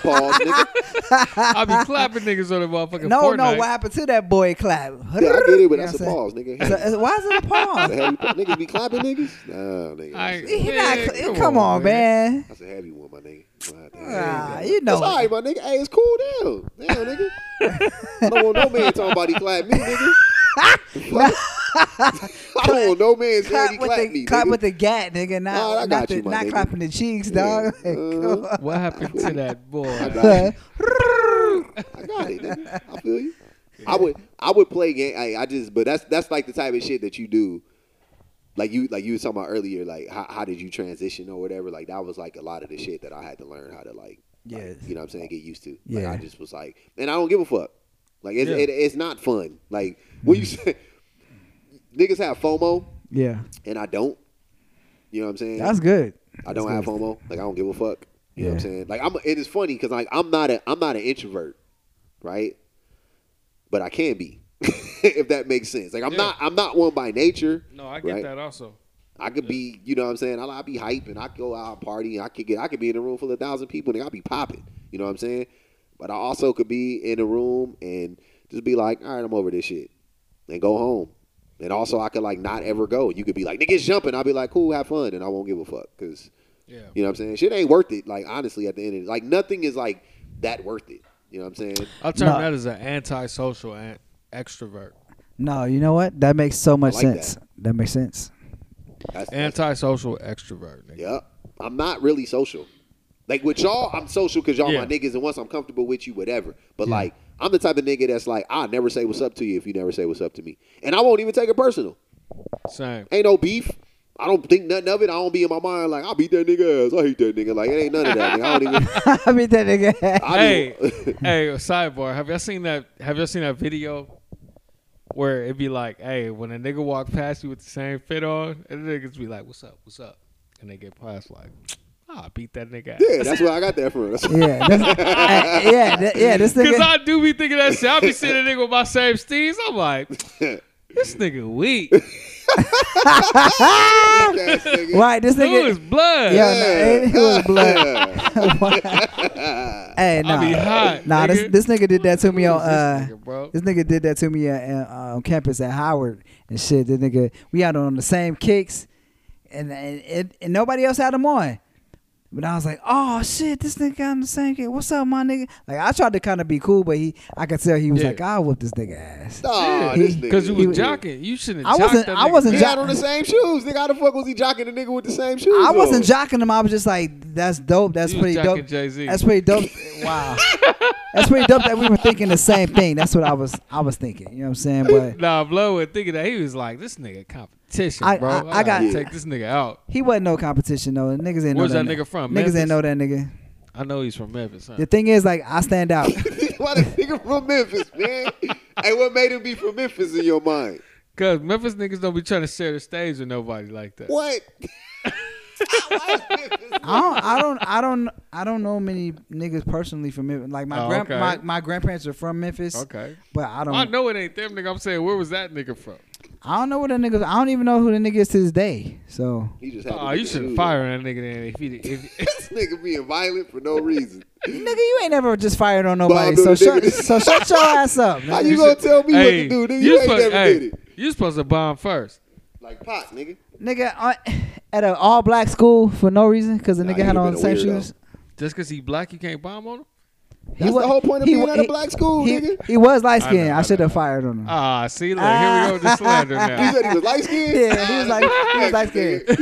E: Pause, nigga.
D: I be clapping niggas on the motherfucking
C: No,
D: Fortnite.
C: no. What happened to that boy clap?
E: Yeah, I get it,
C: You know
E: but that's a
C: what I'm saying?
E: pause, nigga.
C: So, uh, why is it a
E: That's a
C: pause?
E: heavy, niggas be clapping niggas? Nah, nigga.
D: I-
E: that's a-
C: He
D: Yeah,
C: not cl-
D: come
C: come,
D: on,
C: on,
D: man.
C: man.
E: That's a heavy one, my nigga. Nah, damn.
C: Ah, you know
E: It's all right, my nigga. Hey, it's cool down. Damn, nigga. I don't want no man talking about he clap me, nigga. I don't want no man saying
C: Clap
E: he
C: with
E: clap
C: the
E: me,
C: clap
E: nigga.
C: with the gat, nigga. Not
E: Oh, I got
C: not,
E: you,
C: the,
E: my
C: not
E: nigga.
C: clapping the cheeks,
E: Yeah.
C: dog. Like, come
E: Uh-huh.
C: on.
D: What happened to that boy?
E: I got it. nigga. I feel you. I would I would play game. I, I just but that's that's like the type of shit that you do. Like you like you were talking about earlier, like how, how did you transition or whatever? Like that was like a lot of the shit that I had to learn how to like, like,
C: Yes.
E: you know what I'm saying, get used to. Like
C: Yeah.
E: I just was like, and I don't give a fuck. Like it's
D: Yeah.
E: it, it's not fun. Like when you
C: Mm-hmm.
E: say niggas have FOMO
C: Yeah,
E: and I don't. You know what I'm saying?
C: that's good.
E: I don't have
C: That's
E: FOMO. Like I don't give a fuck. You know what I'm
C: Yeah.
E: saying? Like I'm. It is funny because like I'm not a I'm not an introvert, right? But I can be, if that makes sense. Like I'm
D: Yeah.
E: not I'm not one by nature.
D: No, I get
E: right?
D: that also.
E: I could be, you know what I'm saying? I'll, I'll be hyping. I go out and party. I could get, I could be in a room full of thousand people and I'll be popping. You know what I'm saying? But I also could be in a room and just be like, all right, I'm over this shit and go home. And also, I could like not ever go. You could be like, niggas jumping. I'll be like, cool, have fun. And I won't give a fuck because,
D: Yeah.
E: you know what I'm saying? Shit ain't worth it. Like, honestly, at the end of it, like, nothing is like that worth it. You know what I'm saying?
D: I'll term
C: No.
D: that as an antisocial an- extrovert.
C: No, you know what? That makes so much
E: like
C: sense. That. makes sense.
E: That's, that's
D: Antisocial extrovert, nigga.
E: Yep. I'm not really social. Like with y'all, I'm social because y'all
D: Yeah.
E: my niggas, and once I'm comfortable with you, whatever. But like, I'm the type of nigga that's like, I'll never say what's up to you if you never say what's up to me, and I won't even take it personal.
D: Same.
E: Ain't no beef. I don't think nothing of it. I don't be in my mind like I beat that nigga ass. I hate that nigga. Like it ain't none of that. Nigga. I don't even.
C: I mean that nigga.
E: I
D: hey,
E: don't-
D: hey, sidebar. Have y'all seen that? Have y'all seen that video where it be like, hey, when a nigga walk past you with the same fit on, and the niggas be like, what's up, what's up, and they get past like, ah, I beat that nigga. ass.
E: yeah, that's where I got that from. That's
C: Yeah, that's, uh, yeah, that, yeah. This
D: Cause
C: nigga.
D: I do be thinking that shit. I be seeing a nigga with my same steez. I'm like, this nigga weak.
E: That's nigga.
C: Right, this
D: Who
C: nigga.
D: is blood?
C: Yeah, no, it, it was blood.
E: Yeah.
C: hey,
D: I be
C: nah,
D: hot.
C: nah. This
D: nigga.
C: this nigga did that to me on. Uh,
D: nigga, bro?
C: This nigga did that to me at, uh, on campus at Howard and shit. This nigga, we out on the same kicks, and and, and, and nobody else had him on. But I was like, oh shit, this nigga on the same kick. What's up, my nigga? Like I tried to kind of be cool, but he, I could tell he was
D: Yeah.
C: like, I'll whoop this nigga ass.
E: Nah,
C: He-
E: this nigga.
D: Cause you
C: He
D: was
C: was-
D: jocking. You shouldn't.
C: I wasn't-
D: That
C: I
D: nigga.
C: wasn't
E: He
C: jo-
E: had on the same shoes. Nigga, how the fuck was he jocking the nigga with the same shoes?
C: I wasn't
E: on?
C: jocking him. I was just like, that's dope. That's
D: You was
C: pretty
D: jocking
C: dope.
D: Jay-Z.
C: That's pretty dope. wow. That's pretty dope that we were thinking the same thing. That's what I was I was thinking. You know what I'm saying? But
D: Nah, Blood was thinking that he was like, this nigga competition,
C: I-
D: bro.
C: I-
D: I,
C: I got-
D: gotta take this nigga out.
C: he wasn't no competition though. Niggas ain't know
D: Where's
C: that,
D: that nigga from?
C: Niggas
D: Memphis?
C: ain't know that nigga.
D: I know he's from Memphis. Huh?
C: The thing is, like, I stand out.
E: Why the nigga from Memphis, man? hey, what made him be from Memphis in your mind?
D: Cause Memphis niggas don't be trying to share the stage with nobody like that.
E: What? Why is Memphis-
C: I don't, I don't, I don't, I don't know many niggas personally from Memphis. Like my
D: Oh,
C: grand,
D: okay.
C: my, my grandparents are from Memphis.
D: Okay.
C: But I
E: Um,
C: don't,
D: I
C: I,
D: know it ain't them nigga. I'm saying, where was that nigga from?
C: don't know what that nigga. I don't even know who the nigga is to this day. So
E: He just had to
D: Oh,
E: get
D: you
E: the
D: should
E: shoes.
D: fire that nigga then if he if,
E: This nigga being violent for no reason.
C: nigga, you ain't never just fired on nobody.
E: Bob,
C: So
E: the
C: shut,
E: nigga-
C: so shut your ass up.
E: How
C: Man.
E: you, gonna tell me what to do, nigga? You, ain't
D: supposed,
E: never
D: hey,
E: did it.
D: you supposed to bomb first.
E: Like Pac, nigga.
C: Nigga, uh, at an all black school for no reason because the
E: Nah,
C: nigga
E: he
C: had
E: would've
C: on the
E: been
C: same
E: a weirdo.
C: shoes.
D: Just cause he black, you can't bomb on him.
C: He
E: That's
C: wa-
E: the whole point of
C: he
E: being
C: wa-
E: at a
C: he-
E: black school,
C: he,
E: nigga.
C: He was light
D: I
C: skinned.
D: know,
C: I,
D: I
C: should
D: know.
C: have fired on him.
D: Ah, see, look, here we go with the slander
E: Ah. You
D: now.
E: said he was light skinned?
C: yeah, he was like, he was light skinned.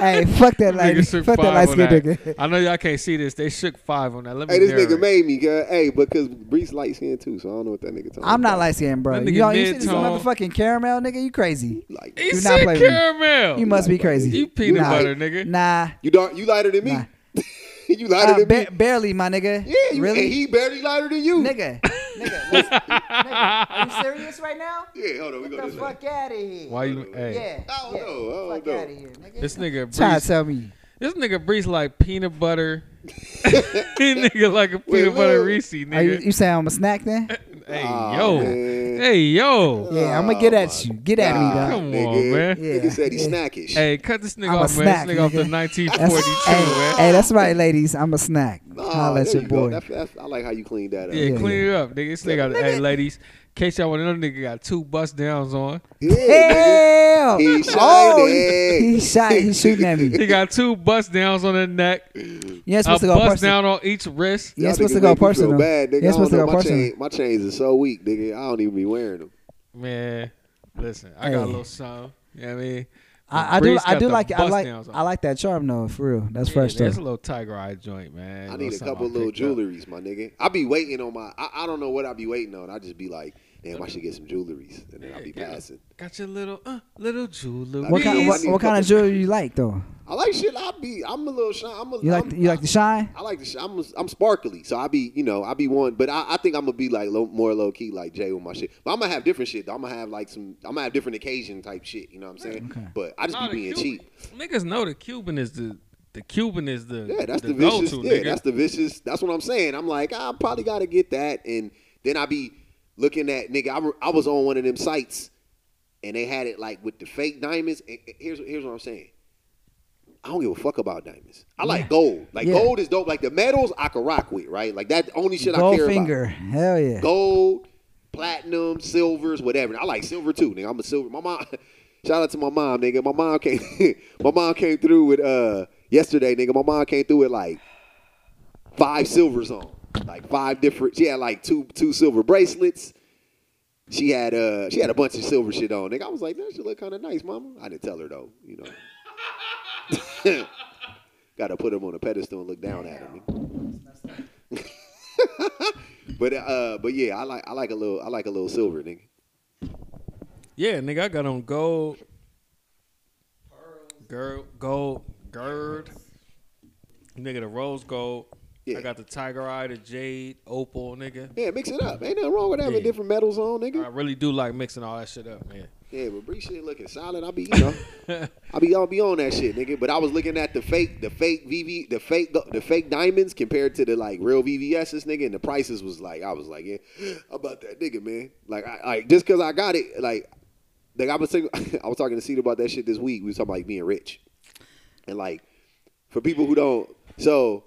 C: hey, fuck that light,
D: Niggas shook
C: fuck that
D: five
C: light
D: on
C: skinned
D: that.
C: nigga.
D: I know y'all can't see this. They shook five on that. Let me
E: Hey, this
D: narrate.
E: nigga made me, girl. Hey, because Brees light skinned too, so I don't know what that nigga talking
C: I'm not
E: about.
C: light skinned, bro.
D: That
C: You,
D: nigga
C: don't- you see this
D: mid-tone.
C: motherfucking caramel, nigga? You crazy.
E: Like,
D: He
C: Do not
D: said
C: play with me.
D: caramel.
C: You must be
E: like
C: crazy.
D: Oh, You peanut
C: Nah.
D: butter, nigga.
C: Nah.
E: you dark, you lighter than me.
C: Nah.
E: you lighter
C: Uh,
E: than
C: ba-
E: me.
C: barely, my nigga.
E: Yeah, you,
C: really?
E: and he barely lighter than you.
C: nigga. nigga, listen, nigga. Are you serious right now?
E: Yeah, hold on, we go
C: Get the
E: this way.
C: fuck out of here.
D: Why you? Hey,
C: Yeah.
E: I don't
C: yeah.
E: know, I don't
C: fuck
E: know.
C: out of here, nigga.
D: this nigga.
C: Try
D: Brees-
C: to tell me.
D: This nigga breathes like peanut butter. he nigga like a peanut butter
E: wait.
D: Reese,
C: Are you,
D: nigga.
C: you saying I'm a snack
E: Uh,
C: then?
D: hey,
E: Aw,
D: yo.
E: man.
D: Hey, yo.
C: Yeah, I'm gonna get at you. Get at me,
E: uh, Nah,
C: dog.
D: Come
E: nigga.
D: on, man.
C: Yeah.
E: Nigga said he snackish.
D: Hey, cut this nigga
C: I'm a
D: off, man.
C: snack,
D: this nigga, off the
C: nigga.
D: 1942,
C: hey,
D: man.
C: hey, that's right, ladies. I'm a snack.
E: Nah,
C: Holla at
E: there
C: your
E: you go.
C: boy.
E: That's, that's, I like how you cleaned that up.
D: yeah,
E: Yeah,
D: clean it up, nigga. This nigga, hey, ladies. In case y'all want to know, nigga got two bust downs on.
E: nigga.
C: Hell, Oh,
E: He shot it.
C: he shot. He's shooting at me.
D: He got two bust downs on the neck.
C: You ain't
D: A
C: supposed to go
D: bust
C: personal.
D: down on each wrist.
C: You
E: Y'all
C: ain't supposed to
E: niggas
C: go
E: make me feel
C: personal.
E: Bad, nigga.
C: You ain't supposed
E: I
C: to
E: don't
C: go
E: know. my,
C: personal.
E: chain, my chains are so weak, nigga. I don't even be wearing them.
D: Man, listen, I got
C: Hey.
D: a little something. You know what I mean?
C: I, I do.
D: Breeze
C: I
D: got
C: do
D: the
C: like. I
D: bust
C: like.
D: downs on.
C: I like that charm though. For real, that's
D: Yeah,
C: fresh
D: That's a
C: though.
D: little tiger eye joint, man.
E: I need a
D: Little something
E: couple
D: I
E: little
D: picked up.
E: jewelries, my nigga. I be waiting on my. I, I don't know what I be waiting on. I just be like, damn, I should get some jewelries, and then I be
D: Yeah.
E: passing.
D: Got your little uh, little jewelry.
C: What
E: I
C: kind?
E: need-
C: What,
E: I need
C: what
E: a
C: kind of
E: couple-
C: jewelry you like though?
E: I like shit. I be. I'm a little shine. I'm a.
C: You like?
E: I'm,
C: the- You like the shine?
E: I like the. sh- I'm. I'm sparkly, so I be. You know, I be one. But I, I think I'm gonna be like low, more low key, like Jay with my shit. But I'm gonna have different shit. though. I'm gonna have like some. I'm gonna have different occasion type shit. You know what I'm saying? But I just
D: Nah,
E: be being
D: Cuban-
E: cheap.
D: Niggas know the Cuban is the the Cuban is the
E: Yeah, that's the,
D: go
E: vicious.
D: to
E: yeah,
D: nigga.
E: that's the vicious. That's what I'm saying. I'm like, I probably gotta get that, and then I be looking at nigga. I, re- I was on one of them sites, and they had it like with the fake diamonds. And and here's here's what I'm saying. I don't give a fuck about diamonds. I like gold. Like
C: Yeah.
E: gold is dope. Like the metals, I can rock with, right? Like that only shit I
C: Gold
E: care
C: finger. Hell yeah.
E: about. Gold, platinum, silvers, whatever. I like silver too, nigga. I'm a silver. My mom. Shout out to my mom, nigga. My mom came. my mom came through with uh yesterday, nigga. My mom came through with like five silvers on, like five different. She had like two two silver bracelets. She had uh she had a bunch of silver shit on. Nigga, I was like, that should look kind of nice, mama. I didn't tell her though, you know. Got to put him on a pedestal and look down at him. but uh, but yeah, I like I like a little I like a little silver, nigga.
D: yeah, nigga, I got on gold. girl, gold, gird. Nigga, the rose gold.
E: Yeah.
D: I got the tiger eye, the jade, opal, nigga.
E: Yeah, mix it up. Ain't nothing wrong with having
D: Yeah.
E: different metals on, nigga.
D: I really do like mixing all that shit up, man.
E: Yeah, but Bree shit looking solid. I'll be, you know, I'll be, I'll be on that shit, nigga. But I was looking at the fake, the fake VV, the fake, the fake diamonds compared to the like real VVSs, nigga. And the prices was like, I was like, yeah, how about that, nigga, man. Like, I, like just cause I got it, like, like I was, thinking, I was talking to Cedar about that shit this week. We was talking about like, being rich, and like, for people who don't, so,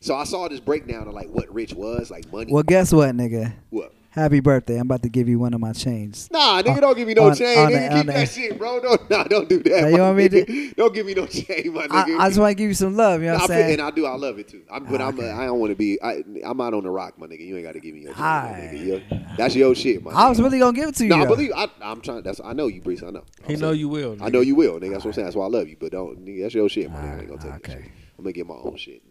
E: so I saw this breakdown of like what rich was, like money.
C: Well, guess what, nigga?
E: What?
C: Happy birthday! I'm about to give you one of my chains.
E: Nah, nigga, don't give me no
C: on-
E: chain. nigga,
C: on the-
E: keep
C: on
E: that
C: the-
E: shit, bro. Don't, nah, don't do that.
C: Now,
E: my
C: you want me to-
E: nigga. Don't give me no chain, my
C: I,
E: nigga.
C: I just want to give you some love. You know
E: Nah,
C: what
E: I feel-
C: I'm
E: and
C: saying? Ah,
E: I do. I love it too. I'm, but I'm. A, I don't want to be. I, I'm out on the rock, my nigga. You ain't got to give me your chain, my
C: Aight.
E: nigga. Yo, that's your shit, my.
C: I was
E: nigga.
C: really gonna give it to you.
E: No, I
C: though.
E: believe. I, I'm trying. That's. I know you, Brees. I know.
D: He
E: I'm
D: know
E: saying-
D: you will.
E: I know you will, nigga. That's what I'm saying. That's why I love you. But don't. Nigga, that's your shit, my nigga. I ain't gonna take
C: Ah,
E: that shit. I'm gonna get my own shit.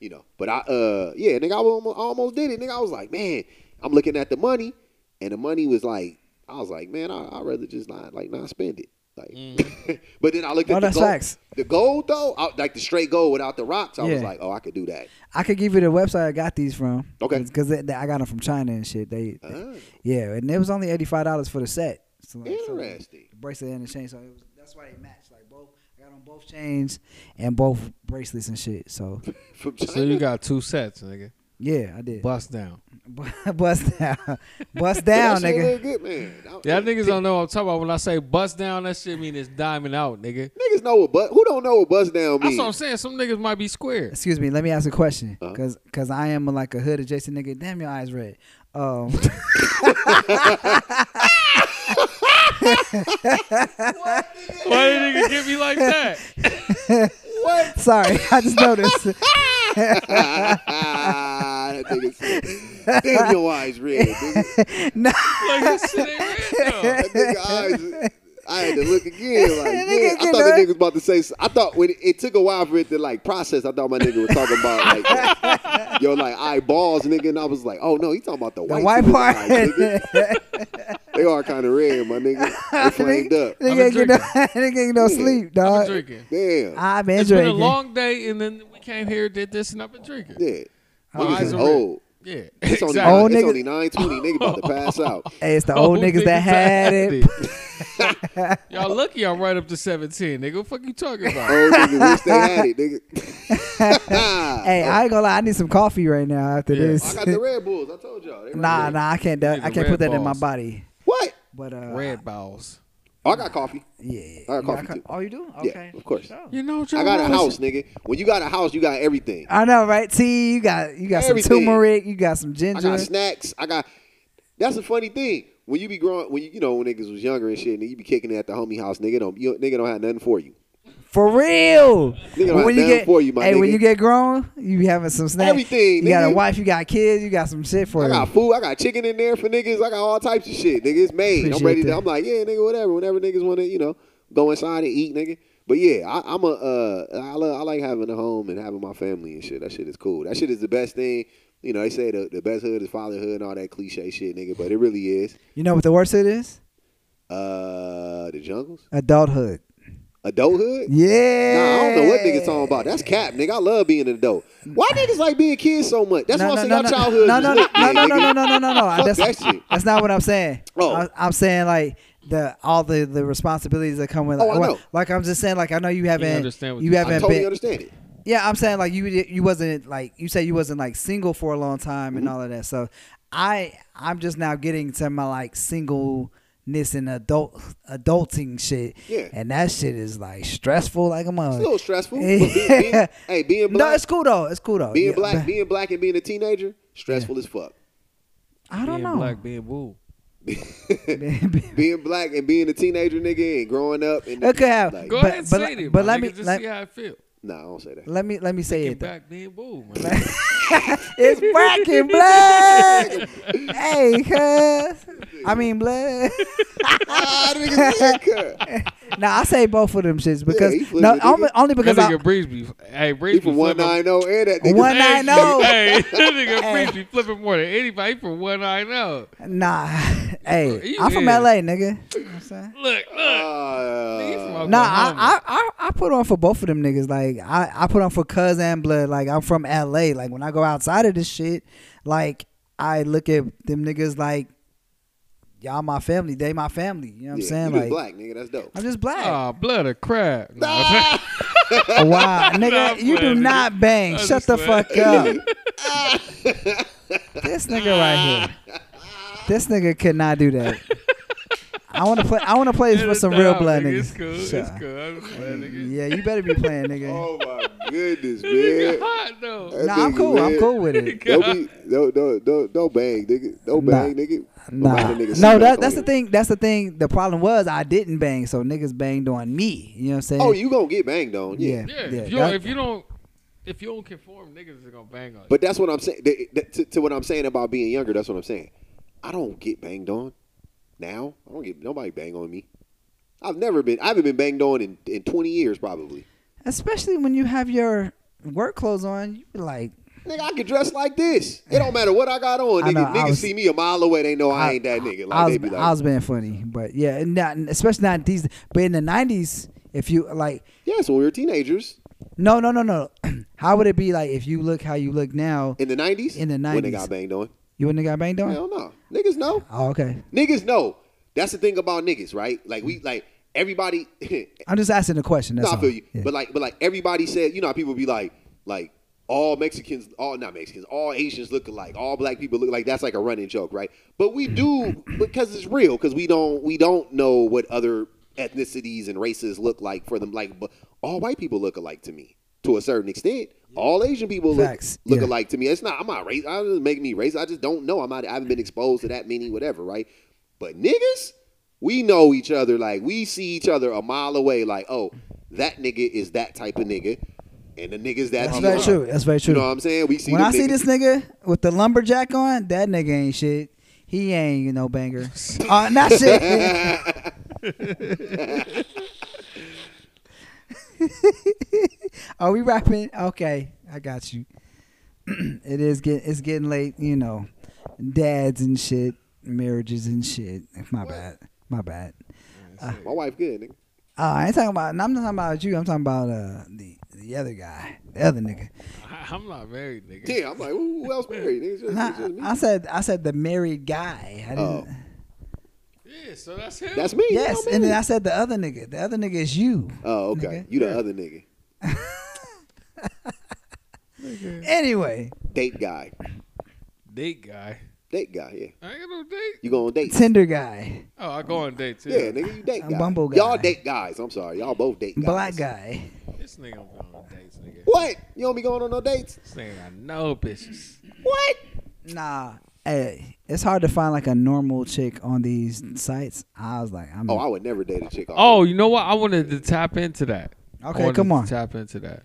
E: You know. But I. Uh. Yeah, nigga. I almost, I almost did it, nigga. I was like, man. I'm looking at the money, and the money was like. I was like, man. I, I'd rather just not like not spend it. Like.
D: Mm.
E: but then I looked at
C: Oh,
E: the
C: that's
E: gold.
C: facts.
E: The gold though, I, like the straight gold without the rocks. I was
C: Yeah.
E: like, oh, I could do that.
C: I could give you the website I got these from.
E: Okay.
C: Because I got them from China and shit. They,
E: Ah,
C: yeah, and it was only eighty five dollars for the set. So like, so
E: interesting.
C: the bracelet and the chain, so it was, that's why they matched. Like both, I got on both chains and both bracelets and shit. So
E: From China.
D: So you got two sets, nigga.
C: yeah, I did.
D: Bust down.
C: Bust down, bust
E: Yeah,
C: down,
E: that shit
C: nigga.
E: look Good, man. I-
D: Y'all niggas don't know what I'm talking about. When I say bust down, that shit mean it's diamond out, nigga.
E: Niggas know what buzz. Who don't know what buzz down
D: That's
E: means?
D: what I'm saying. Some niggas might be square.
C: Excuse me. Let me ask a question,
E: Uh-huh.
C: cause cause I am like a hood adjacent nigga. Damn, your eyes red. Um,
D: Why did nigga get me like that?
C: sorry, I just noticed.
E: that nigga said, damn your eyes red. Nigga.
D: Like this shit ain't red though.
E: That nigga eyes. I had to look again. Like,
C: Nigga,
E: yeah. I
C: you
E: thought the
C: know.
E: nigga was about to say. I thought when it, it took a while for it to like process. I thought my nigga was talking about like your like eyeballs, nigga, and I was like, oh no, he talking about the
C: The
E: white,
C: white
E: people's
C: part.
E: eyes, nigga. they are kind of red, my nigga. They flamed up.
C: Nigga ain't get no, nigga ain't get
E: Yeah.
C: no sleep,
D: I've been
C: dog.
D: drinking.
E: Damn.
C: I've been
D: It's been a
C: drinking.
D: long day, and then we came here, did this, and I've been drinking.
E: yeah.
D: My
E: Niggas
D: eyes
E: is
D: are red.
E: old.
D: Yeah,
E: It's only,
D: exactly.
C: Old
E: it's
C: niggas-
E: only 920. Nigga about to pass out.
C: Hey, it's the old, niggas, that had it.
D: Y'all lucky I'm right up to 17, nigga. What fuck you talking about?
E: Old niggas wish they had it, nigga.
C: Hey, I ain't gonna lie. I need some coffee right now after
D: Yeah.
E: I
C: this.
E: got the Red Bulls. I told y'all. They right
C: nah,
E: there.
C: nah, I can't. do-
D: need
C: I
D: the
C: can't put
D: Red
C: that in my
D: Balls.
C: body.
E: What?
C: But uh,
D: Red balls.
E: Oh, I got coffee.
C: Yeah.
E: I got
C: You
E: coffee,
C: co-
E: too.
C: Oh, you do?
E: Yeah,
C: Okay.
E: of course.
C: Sure.
D: You know, Joe
E: I got a
D: Rollins-
E: house, nigga. When you got a house, you got everything.
C: I know, right? T, you got you got
E: Everything.
C: some turmeric, you got some
E: I
C: ginger.
E: got snacks. I got. That's a funny thing. When you be growing, when you you know when niggas was younger and shit, and you be kicking it at the homie house, nigga don't you, nigga don't have nothing for you.
C: For real.
E: Nigga, I done
C: get
E: for you, my
C: hey, when
E: nigga.
C: you get grown, you be having some snacks.
E: Everything,
C: You got
E: nigga.
C: a wife, you got kids, you got some shit for
E: I
C: you.
E: got food. I got chicken in there for niggas. I got all types of shit. Nigga, it's made. I'm
C: Appreciate
E: ready. To,
C: that.
E: I'm like, yeah, nigga, whatever. Whenever niggas want to, you know, go inside and eat, nigga. But yeah, I, I'm a. Uh, I love. I like having a home and having my family and shit. That shit is cool. That shit is the best thing. You know, they say the, the best hood is fatherhood and all that cliche shit, nigga. But it really is.
C: You know what the worst it is?
E: Uh, the jungles,
C: Adulthood.
E: adulthood.
C: Yeah.
E: Nah, I don't know what niggas talking about. That's cap, nigga. I love being an adult. Why niggas like being kids so much? That's why I say
C: no,
E: your
C: no,
E: childhood.
C: No,
E: was
C: no, no,
E: lit,
C: no, no,
E: nigga.
C: no, no, no, no, no, no.
E: Fuck that
C: That's,
E: shit.
C: that's not what I'm saying.
E: Oh.
C: I, I'm saying like the all the, the responsibilities that come with.
E: Oh,
C: Like,
E: I
C: well,
E: know.
C: like I'm just saying like I know you haven't
D: understand what
C: you
D: you- I
E: I
C: haven't
E: totally
C: been
E: understand it.
C: yeah I'm saying like you you wasn't like you said you wasn't like single for a long time
E: Mm-hmm.
C: and all of that. So I I'm just now getting to my like singleness and adult adulting shit,
E: Yeah.
C: and that shit is like stressful, like a
E: It's
C: mother.
E: a little stressful. but
C: Yeah.
E: being- being- hey, being black,
C: Uh, No, it's cool though. It's cool though.
E: being
C: Yeah,
E: black,
C: but
E: being black, and being a teenager, stressful as fuck.
C: I don't
D: Being
C: know.
D: black, being boo.
E: Being black and being a teenager, nigga, and growing up. And
C: It could have-
E: Like,
D: Go
C: But-
D: ahead and
C: but
D: say
C: let-
D: it,
C: but
D: my
C: let
D: nigga,
C: me-
D: just
C: let-
D: see how I feel.
E: nah, I don't say that.
C: let me let me say
D: Being
C: it. Though.
D: black, being boo, man.
C: It's black and black. hey, cuz. I mean, blood.
E: ah, nigga, said cut.
C: now I say both of them shits because
E: he flipping,
C: no,
E: nigga.
C: only, only because
D: That
C: I,
D: nigga Breeze be, hey Breeze
E: He
D: be
E: from one
D: flipping-
E: nine zero and that nigga.
C: One
D: Hey,
C: nine oh. zero.
D: Hey, that nigga
C: Hey.
D: oh. Breeze be flipping more than anybody He from one nine zero.
C: nah, Hey,
D: You
C: I'm from
D: is.
C: LA, nigga. You know what I'm saying?
D: Look, look.
E: Uh,
D: He from Oklahoma.
C: Nah, I, I I I put on for both of them niggas. Like I, I put on for Cuz and Blood. Like I'm from LA. Like when I go outside of this shit, like I look at them niggas like y'all my family. They my family. You know what I'm
E: yeah,
C: saying?
E: you just black
C: Like
E: nigga, that's dope.
C: I'm just black.
D: Aw, Oh, blood of crap. Nah,
C: Oh, wow, nigga,
D: Nah,
C: you do
D: man,
C: not bang.
D: I'm
C: Shut
D: just
C: the
D: playing.
C: fuck up. this nigga right here. This nigga could not do that. I want to play. I want to play this with
D: it's
C: some
D: not,
C: real blood
D: nigga.
C: niggas.
D: It's cool.
C: Shut
D: It's
C: up.
D: cool. I'm just playing, nigga.
C: Yeah, you better be playing, nigga.
E: Oh my goodness,
D: Nigga
E: man.
D: hot though.
E: That
C: nah, I'm
E: nigga
C: cool. I'm
E: lit.
C: cool with it.
E: Don't, be, don't, don't, don't, don't bang, nigga. Don't
C: Nah.
E: bang, nigga.
C: Nah. No, that, that's the thing. That's the thing. The problem was I didn't bang, so niggas banged on me. You know what I'm saying?
E: Oh, you gonna get banged on, yeah.
C: Yeah.
D: Yeah, if, you
C: that-
D: don't, if you don't, if you don't conform, niggas is gonna bang on you.
E: But that's what I'm saying. th- th- To, to what I'm saying about being younger, that's what I'm saying. I don't get banged on now. I don't get nobody bang on me. I've never been. I haven't been banged on in, in 20 years probably.
C: Especially when you have your work clothes on, you be like,
E: Nigga, I could dress like this. It don't matter what I got on.
C: I
E: Nigga,
C: know, I
E: niggas
C: was-
E: see me a mile away. They know I, ain't that nigga. Like
C: I
E: they
C: was,
E: be like,
C: I was being funny, but yeah, and not, especially not these. But in the '90s, if you like,
E: yeah. So when we were teenagers
C: no, no, no, no. how would it be like if you look how you look now?
E: in the 90s,
C: In the
E: when they
C: 90s.
E: got banged on,
C: You wouldn't have got banged on.
E: hell no. Niggas know.
C: Oh, okay.
E: Niggas know. That's the thing about niggas, right? Like we like everybody.
C: I'm just asking a question. That's
E: No, I
C: all.
E: feel you.
C: Yeah.
E: But like, but like everybody said, you know, how people be like, like all Mexicans, all not Mexicans, all Asians look alike, all black people look like that's like a running joke, right? But we do because it's real because we don't we don't know what other ethnicities and races look like for them. Like, but all white people look alike to me to a certain extent. All Asian people look,
C: Facts.
E: look
C: Yeah.
E: alike to me. It's not I'm not race. I doesn't make me racist. I just don't know. I'm not. I haven't been exposed to that many whatever, right? But niggas, we know each other. Like we see each other a mile away. Like oh, that nigga is that type of nigga, and the niggas that
C: That's
E: he
C: very
E: are.
C: true. That's very true.
E: You know what I'm saying? We see.
C: when
E: them
C: I see
E: niggas-
C: this nigga with the lumberjack on, that nigga ain't shit. He ain't no banger. Uh, not shit. Are we rapping? Okay, I got you. it is get it's getting late, you know. Dads and shit, marriages and shit. My bad. My bad.
E: my wife good nigga.
C: Uh, I ain't talking about. I'm not talking about you. I'm talking about uh, the the other guy, the other nigga.
D: I, I'm not married, nigga.
E: Yeah, I'm like who, who else married? Nigga? It's just- it's just me.
C: I, I said I said the married guy. I didn't,
E: Oh,
D: Yeah, so that's him.
E: that's me.
C: Yes,
E: I'm
C: and then
E: married.
C: I said the other nigga. The other nigga is you.
E: oh, okay.
C: nigga.
E: You the other nigga, Mm.
C: Anyway,
E: date guy,
D: date guy.
E: date guy. Yeah,
D: I ain't got no date.
E: you go on dates.
C: Tinder guy,
D: Oh, I go on dates. Yeah,
E: Yeah, nigga, you date
C: I'm
E: guy.
C: Bumble guy.
E: Y'all date guys. I'm sorry, y'all both date guys.
C: black guy.
D: this nigga don't go on dates, nigga.
E: What? You don't be going on no dates?
D: This nigga got no bitches.
E: What?
C: Nah, hey, it's hard to find like a normal chick on these sites. I was like, I'm.
E: Oh, I would never date a chick. off-
D: Oh, you know what? I wanted to tap into that. I
C: Okay,
D: wanted
C: come
D: to
C: on.
D: Tap into that.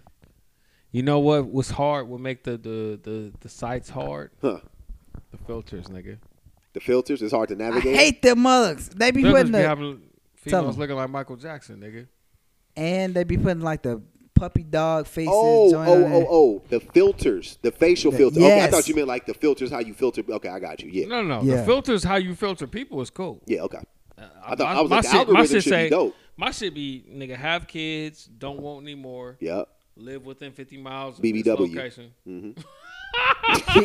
D: You know what was hard? What make the the the, the sites hard?
E: Huh.
D: The filters, nigga.
E: The filters is hard to
C: I
E: navigate.
C: hate them mugs. They be
D: Filters
C: putting
D: be
C: the,
D: having
C: Tell
D: females
C: 'em.
D: looking like Michael Jackson, nigga.
C: and they be putting like the puppy dog faces.
E: oh, oh,
C: joint on
E: oh,
C: there.
E: oh, the filters, the facial
C: The-
E: filter. Okay, I
C: yes.
E: thought you meant like the filters, how you filter. Okay, I got you. Yeah,
D: No, no, no.
C: Yeah.
D: The filters, how you filter people, is cool.
E: yeah, okay. I thought
D: My-
E: I was
D: my
E: like, the
D: shit- my
E: algorithm
D: shit
E: should
D: say-
E: be dope.
D: My shit be nigga have kids, don't want any more,
E: Yeah,
D: live within fifty miles of
E: BBW.
D: this location.
C: He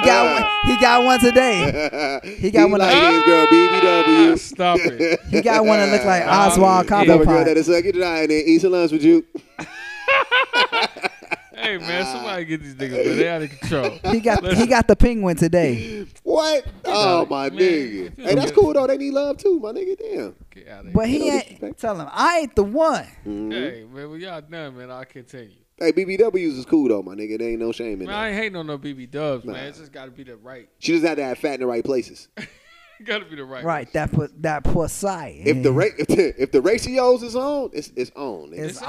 C: got one. He got one today. He got one.
E: like
C: That,
E: his girl BBW.
D: Stop it.
C: he got one that look like
D: Nah,
C: Oswald
D: yeah.
E: Another girl
C: Cobblepot.
E: that'll suck it dry and then eat some lunch with you.
D: Hey man, somebody get these niggas, man. They out of control.
C: He got. He got the penguin today.
E: What? Oh
D: out,
E: my
D: man.
E: nigga. Hey, that's cool though. They need love too, my nigga. Damn.
D: Get out of
C: But
D: here.
C: he ain't. Tell him I ain't the one.
D: Hey man, when y'all done, man, I'll continue.
E: Hey, BBWs is cool though, my nigga. There ain't no shame in
D: Man, I
E: that.
D: ain't hating on no BB Dubs, man. It's just gotta be the right.
E: She just had to have fat in the right places.
D: gotta be the right.
C: Right. That put that poor sight.
E: If the ra- if the, if the ratios is on, it's it's on. Nigga.
C: It's
E: It's
C: on.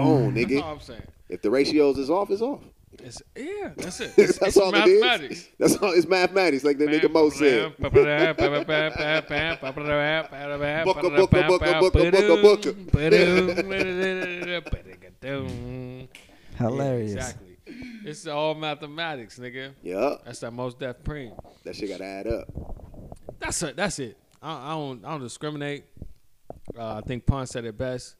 E: on,
D: That's all
E: nigga.
D: I'm saying.
E: If the ratios is off, it's off.
D: It's yeah, that's it. It's, it's
E: That's all it
D: mathematics.
E: is. That's all. It's mathematics, like the nigga Mo said.
C: Hilarious.
D: Exactly. It's all mathematics, nigga.
E: Yeah,
D: That's that most death preem.
E: that shit gotta add up.
D: That's a, that's it. I, I don't I don't discriminate. Uh, I think Pun said it best.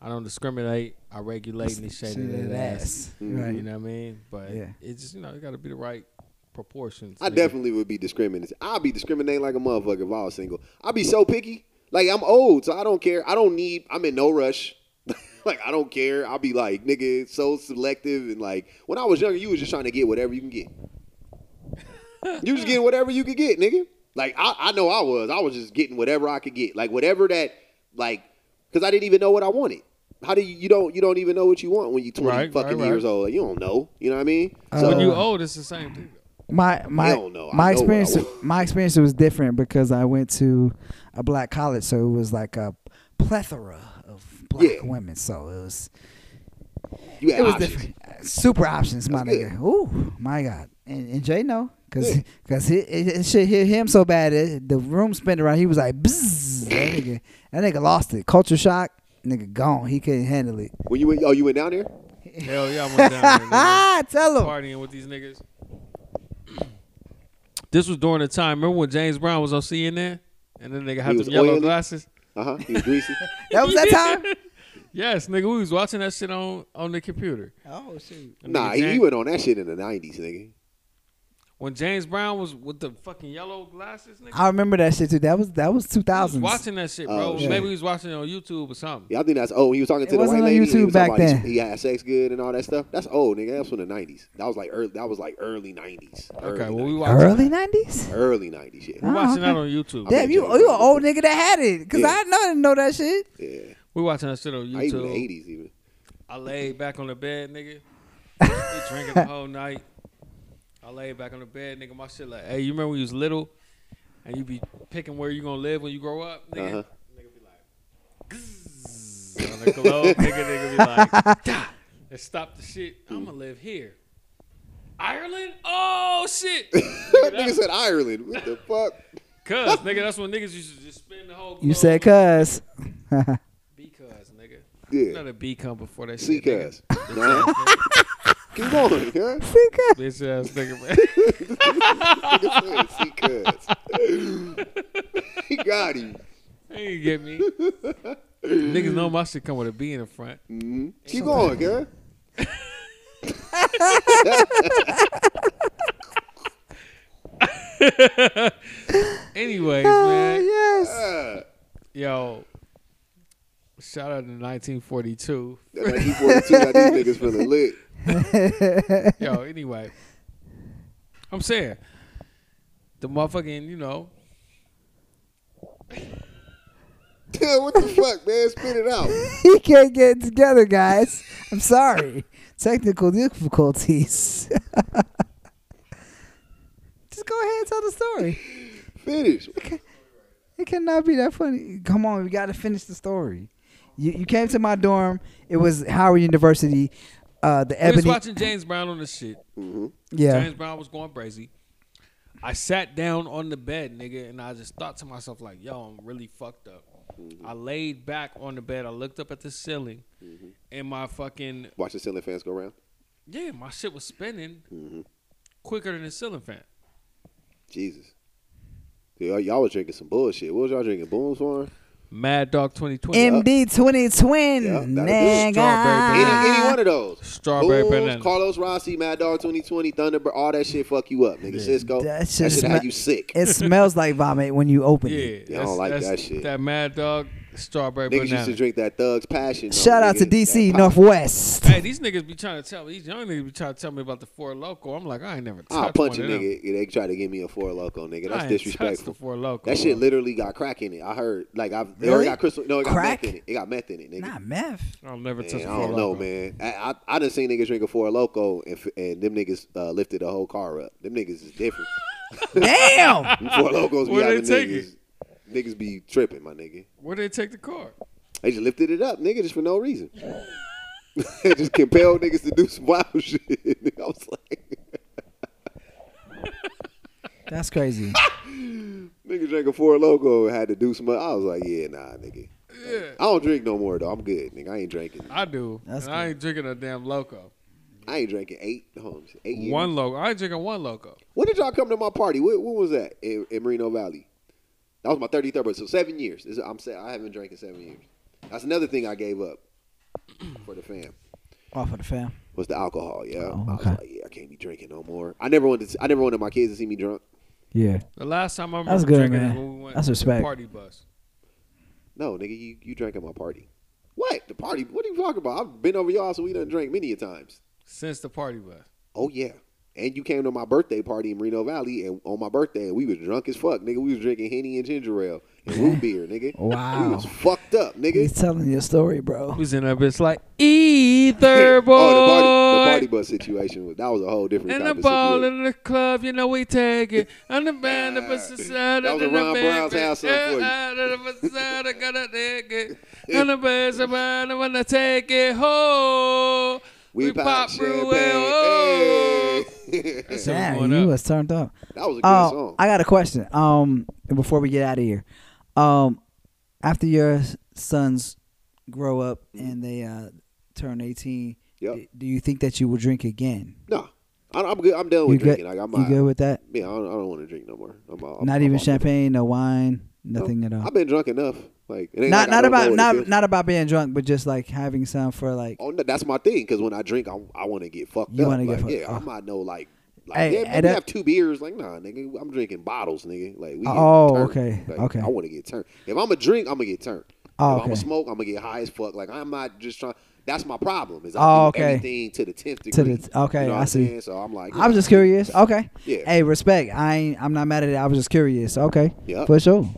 D: I don't discriminate. I regulate and shade
C: Shit,
D: that
C: that
D: ass.
C: ass.
A: Right.
D: You know what I mean? But
C: Yeah.
D: it's just you know it got to be the right proportions.
E: I
D: nigga.
E: definitely would be discriminating. I'd be discriminating like a motherfucker if I was single. I'd be so picky. Like I'm old, so I don't care. I don't need. I'm in no rush. like I don't care. I'll be like nigga, so selective and like when I was younger, you was just trying to get whatever you can get. you was getting whatever you could get, nigga. Like I, I know I was. I was just getting whatever I could get. Like whatever that, like, because I didn't even know what I wanted. How do you, you don't you don't even know what you want when you twenty
D: Right, right,
E: fucking
D: right.
E: years old? You don't know. You know what I mean?
D: When
E: So
D: you old, it's the same thing.
C: my my
E: don't know. I know
C: my
E: what I
C: experience
E: want.
C: my experience was different because I went to a black college, so it was like a plethora of black
E: Yeah.
C: women. So it was
E: you had
C: it was
E: options.
C: different. Super options, my
E: That's
C: nigga. Ooh, my God. And, and Jay know because because it, it, it should hit him so bad. It, the room spinning around. He was like, Bzzz, that nigga, that nigga lost it. Culture shock. Nigga gone. He couldn't handle it.
E: When you went, oh, you went down there.
D: Hell yeah, I went down there. nigga.
C: Ah, tell him.
D: partying with these niggas. This was during the time. Remember when James Brown was on CNN, and then nigga had them
E: He was
D: yellow
E: oily?
D: glasses.
E: Uh huh. He was greasy.
C: That was that time.
D: Yes, nigga, we was watching that shit on on the computer.
C: oh shoot.
D: And
E: nah,
D: nigga
E: he, he
D: James-
E: went on that shit in the nineties, nigga.
D: when James Brown was with the fucking yellow glasses, nigga.
C: I remember that shit too. That was that was
D: I
C: two
D: was
C: thousands.
D: watching that shit, bro.
E: Oh, shit.
D: Maybe he was watching it on YouTube or something.
E: Yeah, I think that's old. He was talking to
C: It
E: the
C: wasn't
E: white
C: on
E: lady. and he
C: YouTube
E: was talking
C: back
E: about he-
C: then.
E: He had sex good and all that stuff. That's old, nigga. That's from the nineties. That was like early. That was like early nineties.
D: Okay, well we watching
C: Early nineties.
E: early nineties. Yeah.
D: we
C: Oh,
D: watching that
C: okay.
D: on YouTube.
E: Yeah.
C: Damn, you you an old nigga that had it. Cause
E: Yeah.
C: I know I didn't know that shit.
E: yeah.
D: We watching that shit on
E: I even the
D: YouTube.
E: eighties even.
D: I laid back on the bed, nigga. Been drinking the whole night. I laid back on the bed, nigga. My shit like, hey, you remember when you was little, and you be picking where you gonna live when you grow up, nigga.
E: Uh-huh.
D: Nigga be like, "Gzz," on the globe, nigga. Nigga be like, "Dah." and stop the shit. I'm gonna live here. Ireland? Oh shit!
E: nigga said Ireland. What the fuck?
D: Cause nigga, that's when niggas used to just spin the whole.
C: You
D: globe.
C: said cuz.
D: because nigga.
E: Yeah.
D: None of B come before that
E: See,
D: shit. nigga.
E: cuz. Nah. Keep going, cuz.
D: Bitch ass nigga, man.
E: See, cuz. He got him.
D: You get me? Niggas know my shit come with a B in the front.
E: Keep going, cuz.
D: Anyways, man,
C: Yes.
E: Uh,
D: yo, shout out to 1942.
E: that 1942 got these niggas feeling lit.
D: Yo, anyway, I'm saying the motherfucking, you know,
E: Damn, what the fuck, man? Spit it out.
C: He can't get it together, guys. I'm sorry. Technical difficulties. Just go ahead and tell the story.
E: Finish.
C: It cannot be that funny. Come on, we gotta finish the story. You, you came to my dorm. It was Howard University. Uh, the
D: we was
C: Ebony.
D: watching James Brown on the shit.
C: Yeah.
D: James Brown was going crazy. I sat down on the bed, nigga, and I just thought to myself, like, yo, I'm really fucked up.
C: Mm-hmm.
D: I laid back on the bed. I looked up at the ceiling,
C: Mm-hmm.
D: and my fucking
E: Watch the ceiling fans go around.
D: Yeah, my shit was spinning
E: Mm-hmm.
D: quicker than a ceiling fan.
E: Jesus. Dude, y'all- y'all was drinking some bullshit. What was y'all drinking? Booms for?
D: Mad Dog 2020.
C: MD twenty twin.
E: Yeah, that'll do. Any,
C: Nigga.
E: any one of those.
D: Strawberry
E: Booms,
D: banana.
E: Carlos Rossi, Mad Dog 2020, Thunderbird, all that shit fuck you up, nigga. Cisco.
C: That
E: That
C: shit
E: shit
C: sma-
E: have you sick.
C: It smells like vomit when you open
D: yeah,
C: it.
E: Yeah, I don't
D: that's-
E: like
D: that's-
E: that shit.
D: That Mad Dog strawberry
E: Niggas
D: banana.
E: used to drink that Thug's Passion. though,
C: Shout out
E: nigga.
C: to DC
E: That pop-
C: Northwest.
D: Hey, these niggas be trying to tell me. These young niggas be trying to tell me about the four loco. I'm like, I ain't never touched
E: I'll punch a
D: one of them.
E: nigga. if They try to give me a four loco, nigga.
D: I ain't
E: That's
D: touched the
E: disrespectful.
D: four loco.
E: That shit literally got crack in it. I heard. Like, I've, it
C: Really?
E: already got crystal. No, it got
C: Crack?
E: meth in it. It got meth in it, nigga.
C: Not meth.
D: I'll never touch
E: Man,
D: a
E: I
D: four
E: don't know,
D: loco.
E: man. I, I I done seen niggas drink a four loco and, f- and them niggas uh, lifted the whole car up. Them niggas is different.
C: Damn.
E: Them four locos be
D: Where they
E: having
D: take
E: niggas. Niggas be tripping, my nigga.
D: Where they take the car?
E: They just lifted it up, nigga, just for no reason. they just compelled niggas to do some wild shit. I was like,
C: That's crazy.
E: niggas drank a four loco and had to do some. I was like, yeah, nah, nigga.
D: Yeah,
E: I don't drink no more though. I'm good, nigga. I ain't drinking.
D: I do.
C: That's
D: and I ain't drinking a damn loco.
E: I ain't drinking eight homes. Eight years.
D: One loco. I ain't drinking one loco.
E: When did y'all come to my party? When, when was that in, in Merino Valley? That was my 33rd birthday. So seven years. This- I'm saying I haven't drank in seven years. That's another thing I gave up for the fam
C: Off of the fam.
E: was the alcohol. Yeah,
C: Oh,
E: I was
C: okay.
E: like, yeah, I can't be drinking no more. I never wanted. To, I never wanted my kids to see me drunk.
C: Yeah.
D: The last time I remember
C: That's good,
D: drinking
C: man.
D: is when we went
C: That's
D: to
C: respect.
D: the party bus.
E: No, nigga, you you drank at my party. What the party? What are you talking about? I've been over y'all, so we done drank many a times.
D: Since the party bus.
E: Oh yeah, and you came to my birthday party in Reno Valley, and on my birthday, and we was drunk as fuck, nigga. We was drinking henny and ginger ale and root beer, nigga.
C: Wow.
E: we was fucked up,
C: He's
E: nigga.
C: telling your story, bro.
D: Who's in that bitch like ether boy
E: Oh, the party, the party bus situation was that was a whole different
D: and the
E: type of
D: ball
E: situation.
D: in the club, you know we take it. And the band of us inside
E: That
D: of
E: was
D: the
E: a Ron Brown's house song for you.
D: I gotta take it. And the band's around when I take it home.
E: We, popped champagne.
D: Ruel. Oh.
E: Hey.
D: That shit was
C: Damn,
D: going
C: you
D: up.
C: was turned up.
E: that was a good
C: Oh,
E: song.
C: I got a question. Um, before we get out of here, um, after your sons grow up and they uh turn eighteen,
E: Yep.
C: d- do you think that you will drink again?
E: no, I, I'm good. I'm done
C: You
E: with
C: good?
E: drinking. Like, I'm
C: you
E: out.
C: good with that?
E: Yeah, I don't, I don't want to drink no more. I'm all,
C: not
E: I'm
C: even
E: all-
C: champagne, no wine,
E: No,
C: nothing at all.
E: I've been drunk enough. Like, it ain't like
C: not
E: I don't
C: not
E: know
C: about
E: what it
C: not
E: feels-
C: not about being drunk, but just like having some for like.
E: Oh, no, that's my thing. Because when I drink, I, I want to get fucked
C: You
E: up.
C: wanna get
E: Like,
C: fucked
E: Yeah,
C: up.
E: I'm not no like. Like,
C: Hey,
E: yeah, we
C: and that-
E: have two beers. Like, nah, nigga, I'm drinking bottles, nigga. Like, we. get
C: Oh,
E: turned.
C: okay,
E: Like,
C: okay.
E: I want to get turned. If I'm a drink, I'm gonna get turned. if
C: Oh,
E: I'm
C: okay.
E: a smoke, I'm gonna get high as fuck. Like, I'm not just trying. That's my problem. Is I
C: Oh,
E: do
C: okay.
E: everything to the tenth
C: To
E: degree.
C: the- okay,
E: you know what
C: I
E: I'm
C: see.
E: saying? So I'm like,
C: I was just curious. Okay.
E: Yeah.
C: Hey, respect. I ain't, I'm not mad at it. I was just curious. Okay.
E: Yup.
C: For sure.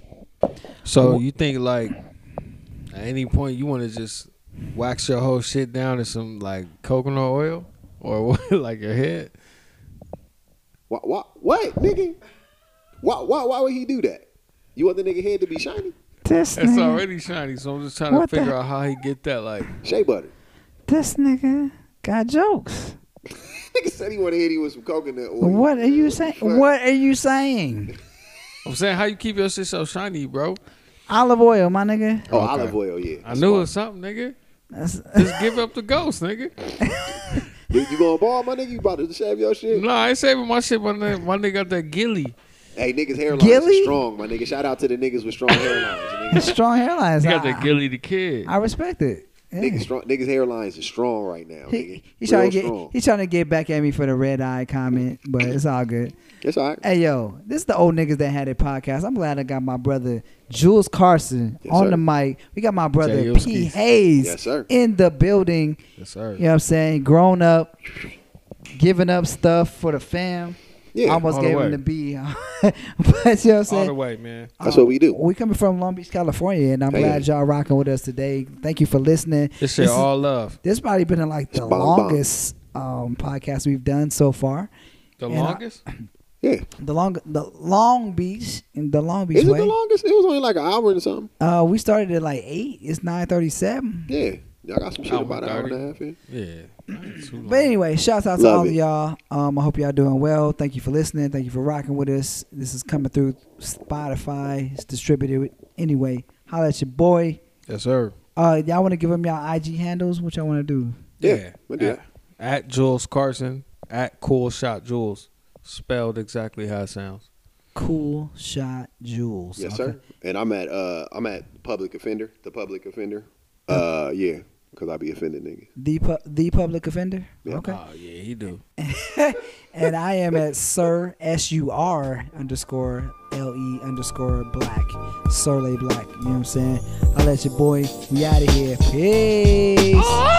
D: So you think like at any point you want to just wax your whole shit down in some like coconut oil or what, like your head?
E: What? What? What, nigga? Why, why? Why would he do that? You want the nigga head to be shiny?
C: This
D: It's
C: nigga.
D: already shiny, so I'm just trying
C: What
D: to
C: the-
D: figure out how he get that. Like
E: Shea butter.
C: This nigga got jokes.
E: Nigga said he want to hit you with some coconut oil.
C: What are you saying?
E: Fuck.
C: What are you saying?
D: I'm saying, how you keep your shit so shiny, bro?
C: Olive oil, my nigga.
E: Oh,
D: Okay.
E: olive oil. Yeah.
D: I knew it was something, nigga.
C: That's,
D: Just give up the ghost, nigga.
E: You, you going bald, my nigga? You about to shave your shit?
D: No, I ain't saving my shit. My nigga, my nigga got that gilly.
E: Hey, niggas hairlines
C: Gilly?
E: is strong, my nigga. Shout out to the niggas with strong hairlines. Niggas,
C: strong hairlines.
D: He
C: I,
D: got that gilly the kid.
C: I respect it. Yeah.
E: niggas, strong, niggas hairlines is strong right now. Nigga.
C: He, he
E: Real
C: trying to get
E: strong.
C: he trying to get back at me for the red eye comment, but it's all good.
E: It's all right.
C: Hey yo, this is the old niggas that had it podcast. I'm glad I got my brother Jules Carson
E: Yes,
C: on
E: sir.
C: the mic. We got my brother
D: Jay
C: P.
D: Uskis.
C: Hayes
E: Yes, sir.
C: in the building.
D: Yes, sir.
C: You know what I'm saying? Grown up, giving up stuff for the fam.
E: Yeah,
C: Almost
D: all the
C: gave him
D: way.
C: the B. but you know what I'm
D: All the
C: saying?
D: way, man.
E: That's what we do.
C: We coming from Long Beach, California, and I'm
E: Hey.
C: glad y'all rocking with us today. Thank you for listening.
D: This shit
C: is-
D: all love.
C: this probably been like the
E: bomb, bomb.
C: longest um, podcast we've done so far.
D: The
C: And I-
D: longest.
E: Yeah.
C: The long, the Long Beach, in the Long Beach
E: Is it
C: way.
E: the longest? It was only like an hour and something.
C: Uh, we started at like eight. It's nine thirty-seven.
E: Yeah. Y'all got some shit
D: Hour
E: about an hour and
D: 30.
E: a half in.
D: Yeah. Ain't too
C: But
D: long.
C: anyway, shouts out to
E: Love
C: all of
E: it.
C: y'all. Um, I hope y'all doing well. Thank you for listening. Thank you for rocking with us. This is coming through Spotify. It's distributed anyway. Holla at your boy.
D: Yes, sir.
C: Uh, y'all want to give him y'all IG handles? What y'all want to do?
E: Yeah, we'll do
D: at,
E: that.
D: at Jules Carson, at Cool Shot Jules, spelled exactly how it sounds.
C: Cool shot jewels.
E: Yes,
C: okay?
E: sir. And I'm at uh I'm at public offender, the public offender. Uh yeah, because I be offending niggas.
C: The pu- the public offender.
E: Yeah.
C: Okay.
D: Oh yeah, he do.
C: and I am at Sir S U R underscore L E underscore Black Surley Black. You know what I'm saying? I'll let your boy. We out of here. Peace.